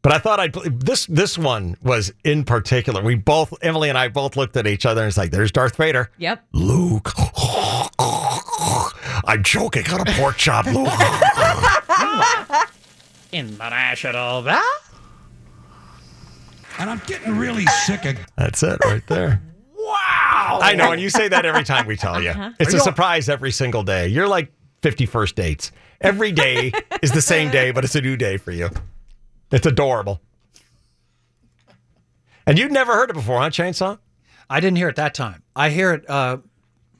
[SPEAKER 1] But I thought I'd pl- this this one was in particular. We both Emily and I both looked at each other and it's like, there's Darth Vader.
[SPEAKER 3] Yep.
[SPEAKER 1] Luke. I'm joking on a pork chop, Luke.
[SPEAKER 11] In the national bell.
[SPEAKER 30] and I'm getting really sick of
[SPEAKER 1] That's it right there.
[SPEAKER 4] Wow.
[SPEAKER 1] I know, and you say that every time we tell you.
[SPEAKER 30] Oh. Uh-huh.
[SPEAKER 1] It's
[SPEAKER 30] Are
[SPEAKER 1] a
[SPEAKER 30] you-
[SPEAKER 1] surprise every single day. You're like 51st dates. Every day is the same day, but it's a new day for you. It's adorable. And you'd never heard it before, huh, Chainsaw?
[SPEAKER 30] I didn't hear it that time. I hear it uh, here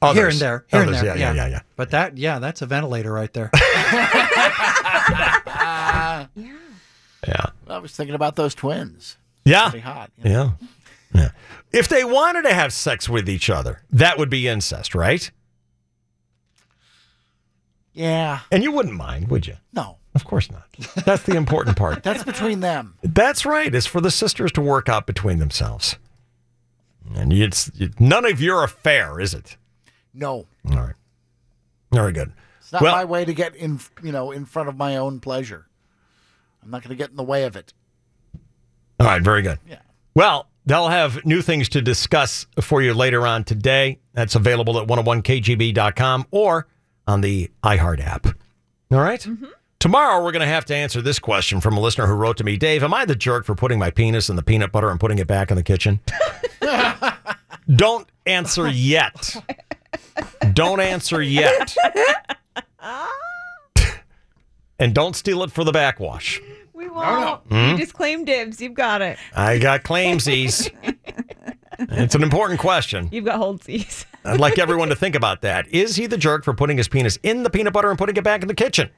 [SPEAKER 1] Others.
[SPEAKER 30] and there, here
[SPEAKER 1] Others,
[SPEAKER 30] and
[SPEAKER 1] yeah,
[SPEAKER 30] there.
[SPEAKER 1] yeah, yeah, yeah.
[SPEAKER 30] But that, yeah, that's a ventilator right there.
[SPEAKER 4] Uh,
[SPEAKER 1] yeah.
[SPEAKER 4] I was thinking about those twins.
[SPEAKER 1] Yeah.
[SPEAKER 4] Pretty hot.
[SPEAKER 1] Yeah. Yeah. If they wanted to have sex with each other, that would be incest, right?
[SPEAKER 4] Yeah.
[SPEAKER 1] And you wouldn't mind, would you?
[SPEAKER 4] No.
[SPEAKER 1] Of course not. That's the important part.
[SPEAKER 4] That's between them.
[SPEAKER 1] That's right. It's for the sisters to work out between themselves. And it's it- none of your affair, is it?
[SPEAKER 4] No.
[SPEAKER 1] All right. Very good.
[SPEAKER 4] It's not
[SPEAKER 1] well,
[SPEAKER 4] my way to get in, you know, in front of my own pleasure. I'm not going to get in the way of it.
[SPEAKER 1] all right. Very good. Yeah. Well, they'll have new things to discuss for you later on today. That's available at 101kgb.com or on the iHeart app. All right? Tomorrow, we're going to have to answer this question from a listener who wrote to me Dave, am I the jerk for putting my penis in the peanut butter and putting it back in the kitchen? Don't answer yet. Don't answer yet. and don't steal it for the backwash.
[SPEAKER 3] We won't.
[SPEAKER 1] no.
[SPEAKER 3] You
[SPEAKER 1] Hmm?
[SPEAKER 3] just claim dibs. You've got it.
[SPEAKER 1] I got claimsies. it's an important question.
[SPEAKER 3] You've got holdsies.
[SPEAKER 1] I'd like everyone to think about that. Is he the jerk for putting his penis in the peanut butter and putting it back in the kitchen?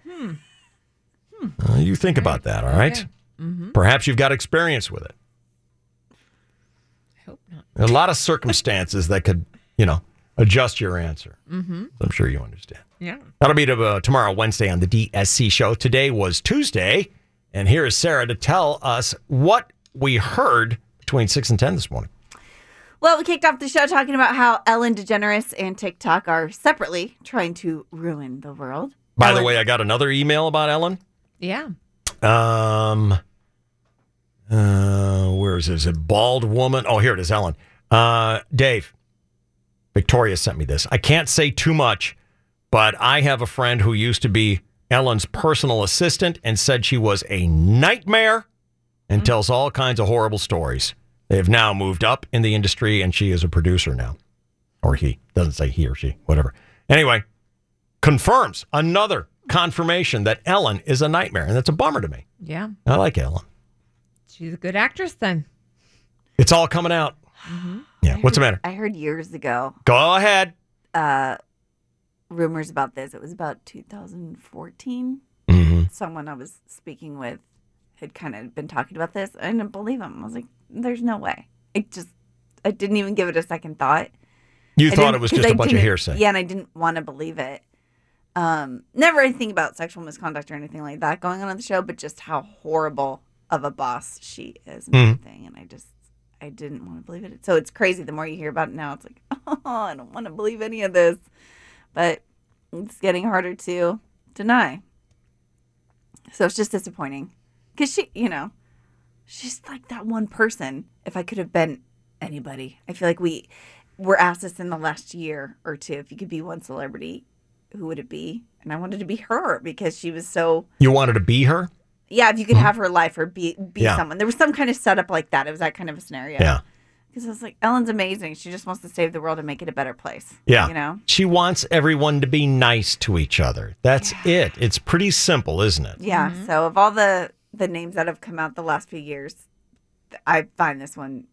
[SPEAKER 1] Uh, you think about that, all right? Perhaps you've got experience with it. I hope not. A lot of circumstances that could, you know, adjust your answer.
[SPEAKER 11] Mm-hmm.
[SPEAKER 1] I'm sure you understand.
[SPEAKER 11] Yeah.
[SPEAKER 1] That'll be to, uh, tomorrow, Wednesday, on the DSC show. Today was Tuesday, and here is Sarah to tell us what we heard between 6 and 10 this morning.
[SPEAKER 8] Well, we kicked off the show talking about how Ellen DeGeneres and TikTok are separately trying to ruin the world.
[SPEAKER 1] By the way, I got another email about Ellen.
[SPEAKER 3] Yeah.
[SPEAKER 1] Um, uh, where is this? A bald woman. Oh, here it is, Ellen. Uh, Dave, Victoria sent me this. I can't say too much, but I have a friend who used to be Ellen's personal assistant and said she was a nightmare and tells all kinds of horrible stories. They have now moved up in the industry and she is a producer now. Or he. Doesn't say he or she, whatever. Anyway, confirms another confirmation that Ellen is a nightmare. And that's a bummer to me.
[SPEAKER 3] Yeah.
[SPEAKER 1] I like Ellen.
[SPEAKER 3] She's a good actress then.
[SPEAKER 1] It's all coming out. Yeah. What's the matter?
[SPEAKER 8] I heard years ago
[SPEAKER 1] Go ahead.
[SPEAKER 8] uh, rumors
[SPEAKER 1] Mm-hmm.
[SPEAKER 8] about this. It was about 2014. Someone I was speaking with had kind of been talking about this. I didn't believe him. I was like, there's no way. I just, I didn't even give it a second thought.
[SPEAKER 1] You
[SPEAKER 8] I
[SPEAKER 1] thought
[SPEAKER 8] didn't-
[SPEAKER 1] it was
[SPEAKER 8] 'cause
[SPEAKER 1] just a
[SPEAKER 8] I
[SPEAKER 1] bunch of
[SPEAKER 8] didn't-
[SPEAKER 1] hearsay.
[SPEAKER 8] Yeah, and I didn't want to believe it. Um, never anything about sexual misconduct or anything like that going on on the show, but just how horrible of a boss she is and
[SPEAKER 1] Mhm.
[SPEAKER 8] everything. And I just, I didn't want to believe it. So it's crazy. The more you hear about it now, it's like, oh, I don't want to believe any of this. But it's getting harder to deny. So it's just disappointing. Because she, you know, she's like that one person. If I could have been anybody, I feel like we were asked this in the last year or two. If you could be one celebrity, who would it be? And I wanted to be her because she was so,
[SPEAKER 1] You wanted to be her?
[SPEAKER 8] yeah, if you could have her life or be, be
[SPEAKER 1] Yeah.
[SPEAKER 8] someone. There was some kind of setup like that. It was that kind of a scenario.
[SPEAKER 1] Yeah.
[SPEAKER 8] Because I was like, Ellen's amazing. She just wants to save the world and make it a better place.
[SPEAKER 1] Yeah.
[SPEAKER 8] You know?
[SPEAKER 1] She wants everyone to be nice to each other. That's it. It's pretty simple, isn't it?
[SPEAKER 8] Yeah. So of all the the names that have come out the last few years, th- I find this one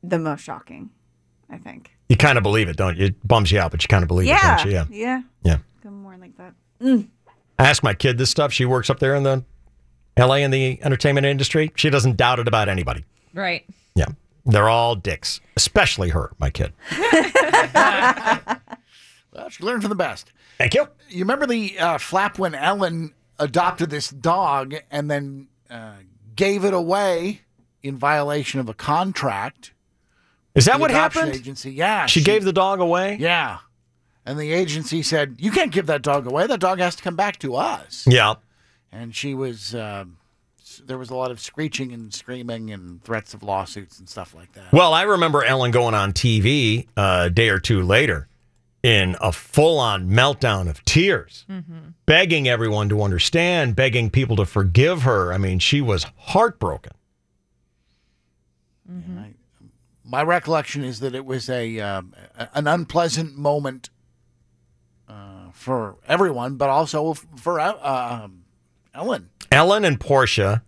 [SPEAKER 8] the most shocking. I think.
[SPEAKER 1] You kind of believe it, don't you? It bums you out, but you kind of believe
[SPEAKER 8] yeah.
[SPEAKER 1] it, don't you? Yeah.
[SPEAKER 8] Yeah.
[SPEAKER 1] Yeah.
[SPEAKER 8] Good morning, like that.
[SPEAKER 1] I asked my kid this stuff. She works up there in the LA in the entertainment industry. She doesn't doubt it about anybody.
[SPEAKER 3] Right.
[SPEAKER 1] Yeah. They're all dicks, especially her, my kid.
[SPEAKER 4] Well, she learned from the best.
[SPEAKER 1] Thank you.
[SPEAKER 4] You remember the uh, flap when Ellen adopted this dog and then uh, gave it away in violation of a contract.
[SPEAKER 1] Is that
[SPEAKER 4] The
[SPEAKER 1] what
[SPEAKER 4] adoption
[SPEAKER 1] happened?
[SPEAKER 4] Agency, yeah.
[SPEAKER 1] She gave the dog away.
[SPEAKER 4] Yeah, and the agency said you can't give that dog away. That dog has to come back to us.
[SPEAKER 1] Yeah.
[SPEAKER 4] And she was. um s- there was a lot of screeching and screaming and threats of lawsuits and stuff like that.
[SPEAKER 1] Well, I remember Ellen going on TV uh, a day or two later in a full on meltdown of tears, begging everyone to understand, begging people to forgive her. I mean, she was heartbroken.
[SPEAKER 4] My recollection is that it was a um, a- an unpleasant moment uh, for everyone, but also f- for uh, um, Ellen.
[SPEAKER 1] Ellen and Portia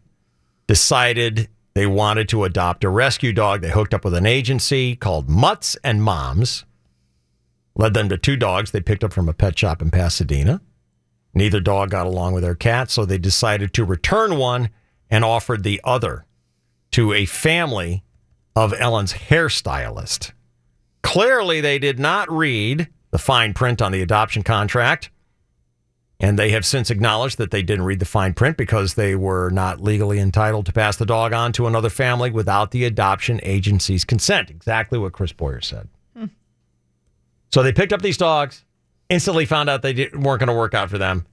[SPEAKER 1] decided they wanted to adopt a rescue dog. They hooked up with an agency called Mutts and Moms, led them to two dogs they picked up from a pet shop in Pasadena. Neither dog got along with their cat, so they decided to return one and offered the other to a family of Ellen's hairstylist. Clearly, they did not read the fine print on the adoption contract. And they have since acknowledged that they didn't read the fine print because they were not legally entitled to pass the dog on to another family without the adoption agency's consent. Exactly what Chris Boyer said.
[SPEAKER 11] Hmm.
[SPEAKER 1] So they picked up these dogs, instantly found out they did, weren't going to work out for them.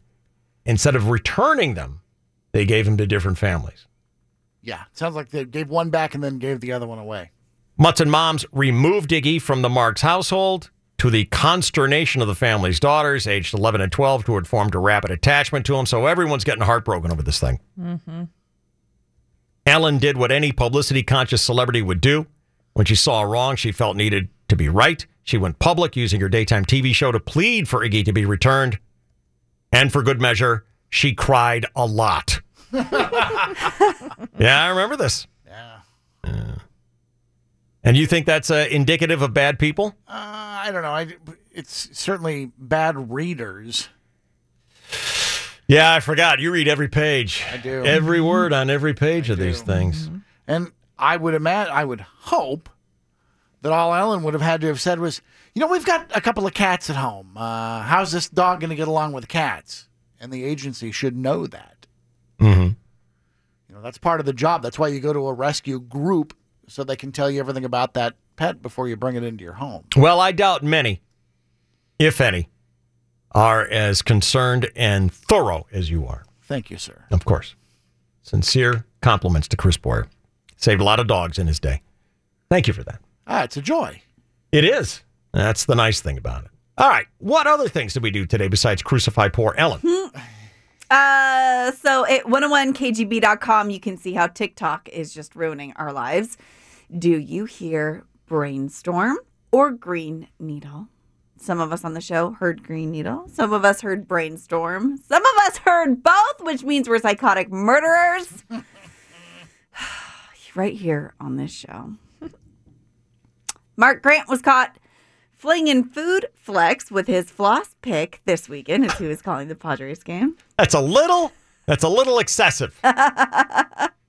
[SPEAKER 1] Instead of returning them, they gave them to different families.
[SPEAKER 4] Yeah, sounds like they gave one back and then gave the other one away.
[SPEAKER 1] Mutts and Moms removed Iggy from the Marks household to the consternation of the family's daughters, aged 11 and 12, who had formed a rapid attachment to him. So everyone's getting heartbroken over this thing.
[SPEAKER 11] Mm-hmm.
[SPEAKER 1] Ellen did what any publicity conscious celebrity would do. When she saw a wrong she felt needed to be right, she went public using her daytime TV show to plead for Iggy to be returned. And for good measure, she cried a lot. Yeah, I remember this. Yeah. And you think that's uh, indicative of bad people?
[SPEAKER 4] Uh, I don't know. I, it's certainly bad readers.
[SPEAKER 1] Yeah, I forgot. You read every page. I
[SPEAKER 4] do.
[SPEAKER 1] Every word on every page of these things.
[SPEAKER 4] And I would imagine, I would hope that all Ellen would have had to have said was, you know, we've got a couple of cats at home. Uh, how's this dog going to get along with cats? And the agency should know that.
[SPEAKER 1] Mm-hmm.
[SPEAKER 4] You know, that's part of the job. That's why you go to a rescue group so they can tell you everything about that pet before you bring it into your home.
[SPEAKER 1] Well, I doubt many, if any, are as concerned and thorough as you are.
[SPEAKER 4] Thank you, sir.
[SPEAKER 1] Of course. Sincere compliments to Chris Boyer. Saved a lot of dogs in his day. Thank you for that.
[SPEAKER 4] Ah, it's a joy.
[SPEAKER 1] It is. That's the nice thing about it. All right. What other things did we do today besides crucify poor Ellen?
[SPEAKER 8] Uh, so at 101kgb.com, you can see how TikTok is just ruining our lives. Do you hear brainstorm or green needle? Some of us on the show heard green needle. Some of us heard brainstorm. Some of us heard both, which means we're psychotic murderers. right here on this show. Mark Grant was caught flinging food flex with his floss pick this weekend, as he was calling the Padres game.
[SPEAKER 1] That's a little That's a little excessive.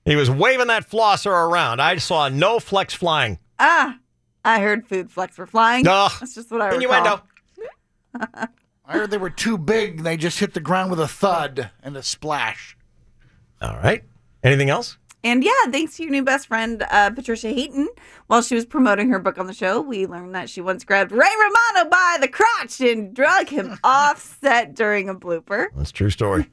[SPEAKER 1] he was waving that flosser around. I saw no flex flying.
[SPEAKER 8] Ah, I heard food flecks were flying.
[SPEAKER 1] Ugh.
[SPEAKER 8] That's just what I recall.
[SPEAKER 1] Ah, Innuendo.
[SPEAKER 4] I heard they were too big and they just hit the ground with a thud and a splash.
[SPEAKER 1] All right. Anything else?
[SPEAKER 8] And yeah, thanks to your new best friend, uh, Patricia Heaton. While she was promoting her book on the show, we learned that she once grabbed Ray Romano by the crotch and drug him off set during a blooper.
[SPEAKER 1] That's a true story.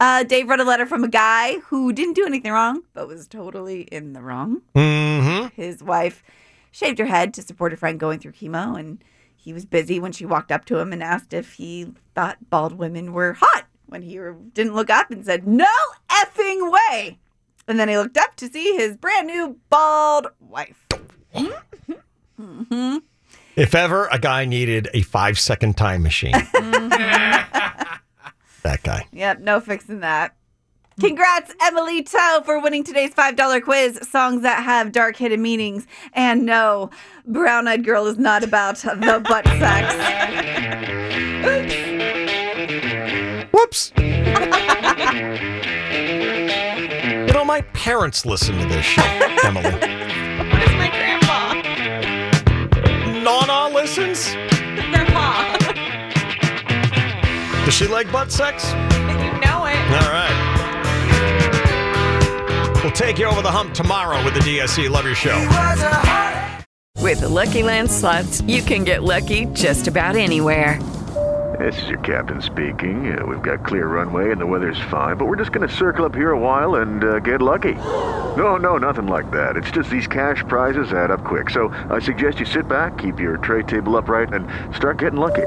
[SPEAKER 8] Uh, Dave read a letter from a guy who didn't do anything wrong, but was totally in the wrong.
[SPEAKER 1] Mm-hmm.
[SPEAKER 8] His wife shaved her head to support a friend going through chemo, and he was busy when she walked up to him and asked if he thought bald women were hot. When he didn't look up and said, No effing way. And then he looked up to see his brand new bald wife. hmm
[SPEAKER 1] If ever a guy needed a five second time machine,
[SPEAKER 8] Mm-hmm.
[SPEAKER 1] that guy.
[SPEAKER 8] Yep, no fixing that. Congrats, Emily Toe, for winning today's $5 quiz songs that have dark hidden meanings. And no, Brown Eyed Girl is not about the butt sex.
[SPEAKER 1] Whoops. You know, my parents listen to this show, Emily.
[SPEAKER 11] my grandpa?
[SPEAKER 1] Nana listens?
[SPEAKER 11] Grandpa.
[SPEAKER 1] Does she like butt sex?
[SPEAKER 11] you know it.
[SPEAKER 1] All right. We'll take you over the hump tomorrow with the DSC Love Your Show.
[SPEAKER 9] With the Lucky Land slots, you can get lucky just about anywhere.
[SPEAKER 20] This is your captain speaking. Uh, we've got clear runway and the weather's fine, but we're just going to circle up here a while and uh, get lucky. No, no, nothing like that. It's just these cash prizes add up quick. So I suggest you sit back, keep your tray table upright, and start getting lucky.